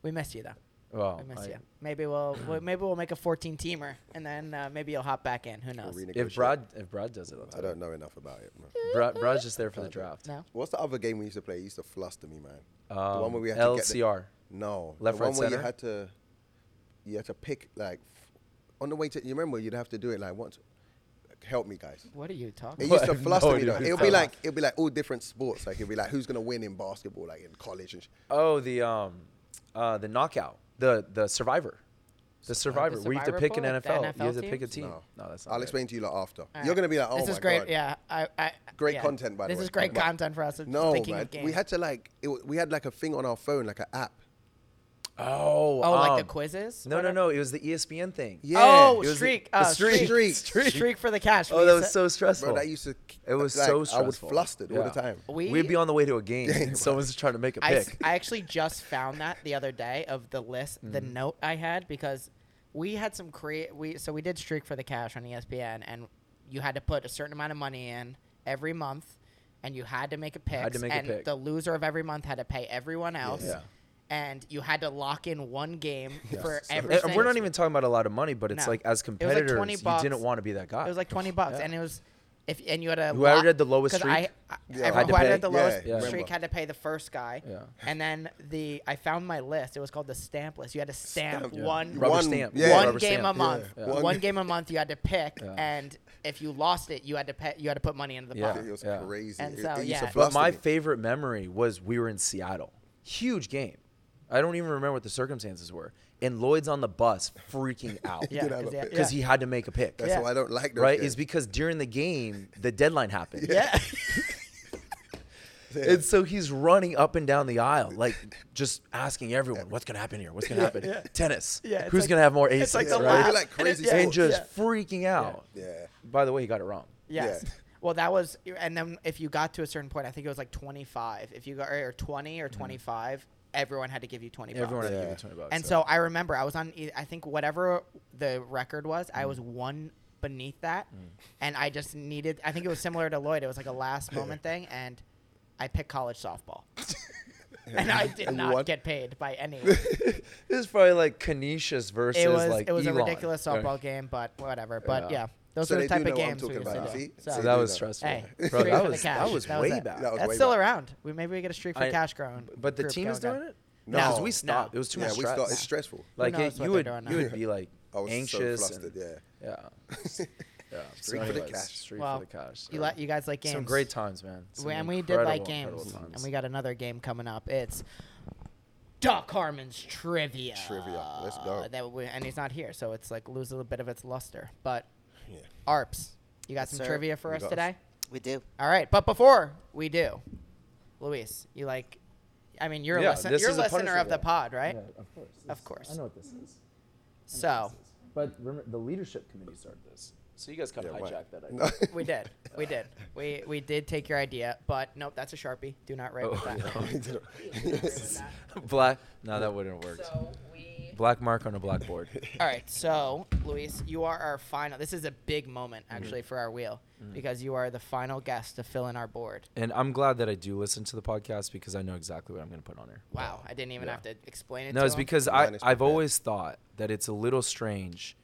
Speaker 1: we missed you though.
Speaker 3: well.
Speaker 1: We missed
Speaker 3: Oh, I-
Speaker 1: you. Maybe we'll, we'll maybe we'll make a 14 teamer, and then uh, maybe you'll hop back in. Who knows?
Speaker 2: We'll renegotiate.
Speaker 3: if Brad if Brad does it, I'll
Speaker 2: I
Speaker 3: tell you.
Speaker 2: don't know enough about it. Man.
Speaker 3: Brad, Brad's just there for the draft.
Speaker 1: No.
Speaker 2: What's the other game we used to play? It used to fluster me, man. the one
Speaker 3: Um,
Speaker 2: where we had to get the-
Speaker 3: LCR.
Speaker 2: No,
Speaker 3: Left,
Speaker 2: the
Speaker 3: right,
Speaker 2: one where you
Speaker 3: center?
Speaker 2: had to, you had to pick like, f- on the way to. You remember you'd have to do it like once. Help me, guys.
Speaker 1: What are you talking?
Speaker 2: It
Speaker 1: about?
Speaker 2: used
Speaker 3: I
Speaker 2: to
Speaker 3: have
Speaker 2: fluster
Speaker 3: no
Speaker 2: me
Speaker 3: idea
Speaker 2: though.
Speaker 3: what
Speaker 2: It'll
Speaker 3: you're
Speaker 2: be like
Speaker 3: talking
Speaker 2: it'll be like all different sports. Like it'll be like who's gonna win in basketball, like in college and. Sh-
Speaker 3: Oh, the um, uh, the knockout, the the survivor, the survivor. where you have to
Speaker 1: Survivor
Speaker 3: pick an
Speaker 1: pool?
Speaker 3: NFL.
Speaker 1: Like the NFL
Speaker 3: you have to pick a
Speaker 1: teams?
Speaker 3: team.
Speaker 2: No.
Speaker 3: that's not
Speaker 2: I'll
Speaker 3: right.
Speaker 2: explain to you lot after.
Speaker 1: All
Speaker 2: You're
Speaker 1: right.
Speaker 2: gonna be like, oh
Speaker 1: this
Speaker 2: my
Speaker 1: is great.
Speaker 2: god.
Speaker 1: Yeah, I, I,
Speaker 2: Great
Speaker 1: yeah.
Speaker 2: content, by the
Speaker 1: this
Speaker 2: way.
Speaker 1: is great
Speaker 2: But-
Speaker 1: content for us. of
Speaker 2: No,
Speaker 1: thinking
Speaker 2: man.
Speaker 1: of games.
Speaker 2: We had to like it, w- we had like a thing on our phone, like an app.
Speaker 3: Oh,
Speaker 1: oh, like
Speaker 3: um,
Speaker 1: the quizzes.
Speaker 3: No, no,
Speaker 1: Whatever.
Speaker 3: no. It was the E ESPN thing.
Speaker 2: Yeah.
Speaker 1: Oh,
Speaker 3: It was the-
Speaker 1: streak.
Speaker 3: the
Speaker 1: uh,
Speaker 3: streak.
Speaker 1: streak.
Speaker 2: Streak.
Speaker 1: Streak. for the cash.
Speaker 3: Oh,
Speaker 1: We
Speaker 3: that
Speaker 1: used
Speaker 3: was
Speaker 1: to-
Speaker 3: so stressful.
Speaker 2: Bro, that used to.
Speaker 3: it was
Speaker 2: like,
Speaker 3: so stressful.
Speaker 2: I was flustered all
Speaker 3: Yeah.
Speaker 2: the time.
Speaker 1: We-
Speaker 3: We'd be on the way to a game, and someone's just trying to make a
Speaker 1: I, s-
Speaker 3: pick.
Speaker 1: I actually just found that the other day of the list, the
Speaker 3: Mm-hmm.
Speaker 1: note I had because we had some create. We so we did streak for the cash on E ESPN, and you had to put a certain amount of money in every month, and you had to make a pick.
Speaker 3: Had to make a
Speaker 1: and
Speaker 3: pick.
Speaker 1: the loser of every month had to pay everyone else.
Speaker 3: Yeah.
Speaker 1: And you had to lock in one game for every.
Speaker 3: And we're
Speaker 1: single-
Speaker 3: not even talking about a lot of money, but it's
Speaker 1: No.
Speaker 3: like as
Speaker 1: It was like
Speaker 3: competitors,
Speaker 1: 20
Speaker 3: you
Speaker 1: bucks.
Speaker 3: didn't want to be that guy.
Speaker 1: It was like twenty bucks,
Speaker 3: Uh, Yeah.
Speaker 1: and it was if and you had a
Speaker 3: Whoever
Speaker 1: lot-
Speaker 3: did the lowest
Speaker 1: 'cause I,
Speaker 3: streak
Speaker 1: I,
Speaker 2: Yeah.
Speaker 1: everyone
Speaker 3: Had to
Speaker 1: who
Speaker 3: pay.
Speaker 1: did the
Speaker 2: Yeah,
Speaker 1: lowest
Speaker 2: yeah.
Speaker 1: streak
Speaker 2: Remember.
Speaker 1: had to pay the first guy.
Speaker 3: Yeah.
Speaker 1: And then the I found my list. It was called the stamp list. You had to stamp,
Speaker 2: Stamp, yeah.
Speaker 1: one
Speaker 3: rubber
Speaker 2: One-
Speaker 3: stamp.
Speaker 2: yeah.
Speaker 1: one
Speaker 3: rubber
Speaker 1: game
Speaker 3: stamp.
Speaker 1: a month.
Speaker 2: Yeah.
Speaker 1: One,
Speaker 2: One-
Speaker 1: game a month you had to pick,
Speaker 3: Yeah.
Speaker 1: and if you lost it, you had to pay, you had to put money into the
Speaker 3: Yeah.
Speaker 1: pot.
Speaker 2: It was
Speaker 3: Yeah.
Speaker 2: crazy.
Speaker 1: And
Speaker 2: it,
Speaker 1: so,
Speaker 2: it used
Speaker 1: yeah.
Speaker 2: to
Speaker 1: But
Speaker 3: But
Speaker 2: fluster
Speaker 3: my
Speaker 2: me.
Speaker 3: favorite memory was we were in Seattle. Huge game. I don't even remember what the circumstances were. And Lloyd's on the bus freaking out.
Speaker 1: Yeah,
Speaker 2: did have
Speaker 1: because
Speaker 2: a
Speaker 1: yeah,
Speaker 2: pick.
Speaker 3: Because he had to make a pick.
Speaker 2: That's
Speaker 1: Yeah.
Speaker 2: why I don't like those
Speaker 3: Right?
Speaker 2: games.
Speaker 3: Is because during the game, the deadline happened.
Speaker 1: yeah.
Speaker 3: And so he's running up and down the aisle, like just asking everyone, what's going to happen here? What's going to happen? Tennis.
Speaker 1: Yeah, it's
Speaker 3: Who's
Speaker 1: like-
Speaker 3: going to have more aces?
Speaker 1: it's like the
Speaker 2: Yeah,
Speaker 3: right?
Speaker 1: last-
Speaker 2: like crazy
Speaker 1: yeah,
Speaker 3: And just
Speaker 1: yeah.
Speaker 3: freaking out.
Speaker 2: yeah.
Speaker 3: By the way, he got it wrong.
Speaker 1: Yes.
Speaker 2: Yeah.
Speaker 1: Well, that was, and then if you got to a certain point, I think it was like 25. If you got or 20 or 25, everyone had to give you 20. bucks.
Speaker 3: Mm-hmm. Everyone had to give
Speaker 2: Yeah.
Speaker 3: you 20 bucks.
Speaker 1: And so I remember I was on, e- I think whatever the record was, I was one beneath that. And I just needed, I think it was similar to Lloyd. It was like a last moment thing. And I picked college softball. and I did
Speaker 2: And you
Speaker 1: not
Speaker 2: won?
Speaker 1: get paid by anyone.
Speaker 3: this is probably like Canisius versus
Speaker 1: it was,
Speaker 3: like
Speaker 1: it was a
Speaker 3: Elon.
Speaker 1: ridiculous softball game, but whatever. But yeah,
Speaker 3: Yeah.
Speaker 1: those
Speaker 2: So
Speaker 1: are the
Speaker 2: they do
Speaker 1: type
Speaker 2: know
Speaker 1: of
Speaker 2: what I'm
Speaker 1: games we
Speaker 2: talking
Speaker 1: used to
Speaker 2: about.
Speaker 1: do.
Speaker 2: See?
Speaker 1: So,
Speaker 3: So
Speaker 2: They
Speaker 3: that
Speaker 2: do
Speaker 3: was
Speaker 2: that.
Speaker 3: stressful.
Speaker 1: hey,
Speaker 3: Bro,
Speaker 1: streak
Speaker 3: that
Speaker 1: for the
Speaker 3: was
Speaker 1: cash.
Speaker 3: that was
Speaker 1: it.
Speaker 3: way back.
Speaker 2: That was
Speaker 1: That's
Speaker 2: way
Speaker 1: still
Speaker 2: back.
Speaker 1: around. We maybe we get a streak for
Speaker 3: I-
Speaker 1: cash growing.
Speaker 3: But the
Speaker 1: group
Speaker 3: team is
Speaker 1: going,
Speaker 3: doing
Speaker 1: guys.
Speaker 3: it?
Speaker 2: No.
Speaker 3: Because we
Speaker 2: No.
Speaker 3: stopped. It was too
Speaker 2: yeah,
Speaker 3: much
Speaker 2: we
Speaker 3: stress.
Speaker 2: start. It's stressful.
Speaker 3: Like
Speaker 1: knows
Speaker 3: it,
Speaker 1: what
Speaker 3: you
Speaker 1: they're
Speaker 3: would
Speaker 1: doing
Speaker 3: you
Speaker 1: now.
Speaker 3: would be like
Speaker 2: I was
Speaker 3: anxious.
Speaker 2: so flustered.
Speaker 3: and-
Speaker 2: Yeah.
Speaker 3: yeah. yeah.
Speaker 2: Streak for the
Speaker 3: anyways,
Speaker 2: cash.
Speaker 3: Streak
Speaker 1: Well,
Speaker 3: for the cash.
Speaker 1: You,
Speaker 3: yeah.
Speaker 1: li- you guys like games.
Speaker 3: Some great times, man. Some
Speaker 1: We- and we did like
Speaker 3: incredible,
Speaker 1: games,
Speaker 3: incredible
Speaker 1: and we got another game coming up. It's Doc Harmon's trivia.
Speaker 2: Trivia. Let's go.
Speaker 1: That we, and he's not here, so it's like lose a little bit of its luster. But
Speaker 2: Yeah.
Speaker 1: Arps, you got
Speaker 4: Yes,
Speaker 1: some
Speaker 4: sir.
Speaker 1: trivia for
Speaker 2: We
Speaker 1: us
Speaker 2: got
Speaker 1: today.
Speaker 4: We do.
Speaker 1: All right, but before we do, Luis, you like? I mean, you're a
Speaker 3: Yeah,
Speaker 1: listen,
Speaker 3: this
Speaker 1: you're a
Speaker 3: is a
Speaker 1: listener of
Speaker 3: punishment
Speaker 1: the
Speaker 3: game.
Speaker 1: pod, right?
Speaker 3: Yeah, of course.
Speaker 1: Of course.
Speaker 3: I know what this is.
Speaker 1: So
Speaker 3: But remember, the leadership committee started this, so you guys kind
Speaker 2: Yeah,
Speaker 3: of
Speaker 2: why-
Speaker 3: hijacked that idea.
Speaker 2: No.
Speaker 1: we did, we did, we we did take your idea, but nope, that's a sharpie. Do not write with
Speaker 3: Oh,
Speaker 1: that.
Speaker 3: no.
Speaker 2: We did it.
Speaker 3: Black. No, that wouldn't work.
Speaker 1: So we
Speaker 3: Black mark on a blackboard.
Speaker 1: All right, so Luis, you are our final. This is a big moment
Speaker 3: Mm-hmm.
Speaker 1: actually for our wheel because you are the final guest to fill in our board.
Speaker 3: and I'm glad that I do listen to the podcast because I know exactly what I'm going to put on here.
Speaker 1: Wow, I didn't even
Speaker 3: Yeah.
Speaker 1: have to explain it.
Speaker 3: No,
Speaker 1: to
Speaker 3: it's
Speaker 1: him.
Speaker 3: because I,
Speaker 2: Mine is
Speaker 3: I've
Speaker 2: prepared.
Speaker 3: always thought that it's a little strange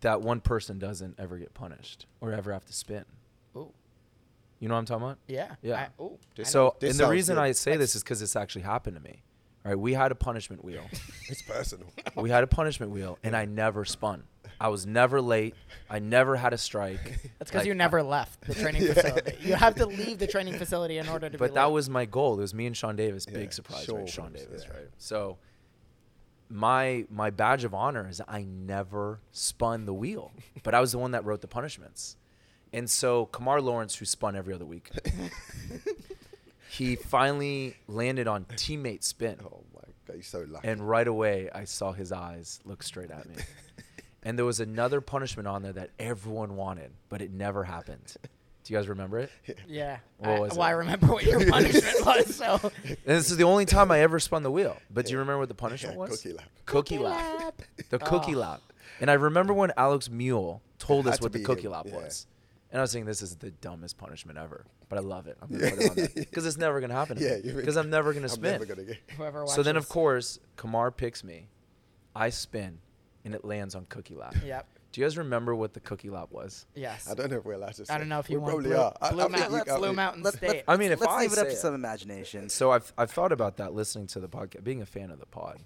Speaker 3: that one person doesn't ever get punished or ever have to spin.
Speaker 1: Ooh,
Speaker 3: You know what I'm talking about?
Speaker 1: yeah,
Speaker 3: Yeah.
Speaker 1: I, ooh, I know.
Speaker 3: So,
Speaker 2: this
Speaker 3: and the
Speaker 2: sounds
Speaker 3: reason
Speaker 2: good.
Speaker 3: I say this is because this actually happened to me. All right, we had a punishment wheel.
Speaker 2: It's personal.
Speaker 3: we had a punishment wheel, and I never spun. I was never late. I never had a strike.
Speaker 1: that's because
Speaker 3: Like,
Speaker 1: you never left the training facility. You have to leave the training facility in order to. be
Speaker 3: But that
Speaker 1: late.
Speaker 3: was my goal. It was me and Sean Davis.
Speaker 2: Yeah,
Speaker 3: Big surprise,
Speaker 2: sure,
Speaker 3: right? Sean
Speaker 2: obviously,
Speaker 3: Davis,
Speaker 2: yeah.
Speaker 3: right? So my my badge of honor is I never spun the wheel, but I was the one that wrote the punishments. And so Kamar Lawrence, who spun every other week, he finally landed on teammate spin.
Speaker 2: Oh my god, you're so lucky.
Speaker 3: And right away, I saw his eyes look straight at me. And there was another punishment on there that everyone wanted, but it never happened. Do you guys remember it?
Speaker 1: Yeah.
Speaker 3: What
Speaker 1: I,
Speaker 3: was
Speaker 1: well, I
Speaker 3: it?
Speaker 1: remember what your punishment was. So
Speaker 3: And this is the only time I ever spun the wheel. But do you remember what the punishment was?
Speaker 2: Cookie lap.
Speaker 3: Cookie lap. The cookie lap. And I remember when Alex Mule told us
Speaker 2: Had to
Speaker 3: what the
Speaker 2: be
Speaker 3: cookie
Speaker 2: him,
Speaker 3: lap
Speaker 2: yeah.
Speaker 3: was. And I was thinking, this is the dumbest punishment ever. But I love it. I'm going to put it on that. Because it's never going to happen to
Speaker 2: Yeah,
Speaker 3: me.
Speaker 2: you're-
Speaker 3: Because I'm never going to
Speaker 2: I'm
Speaker 3: spin.
Speaker 2: never gonna get.
Speaker 1: whoever watches.
Speaker 3: so then, of course, Kamar picks me. I spin, and it lands on cookie lap.
Speaker 1: Yep.
Speaker 3: Do you guys remember what the cookie lap was?
Speaker 1: Yes.
Speaker 2: I don't know if we're allowed to. Say.
Speaker 1: I don't know if you
Speaker 2: we
Speaker 1: want
Speaker 2: probably
Speaker 1: Blue-
Speaker 2: are. I- I
Speaker 1: Blue
Speaker 2: think
Speaker 1: Mountain-
Speaker 2: you-
Speaker 1: let's
Speaker 2: I
Speaker 1: Blue
Speaker 2: think-
Speaker 1: Mountain
Speaker 4: Let's,
Speaker 1: State.
Speaker 3: I mean, if
Speaker 4: let's
Speaker 3: I
Speaker 4: leave it up
Speaker 3: say
Speaker 4: to
Speaker 3: it-
Speaker 4: some imagination.
Speaker 3: So I've I've thought about that listening to the podcast, being a fan of the pod.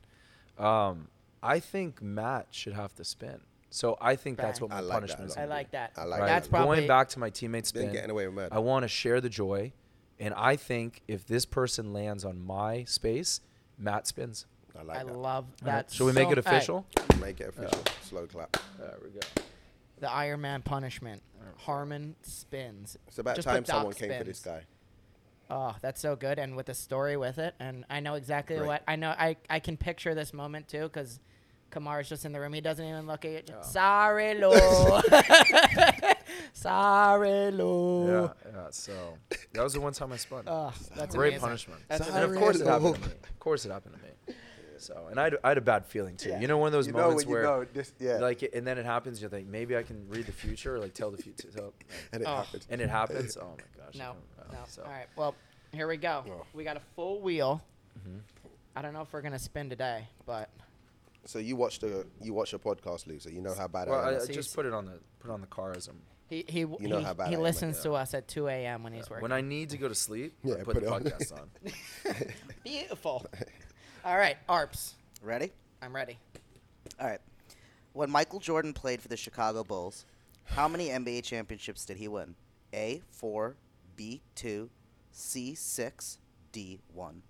Speaker 3: Um, I think Matt should have to spin. So I think that's
Speaker 1: Bang.
Speaker 3: what my
Speaker 2: I like that.
Speaker 3: punishment is.
Speaker 1: I
Speaker 3: gonna be,
Speaker 1: like that.
Speaker 2: I like
Speaker 3: right?
Speaker 1: That's
Speaker 2: that.
Speaker 1: probably
Speaker 3: going back to my teammate
Speaker 2: Been
Speaker 3: spin.
Speaker 2: getting away with murder.
Speaker 3: I want to share the joy, and I think if this person lands on my space, Matt spins.
Speaker 2: I
Speaker 1: I
Speaker 2: like that.
Speaker 1: love
Speaker 3: All right,
Speaker 1: that.
Speaker 3: Should we make
Speaker 1: so-
Speaker 3: it
Speaker 1: All right,
Speaker 3: official?
Speaker 2: Make it official. Slow clap.
Speaker 3: There we go.
Speaker 1: The Iron Man punishment. Harmon spins.
Speaker 2: It's about
Speaker 1: Just put
Speaker 2: time
Speaker 1: Doc
Speaker 2: someone came for this
Speaker 1: spins.
Speaker 2: guy.
Speaker 1: Oh, that's so good, and with the story with it, and I know exactly
Speaker 2: Great.
Speaker 1: what I know. I I can picture this moment too, because Kamar's just in the room. He doesn't even look at you.
Speaker 2: Oh.
Speaker 1: Just, Sorry, Lou. Sorry, Lou.
Speaker 3: Yeah, yeah. So that was the one time I spun.
Speaker 1: Oh, that's
Speaker 3: Great
Speaker 1: amazing.
Speaker 3: punishment.
Speaker 1: That's
Speaker 3: and of
Speaker 1: amazing.
Speaker 3: course it happened to
Speaker 2: Sorry.
Speaker 3: me. Of course it happened to me. So, and I had, I had a bad feeling too. You know, one of those
Speaker 2: You know
Speaker 3: moments
Speaker 2: when you
Speaker 3: where,
Speaker 2: know this- yeah.
Speaker 3: like, and then it happens. You think maybe I can read the future, or like tell the future, tell,
Speaker 2: And it
Speaker 1: Oh.
Speaker 2: happened.
Speaker 3: and it happens. Oh my gosh. I
Speaker 1: No,
Speaker 3: don't
Speaker 1: no.
Speaker 3: know. So,
Speaker 1: All right. Well, here we go.
Speaker 2: Oh.
Speaker 1: We got a full wheel.
Speaker 2: Mm-hmm.
Speaker 1: I don't know if we're gonna spin today, but
Speaker 2: So you watch the you watch a podcast, Lou, so you know how bad
Speaker 3: Well,
Speaker 2: I am.
Speaker 3: I, I
Speaker 1: So you
Speaker 3: just
Speaker 1: s-
Speaker 3: put it on the put on the car as I'm.
Speaker 1: he he he,
Speaker 2: know how bad I
Speaker 1: he
Speaker 2: am at
Speaker 1: listens
Speaker 2: that.
Speaker 1: to us at 2 a.m. when he's working.
Speaker 3: When I need to go to sleep,
Speaker 2: Yeah,
Speaker 3: I put,
Speaker 2: put
Speaker 3: the
Speaker 2: it on.
Speaker 3: podcast on.
Speaker 1: Beautiful. All right, Arps.
Speaker 4: Ready?
Speaker 1: I'm ready.
Speaker 4: All right. When Michael Jordan played for the Chicago Bulls, how many NBA championships did he win? A four, B two, C six, D one.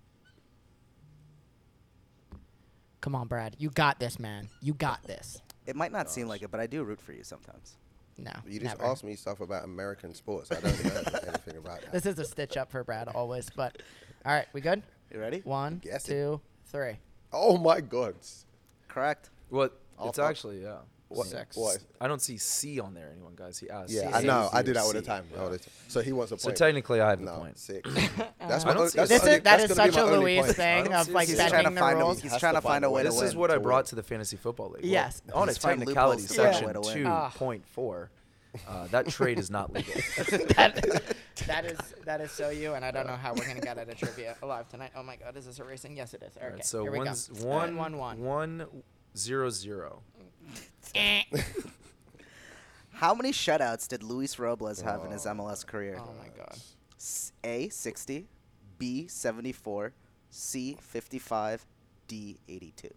Speaker 1: Come on, Brad. You got this, man. You got this.
Speaker 4: It might not seem like it, but I do root for you sometimes.
Speaker 1: No.
Speaker 2: you just
Speaker 1: never.
Speaker 2: asked me stuff about American sports. I don't know anything about that.
Speaker 1: This is a stitch up for Brad always, but all right, we good?
Speaker 4: You ready?
Speaker 1: One,
Speaker 2: Guess it.
Speaker 1: two, three.
Speaker 2: Oh my God!
Speaker 4: Correct.
Speaker 3: Well, it's
Speaker 2: Awful.
Speaker 3: actually yeah.
Speaker 2: What-
Speaker 3: Six.
Speaker 2: what?
Speaker 3: I don't see C on there. Anyone, guys? He asked.
Speaker 2: Yeah,
Speaker 3: C,
Speaker 2: I
Speaker 3: C,
Speaker 2: know.
Speaker 3: C,
Speaker 2: I do that all
Speaker 3: C.
Speaker 2: the time. all the time. So he wants a
Speaker 3: So
Speaker 2: point.
Speaker 3: technically, I have the
Speaker 2: no,
Speaker 3: point.
Speaker 2: Six. That's
Speaker 3: I
Speaker 2: my.
Speaker 3: don't
Speaker 2: o-
Speaker 3: see a
Speaker 2: That's
Speaker 1: This
Speaker 3: only-
Speaker 1: is that
Speaker 2: that's
Speaker 1: is
Speaker 2: gonna be
Speaker 1: such a
Speaker 2: my only
Speaker 1: Louise
Speaker 2: point.
Speaker 3: I
Speaker 1: thing
Speaker 3: don't
Speaker 1: of
Speaker 3: see
Speaker 1: like
Speaker 3: this.
Speaker 4: He's
Speaker 3: Bending
Speaker 4: trying to
Speaker 1: bending the
Speaker 4: find
Speaker 1: rules.
Speaker 4: a, he's
Speaker 2: Has
Speaker 4: trying
Speaker 2: to
Speaker 4: to
Speaker 2: find
Speaker 4: find
Speaker 2: a
Speaker 4: a way
Speaker 3: this
Speaker 4: to win.
Speaker 3: is what I brought to the fantasy football league. Well,
Speaker 1: Yes.
Speaker 3: On a
Speaker 4: Let's find
Speaker 3: technicality,
Speaker 4: loopholes to find
Speaker 1: a
Speaker 3: section
Speaker 1: way
Speaker 4: to win.
Speaker 3: two
Speaker 1: Ah.
Speaker 3: point four, uh, that trade is not legal.
Speaker 1: that, that is that is so you, and I don't know how we're gonna get out of trivia alive tonight. Oh my God, is this a racing? Yes, it is. Okay,
Speaker 3: All right, so
Speaker 1: here we go.
Speaker 3: one's one
Speaker 1: one, one.
Speaker 3: one zero zero.
Speaker 1: Eh.
Speaker 4: How many shutouts did Luis Robles have in his MLS career?
Speaker 1: Oh my God.
Speaker 4: S- A 60, B 74, C 55, D 82.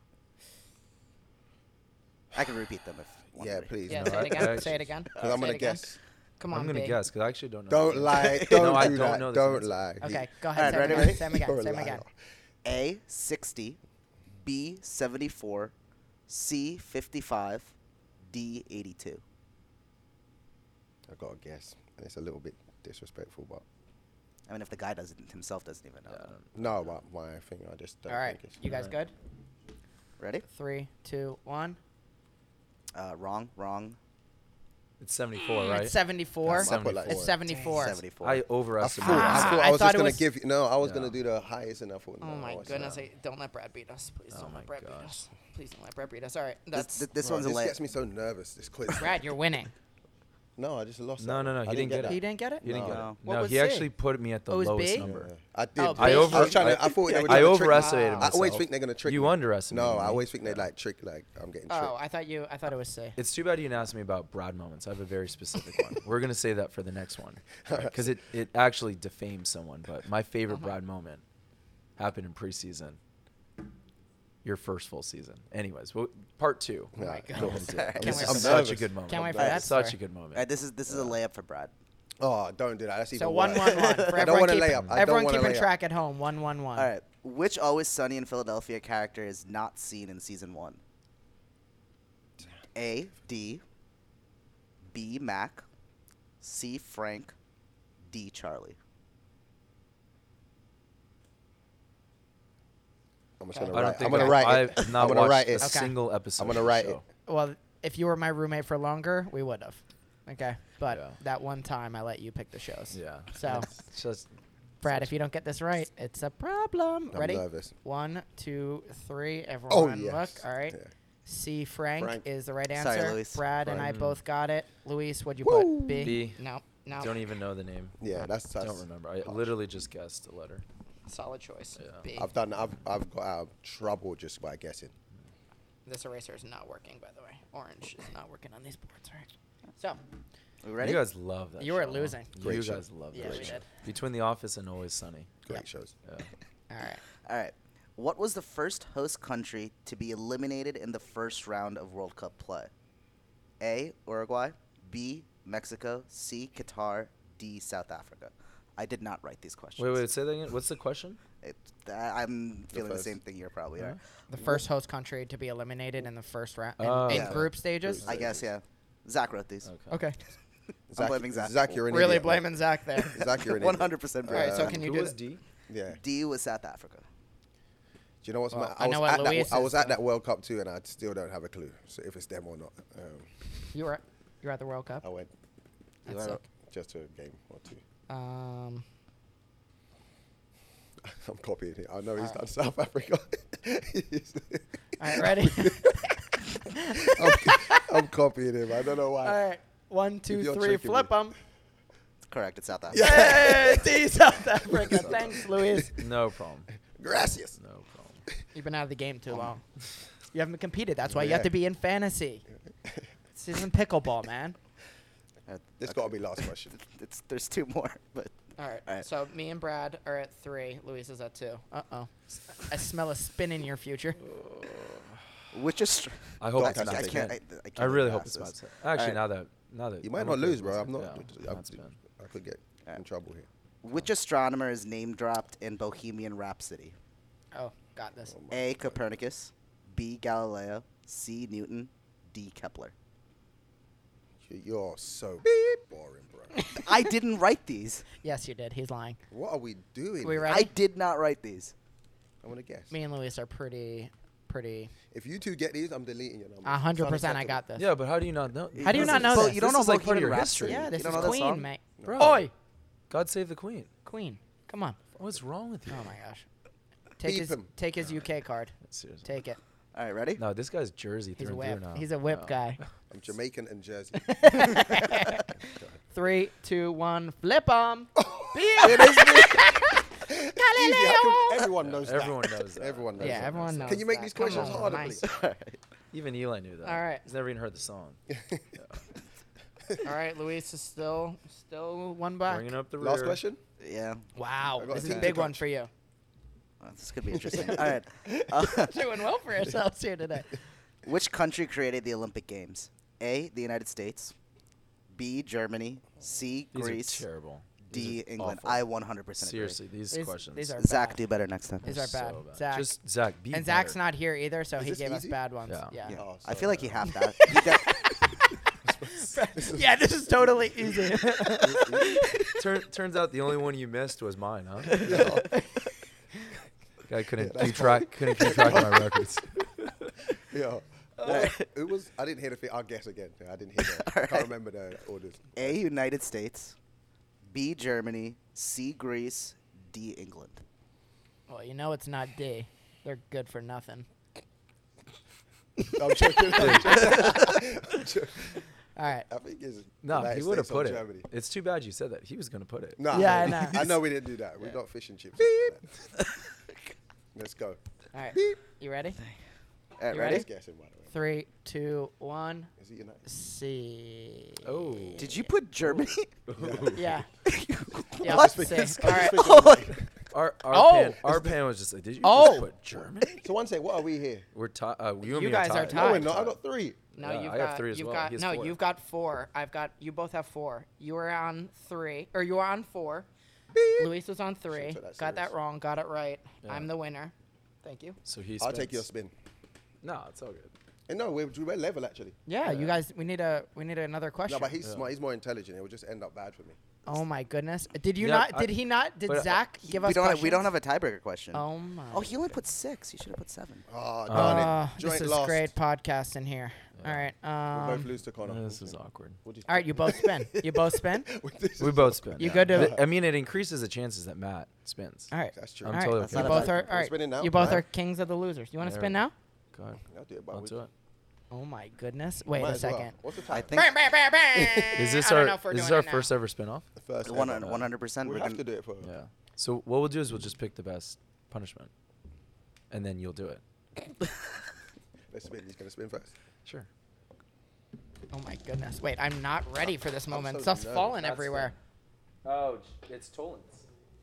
Speaker 4: I can repeat them if. want
Speaker 2: Yeah,
Speaker 4: me.
Speaker 2: please.
Speaker 1: Yeah,
Speaker 3: No,
Speaker 1: say
Speaker 3: I-
Speaker 1: it again.
Speaker 3: I
Speaker 1: Say it again.
Speaker 2: Because I'm
Speaker 1: Say it
Speaker 2: gonna
Speaker 1: again.
Speaker 2: guess.
Speaker 1: Come on,
Speaker 3: I'm gonna
Speaker 1: B.
Speaker 3: guess because I actually don't know.
Speaker 2: Don't lie. Don't
Speaker 3: No, I
Speaker 2: do
Speaker 3: don't
Speaker 2: that.
Speaker 3: know this
Speaker 2: don't
Speaker 3: answer.
Speaker 2: lie.
Speaker 1: Okay, go
Speaker 4: All right,
Speaker 1: ahead. Say 'em
Speaker 4: ready,
Speaker 1: again.
Speaker 4: ready?
Speaker 1: Say 'em again.
Speaker 2: You're a
Speaker 1: Say 'em
Speaker 2: liar.
Speaker 1: again.
Speaker 4: A 60, B 74, C 55, D 82.
Speaker 2: I got a guess, and it's a little bit disrespectful, but
Speaker 4: I mean, if the guy doesn't himself doesn't even know.
Speaker 2: no, but my thing, I just don't
Speaker 1: All right,
Speaker 2: think it's.
Speaker 1: you guys good?
Speaker 4: Ready?
Speaker 1: Three, two, one.
Speaker 4: Uh, wrong, wrong.
Speaker 3: It's seventy four,
Speaker 1: Hmm, It's
Speaker 3: right?
Speaker 1: 74.
Speaker 2: That's my put like-
Speaker 1: It's 74.
Speaker 4: 74.
Speaker 3: I
Speaker 2: I
Speaker 3: overestimated.
Speaker 2: thought, I,
Speaker 1: Ah,
Speaker 2: thought
Speaker 1: I
Speaker 2: I was
Speaker 1: thought
Speaker 2: just
Speaker 1: it
Speaker 2: gonna
Speaker 1: was-
Speaker 2: give. No, I was gonna
Speaker 3: No.
Speaker 2: do the highest, and I thought.
Speaker 1: Oh
Speaker 2: no,
Speaker 1: my
Speaker 2: it's
Speaker 1: goodness!
Speaker 2: not.
Speaker 1: I, don't let Brad beat us, please.
Speaker 3: Oh
Speaker 1: don't
Speaker 3: my
Speaker 1: let Brad beat
Speaker 3: gosh.
Speaker 1: us. Please don't let Brad beat us. All right,
Speaker 4: this,
Speaker 1: that's
Speaker 4: th- this
Speaker 2: Bro,
Speaker 4: one's a
Speaker 2: This
Speaker 4: lay.
Speaker 2: gets me so nervous. This quiz.
Speaker 1: Brad. You're winning.
Speaker 2: No, I just lost.
Speaker 3: No,
Speaker 2: that.
Speaker 3: no, no,
Speaker 2: I
Speaker 3: he didn't get
Speaker 2: that.
Speaker 1: He didn't get it.
Speaker 3: You didn't get
Speaker 4: No.
Speaker 3: it.
Speaker 1: What
Speaker 3: No,
Speaker 1: was
Speaker 3: he
Speaker 1: C?
Speaker 3: actually put me at the
Speaker 1: Oh, it was
Speaker 3: lowest
Speaker 1: B?
Speaker 3: number.
Speaker 2: I did.
Speaker 1: Oh,
Speaker 2: I,
Speaker 1: bitch.
Speaker 2: was trying to.
Speaker 3: I-
Speaker 2: I thought they were
Speaker 3: I
Speaker 2: trying to trick-
Speaker 3: overestimated
Speaker 2: I always
Speaker 3: myself.
Speaker 2: think they're gonna trick.
Speaker 3: You
Speaker 2: me.
Speaker 3: underestimated
Speaker 2: No, I
Speaker 3: me.
Speaker 2: always think they like trick. Like I'm getting tricked.
Speaker 1: Oh, I thought you. I thought it was C.
Speaker 3: It's too bad you didn't ask me about Brad moments. I have a very specific one. We're gonna say that for the next one because it, it actually defames someone. But my favorite
Speaker 2: Uh-huh.
Speaker 3: Brad moment happened in preseason, your first full season. Anyways, well, part two.
Speaker 2: Yeah,
Speaker 1: my
Speaker 2: go
Speaker 1: God.
Speaker 2: on.
Speaker 1: Sorry,
Speaker 3: And
Speaker 1: can't
Speaker 3: This
Speaker 1: wait
Speaker 3: is
Speaker 1: for
Speaker 3: such a
Speaker 2: that.
Speaker 3: good moment.
Speaker 1: Can't wait for
Speaker 3: It's
Speaker 1: that
Speaker 3: Such a
Speaker 1: story.
Speaker 3: good
Speaker 4: All right,
Speaker 3: moment.
Speaker 4: this is this is a layup for Brad.
Speaker 2: Oh, don't do that. That's even
Speaker 1: So
Speaker 2: worse.
Speaker 1: one, one, one. For
Speaker 2: I don't
Speaker 1: everyone
Speaker 2: want to
Speaker 1: keep,
Speaker 2: lay up. I
Speaker 1: everyone
Speaker 2: don't want to
Speaker 1: keeping
Speaker 2: lay up.
Speaker 1: track at home. One, one, one.
Speaker 4: All right. Which Always Sunny in Philadelphia character is not seen in season one? A. D. B. Mac. C. Frank. D. Charlie.
Speaker 2: I'm just gonna
Speaker 1: Okay.
Speaker 3: I don't
Speaker 2: write.
Speaker 3: think
Speaker 2: I'm gonna
Speaker 3: I-
Speaker 2: write it.
Speaker 3: I've
Speaker 2: I'm
Speaker 3: not
Speaker 2: gonna
Speaker 3: watched
Speaker 2: write
Speaker 3: a
Speaker 2: it.
Speaker 1: Okay.
Speaker 3: single episode.
Speaker 2: I'm gonna
Speaker 3: of the
Speaker 2: write it.
Speaker 3: show.
Speaker 1: Well, if you were my roommate for longer, we would have. Okay, but
Speaker 3: Yeah.
Speaker 1: that one time I let you pick the shows.
Speaker 3: Yeah.
Speaker 1: So,
Speaker 3: It's just
Speaker 1: Brad, if you don't get this right, it's a problem.
Speaker 2: I'm
Speaker 1: Ready?
Speaker 2: nervous.
Speaker 1: One, two, three.
Speaker 2: Oh,
Speaker 1: Everyone,
Speaker 2: yes.
Speaker 1: look. All right.
Speaker 2: Yeah.
Speaker 1: C. Frank,
Speaker 2: Frank.
Speaker 1: is the right answer.
Speaker 4: Sorry, Luis.
Speaker 1: Brad and I
Speaker 3: Frank.
Speaker 1: both got it. Luis, what'd you
Speaker 2: Woo.
Speaker 1: put? B.
Speaker 3: B.
Speaker 1: No, no.
Speaker 3: don't e- even know the name.
Speaker 2: Yeah, that's, that's
Speaker 3: don't remember. I literally just guessed a letter.
Speaker 1: Solid choice.
Speaker 3: Yeah.
Speaker 1: B.
Speaker 2: I've done. I've I've got out of trouble just by guessing.
Speaker 1: This eraser is not working, by the way. Orange is not working on these boards. All right. So,
Speaker 4: We ready?
Speaker 3: You guys love that.
Speaker 1: You are
Speaker 3: show, huh?
Speaker 1: losing.
Speaker 2: Great
Speaker 3: you
Speaker 2: show.
Speaker 3: guys love
Speaker 1: Yeah,
Speaker 3: that.
Speaker 1: we
Speaker 3: show.
Speaker 1: did.
Speaker 3: Between The Office and Always Sunny.
Speaker 2: Great
Speaker 1: Yep.
Speaker 2: shows.
Speaker 3: Yeah.
Speaker 1: all right.
Speaker 4: All right. What was the first host country to be eliminated in the first round of World Cup play? A. Uruguay. B. Mexico. C. Qatar. D. South Africa. I did not write these questions.
Speaker 3: Wait, wait, say that again. What's the question?
Speaker 4: It, uh, I'm feeling the
Speaker 2: first.
Speaker 4: same thing you're probably
Speaker 3: Huh?
Speaker 4: are.
Speaker 1: The first host country to be eliminated in the first round in,
Speaker 3: Oh.
Speaker 1: in
Speaker 4: Yeah.
Speaker 1: group stages.
Speaker 4: I guess, yeah. Zach wrote these.
Speaker 1: Okay.
Speaker 2: Zach-
Speaker 4: blaming Zach.
Speaker 2: Zach, you're an
Speaker 1: Really
Speaker 2: idiot, man.
Speaker 1: blaming Zach there.
Speaker 2: Zach, you're an idiot.
Speaker 4: 100%
Speaker 1: All right, so
Speaker 2: Um,
Speaker 1: can you
Speaker 3: Who
Speaker 1: do
Speaker 3: was
Speaker 1: that?
Speaker 3: D?
Speaker 2: Yeah. Do
Speaker 4: D was South Africa.
Speaker 2: you know what's
Speaker 1: Well,
Speaker 2: mad?
Speaker 1: I
Speaker 2: I,
Speaker 1: know
Speaker 2: was,
Speaker 1: what
Speaker 2: at that,
Speaker 1: Luis
Speaker 2: I
Speaker 1: is,
Speaker 2: was at
Speaker 1: though.
Speaker 2: that World Cup too, and I still don't have a clue. So if it's them or not, um,
Speaker 1: You were you're at the World Cup.
Speaker 2: I went
Speaker 1: That's
Speaker 2: I don't-
Speaker 1: sick.
Speaker 2: just to a game or two.
Speaker 1: Um,
Speaker 2: I'm copying it. I know he's
Speaker 1: Alright.
Speaker 2: done South Africa.
Speaker 1: all right, ready?
Speaker 2: I'm, I'm copying him. I don't know why.
Speaker 1: all right, one,
Speaker 2: If
Speaker 1: two,
Speaker 2: you're
Speaker 1: three,
Speaker 2: tricking
Speaker 1: flip
Speaker 2: me.
Speaker 1: them.
Speaker 4: Correct, it's South Africa.
Speaker 1: Hey, D South Africa. Thanks, Luis.
Speaker 3: No problem.
Speaker 2: Gracias.
Speaker 3: No problem.
Speaker 1: You've been out of the game too long. Um, You haven't competed. That's why you have to be in fantasy. This isn't pickleball, man.
Speaker 4: Uh,
Speaker 2: This got to be last question.
Speaker 4: It's, there's two more, but
Speaker 1: All right.
Speaker 4: All right.
Speaker 1: So me and Brad are at three. Luis is at two. Uh oh. I smell a spin in your future.
Speaker 4: which is.
Speaker 3: I hope
Speaker 2: Don't
Speaker 3: it's
Speaker 2: touch
Speaker 3: not.
Speaker 2: that
Speaker 3: I,
Speaker 2: thing.
Speaker 3: can't,
Speaker 4: I,
Speaker 3: I,
Speaker 4: can't
Speaker 3: really
Speaker 4: look
Speaker 3: hope it's
Speaker 4: past
Speaker 3: not.
Speaker 4: this.
Speaker 3: Actually,
Speaker 4: Alright.
Speaker 3: now that now that
Speaker 2: You might
Speaker 3: I'm
Speaker 2: not
Speaker 3: okay
Speaker 2: lose,
Speaker 3: with
Speaker 2: bro.
Speaker 3: it.
Speaker 2: I'm not.
Speaker 3: Yeah,
Speaker 2: I'm,
Speaker 3: not spin.
Speaker 2: I could get in
Speaker 4: Alright.
Speaker 2: trouble here.
Speaker 4: Which astronomer is name dropped in Bohemian Rhapsody?
Speaker 1: Oh, got this.
Speaker 4: A. Copernicus. B. Galileo. C. Newton. D. Kepler.
Speaker 2: You- You're so boring, bro.
Speaker 4: I didn't write these.
Speaker 1: Yes, you did. He's lying.
Speaker 2: What are we doing?
Speaker 1: We
Speaker 2: here?
Speaker 1: ra-
Speaker 4: I
Speaker 1: Ready?
Speaker 4: did not write these.
Speaker 2: I want to guess.
Speaker 1: Me and Luis are pretty, pretty.
Speaker 2: If you two get these, I'm deleting your number.
Speaker 1: A hundred percent. I got this.
Speaker 3: Yeah, but how do you not know?
Speaker 1: How do you
Speaker 4: This
Speaker 1: not
Speaker 4: is-
Speaker 1: know
Speaker 4: Bo-
Speaker 1: this?
Speaker 4: You don't
Speaker 3: This
Speaker 4: know
Speaker 3: is like part of
Speaker 4: Bohemian
Speaker 3: your history.
Speaker 4: Rhapsody.
Speaker 1: Yeah, this
Speaker 4: you don't
Speaker 1: is
Speaker 4: know that
Speaker 1: Queen,
Speaker 4: song?
Speaker 1: mate.
Speaker 3: Bro.
Speaker 1: Oi,
Speaker 3: God save the Queen.
Speaker 1: Queen. Come on.
Speaker 3: What's wrong with you?
Speaker 1: Oh my gosh. Take
Speaker 2: Beep
Speaker 1: his
Speaker 2: him.
Speaker 1: take his UK card.
Speaker 3: Seriously.
Speaker 1: Take it.
Speaker 4: All right, ready?
Speaker 3: No, this guy's Jersey
Speaker 1: He's a
Speaker 3: through and
Speaker 1: whip.
Speaker 3: through now.
Speaker 1: He's a whip
Speaker 3: No.
Speaker 1: guy.
Speaker 2: I'm Jamaican and Jersey.
Speaker 1: Three, two, one, flip 'em.
Speaker 2: it is me. Easy, I can-
Speaker 1: Galileo.
Speaker 2: everyone knows that.
Speaker 3: everyone knows that.
Speaker 2: Everyone knows
Speaker 1: Yeah,
Speaker 2: that.
Speaker 1: everyone knows.
Speaker 2: Can you make
Speaker 1: that.
Speaker 2: these
Speaker 1: Come
Speaker 2: questions
Speaker 1: on,
Speaker 2: harder,
Speaker 1: nice.
Speaker 2: please?
Speaker 3: Even Eli knew that.
Speaker 1: All right.
Speaker 3: He's never even heard the song.
Speaker 1: All right, Luis is still still one back.
Speaker 3: Bringing up the rear.
Speaker 2: Last question?
Speaker 4: Yeah.
Speaker 1: Wow,
Speaker 2: I got
Speaker 1: this
Speaker 2: a
Speaker 1: is a
Speaker 2: team
Speaker 1: big
Speaker 2: to
Speaker 1: one
Speaker 2: coach.
Speaker 1: for you.
Speaker 4: Uh, This could be interesting. All right. Uh,
Speaker 1: Doing well for ourselves here today.
Speaker 4: which country created the Olympic Games? A. The United States. B. Germany. C.
Speaker 3: These
Speaker 4: Greece.
Speaker 3: are terrible. These
Speaker 4: D.
Speaker 3: are
Speaker 4: England.
Speaker 3: awful.
Speaker 4: I 100% agree.
Speaker 3: Seriously, these,
Speaker 1: These-
Speaker 3: questions.
Speaker 1: these are
Speaker 4: Zach,
Speaker 1: bad.
Speaker 4: do better next time.
Speaker 1: These are bad.
Speaker 3: so bad.
Speaker 1: Zach.
Speaker 3: Just Zach. Be
Speaker 1: and Zach's
Speaker 3: better.
Speaker 1: not here either, so
Speaker 2: Is
Speaker 1: he
Speaker 2: this
Speaker 1: gave us
Speaker 2: easy?
Speaker 1: bad ones.
Speaker 3: Yeah.
Speaker 1: Yeah.
Speaker 4: Yeah.
Speaker 2: Oh,
Speaker 4: I
Speaker 2: sorry,
Speaker 4: feel like
Speaker 2: no.
Speaker 4: you have that. You de-
Speaker 1: Yeah, this is totally easy.
Speaker 3: Turn, turns out the only one you missed was mine, huh? Guy couldn't
Speaker 2: Yeah, that's
Speaker 3: keep track. Couldn't keep track of my records.
Speaker 2: Yeah. Well, it was. I didn't hear the thing. I'll guess again. I didn't hear that. I can't remember the orders.
Speaker 4: A. United States. B. Germany. C. Greece. D. England.
Speaker 1: well, you know it's not D. They're good for nothing.
Speaker 2: I'm joking. I'm joking. I'm joking.
Speaker 1: All right.
Speaker 2: I think it's.
Speaker 3: No,
Speaker 2: United
Speaker 3: he would have
Speaker 2: States or
Speaker 3: put it.
Speaker 2: Germany.
Speaker 3: It's too bad you said that. He was gonna put it.
Speaker 2: Nah,
Speaker 1: Yeah,
Speaker 2: I
Speaker 1: I
Speaker 2: know.
Speaker 1: know.
Speaker 2: I know we didn't do that. We got fish and chips. Let's go.
Speaker 1: All right. You ready?
Speaker 4: All right,
Speaker 1: You
Speaker 4: ready?
Speaker 1: ready?
Speaker 2: Just guessing, by the way.
Speaker 1: Three, two, one.
Speaker 2: Is it United?
Speaker 1: C.
Speaker 3: Oh.
Speaker 4: Did you put Germany?
Speaker 1: Yeah. yeah.
Speaker 4: What?
Speaker 1: C. All right.
Speaker 4: Oh,
Speaker 3: Our our
Speaker 1: Oh.
Speaker 3: pan, our pan was just like, did you
Speaker 1: Oh.
Speaker 3: just put Germany?
Speaker 2: So one sec, what are we here?
Speaker 3: We're tied. Uh, you and
Speaker 1: You
Speaker 3: me
Speaker 1: guys are
Speaker 3: tied.
Speaker 2: No,
Speaker 1: tied.
Speaker 2: we're not. I got three.
Speaker 1: No,
Speaker 3: Yeah,
Speaker 1: you've
Speaker 3: I
Speaker 1: got
Speaker 3: have three as
Speaker 1: you've
Speaker 3: well.
Speaker 1: got
Speaker 3: He has
Speaker 1: no,
Speaker 3: four.
Speaker 1: you you've got four. I've got you both have four. You were on three, or you were on four. Luis was on three.
Speaker 2: took that
Speaker 1: got that
Speaker 2: serious.
Speaker 1: wrong. Got it right. I'm
Speaker 3: Yeah.
Speaker 1: the winner. Thank you.
Speaker 3: So he.
Speaker 2: I'll take your
Speaker 3: spins.
Speaker 2: spin.
Speaker 3: No, it's all good.
Speaker 2: And no, we're, we're level actually.
Speaker 1: Yeah, you guys. We need a we need another question.
Speaker 2: No, but he's smart. He's more intelligent. It would just end up bad for me.
Speaker 1: Oh my goodness! Did you
Speaker 3: Yeah,
Speaker 1: not?
Speaker 3: I-
Speaker 1: did he not? Did
Speaker 3: but I-
Speaker 1: Zach give
Speaker 4: we
Speaker 1: us?
Speaker 4: don't have, we don't
Speaker 1: questions?
Speaker 4: have a tiebreaker question.
Speaker 1: Oh my!
Speaker 4: Oh, he only put six. He should have put seven.
Speaker 2: Oh, darn
Speaker 1: Uh,
Speaker 2: it.
Speaker 1: this
Speaker 2: Joint
Speaker 1: is
Speaker 2: lost.
Speaker 1: great podcast in here. All right.
Speaker 2: we
Speaker 1: Um,
Speaker 2: both lose to Connor.
Speaker 3: This is awkward.
Speaker 2: What do you
Speaker 1: all right. You both spin. You both spin.
Speaker 2: think? This
Speaker 3: We
Speaker 2: is-
Speaker 3: both spin.
Speaker 1: You go to-
Speaker 3: Th- I mean, it increases the chances that Matt spins.
Speaker 1: All right.
Speaker 2: That's true.
Speaker 3: I'm
Speaker 1: all right.
Speaker 3: totally
Speaker 4: That's
Speaker 1: You
Speaker 4: not a
Speaker 1: both
Speaker 4: bad-
Speaker 1: are all
Speaker 2: We're
Speaker 1: right.
Speaker 2: spinning now,
Speaker 1: you both
Speaker 2: right?
Speaker 1: are kings of the losers. You want to
Speaker 3: There
Speaker 1: spin
Speaker 3: we go.
Speaker 1: now?
Speaker 3: God,
Speaker 2: I'll do it by
Speaker 3: let's do
Speaker 2: week.
Speaker 3: it.
Speaker 1: Oh my goodness! Wait
Speaker 2: Might
Speaker 1: a
Speaker 2: as well.
Speaker 1: second.
Speaker 2: What's the time?
Speaker 4: I think
Speaker 3: Is this
Speaker 1: Eh, I don't
Speaker 3: our
Speaker 1: know if we're
Speaker 3: is this
Speaker 1: doing
Speaker 3: our
Speaker 1: it now.
Speaker 3: first ever spinoff?
Speaker 2: the first
Speaker 4: one
Speaker 2: ever.
Speaker 4: hundred percent.
Speaker 2: We
Speaker 4: We're
Speaker 2: have to
Speaker 4: gonna
Speaker 2: do it for.
Speaker 3: Yeah. So what we'll do is we'll just pick the best punishment, and then you'll do it.
Speaker 2: Let's spin. He's gonna spin first.
Speaker 3: Sure.
Speaker 1: Oh my goodness! Wait, I'm not ready for this
Speaker 2: I'm
Speaker 1: moment.
Speaker 2: so
Speaker 1: Stuff's
Speaker 2: nervous.
Speaker 1: falling
Speaker 3: That's
Speaker 1: everywhere.
Speaker 3: Oh, it's Tolkins.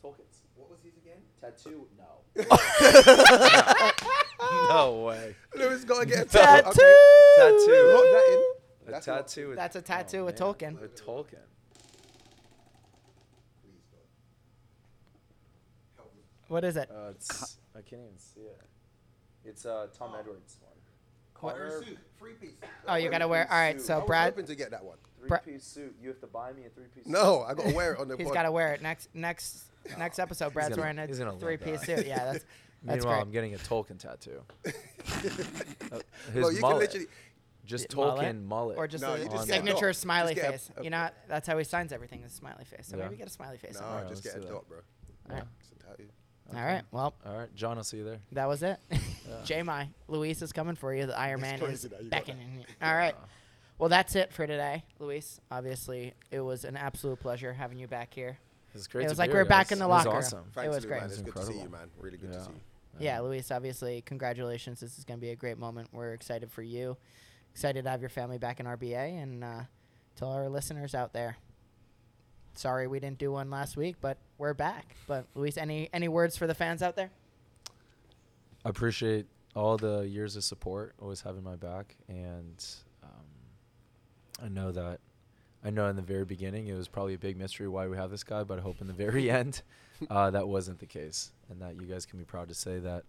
Speaker 3: Tolkins.
Speaker 2: What was his again?
Speaker 3: Tattoo? No. no. way.
Speaker 2: Lewis gotta get a
Speaker 1: Tattoo.
Speaker 2: tattoo. Okay. Lock
Speaker 3: Tattoo.
Speaker 2: that in. That's
Speaker 3: A
Speaker 2: what-
Speaker 3: tattoo. with- Oh,
Speaker 1: That's a tattoo with
Speaker 3: man.
Speaker 1: Tolkien.
Speaker 3: A Tolkien.
Speaker 1: Oh, What is it?
Speaker 3: Uh, it's, I can't even see it. It's uh, Tom Edwards one.
Speaker 1: What-
Speaker 2: Free piece.
Speaker 1: Oh, you gotta wear. All right,
Speaker 2: I
Speaker 1: so
Speaker 2: was
Speaker 1: Brad,
Speaker 2: hoping to get that one.
Speaker 1: Bra-
Speaker 3: Three-piece suit. You have to buy me a three-piece.
Speaker 2: No, I gotta wear it on the.
Speaker 1: he's
Speaker 2: pod.
Speaker 1: gotta wear it next next next episode. Brad's
Speaker 3: gonna-
Speaker 1: wearing a
Speaker 3: he's gonna love
Speaker 1: three-piece
Speaker 3: that.
Speaker 1: suit. Yeah, that's that's
Speaker 3: Meanwhile,
Speaker 1: great.
Speaker 3: I'm getting a Tolkien tattoo. Uh, his
Speaker 2: Well, you can
Speaker 3: mullet.
Speaker 2: literally.
Speaker 3: just
Speaker 1: Yeah, mullet.
Speaker 3: Tolkien mullet.
Speaker 1: or just
Speaker 2: No,
Speaker 1: a
Speaker 2: you
Speaker 3: just get a
Speaker 1: signature
Speaker 2: dot.
Speaker 1: smiley
Speaker 2: Just get a-
Speaker 1: face.
Speaker 2: a-
Speaker 1: you know, that's how he signs everything. is a smiley face. So
Speaker 3: Yeah.
Speaker 1: maybe get a smiley face. on
Speaker 2: No,
Speaker 3: Alright,
Speaker 2: just
Speaker 3: let's
Speaker 2: get a
Speaker 3: do that.
Speaker 2: dot, bro.
Speaker 1: there. All right.
Speaker 2: It's a tattoo.
Speaker 1: All right. Well,
Speaker 3: All right, John, I'll see you there.
Speaker 1: that was it. Jamie, Luis is coming for you. The Iron Man is
Speaker 2: crazy that you got that.
Speaker 1: beckoning. you. All right. Well, that's it for today, Luis. Obviously, it was an absolute pleasure having you back here.
Speaker 3: It was great.
Speaker 1: it
Speaker 3: to
Speaker 1: was like
Speaker 3: be
Speaker 1: we
Speaker 3: here,
Speaker 1: were back
Speaker 3: guys.
Speaker 1: in the
Speaker 3: It was
Speaker 1: locker room.
Speaker 3: Awesome.
Speaker 2: Thanks,
Speaker 1: it was
Speaker 2: Lou,
Speaker 1: great.
Speaker 2: Man. It's
Speaker 3: That's
Speaker 2: good to see you,
Speaker 3: incredible.
Speaker 2: man. Really good to
Speaker 3: Yeah.
Speaker 2: see you.
Speaker 1: Yeah, Luis, obviously, congratulations. This is going to be a great moment. We're excited for you. Excited to have your family back in RBA and uh, to all our listeners out there. Sorry we didn't do one last week, but we're back. But Luis, any any words for the fans out there?
Speaker 3: I appreciate all the years of support, always having my back, and um, I know that I know in the very beginning it was probably a big mystery why we have this guy, but I hope in the very end uh, that wasn't the case, and that you guys can be proud to say that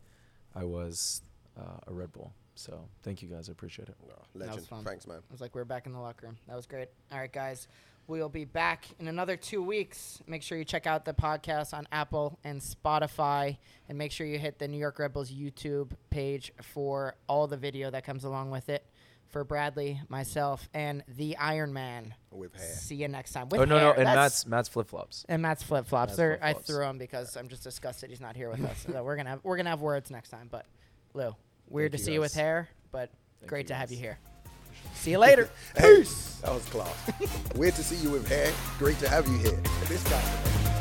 Speaker 3: I was uh, a Red Bull. So thank you guys, I appreciate it.
Speaker 2: No,
Speaker 1: was
Speaker 2: legend.
Speaker 1: fun.
Speaker 2: Thanks, man.
Speaker 1: It was like we were back in the locker room. That was great. All right, guys. We'll be back in another two weeks. Make sure you check out the podcast on Apple and Spotify. And make sure you hit the New York Rebels YouTube page for all the video that comes along with it. For Bradley, myself, and the Iron Man.
Speaker 2: With hair.
Speaker 1: See you next time. With
Speaker 3: oh no,
Speaker 1: hair.
Speaker 3: no, and
Speaker 1: That's-
Speaker 3: Matt's Matt's flip flops.
Speaker 1: and Matt's flip flops.
Speaker 3: Matt's
Speaker 1: I
Speaker 3: flip-flops.
Speaker 1: threw him because I'm just disgusted he's not here with us. so we're gonna have we're gonna have words next time. But Lou, weird
Speaker 3: Thank
Speaker 1: to
Speaker 3: you
Speaker 1: see you with
Speaker 3: guys.
Speaker 1: hair, but
Speaker 3: Thank
Speaker 1: great
Speaker 3: you
Speaker 1: to have
Speaker 3: guys.
Speaker 1: you here. See you later.
Speaker 2: Hey, that was class. Weird to see you with hair. Great to have you here. This guy.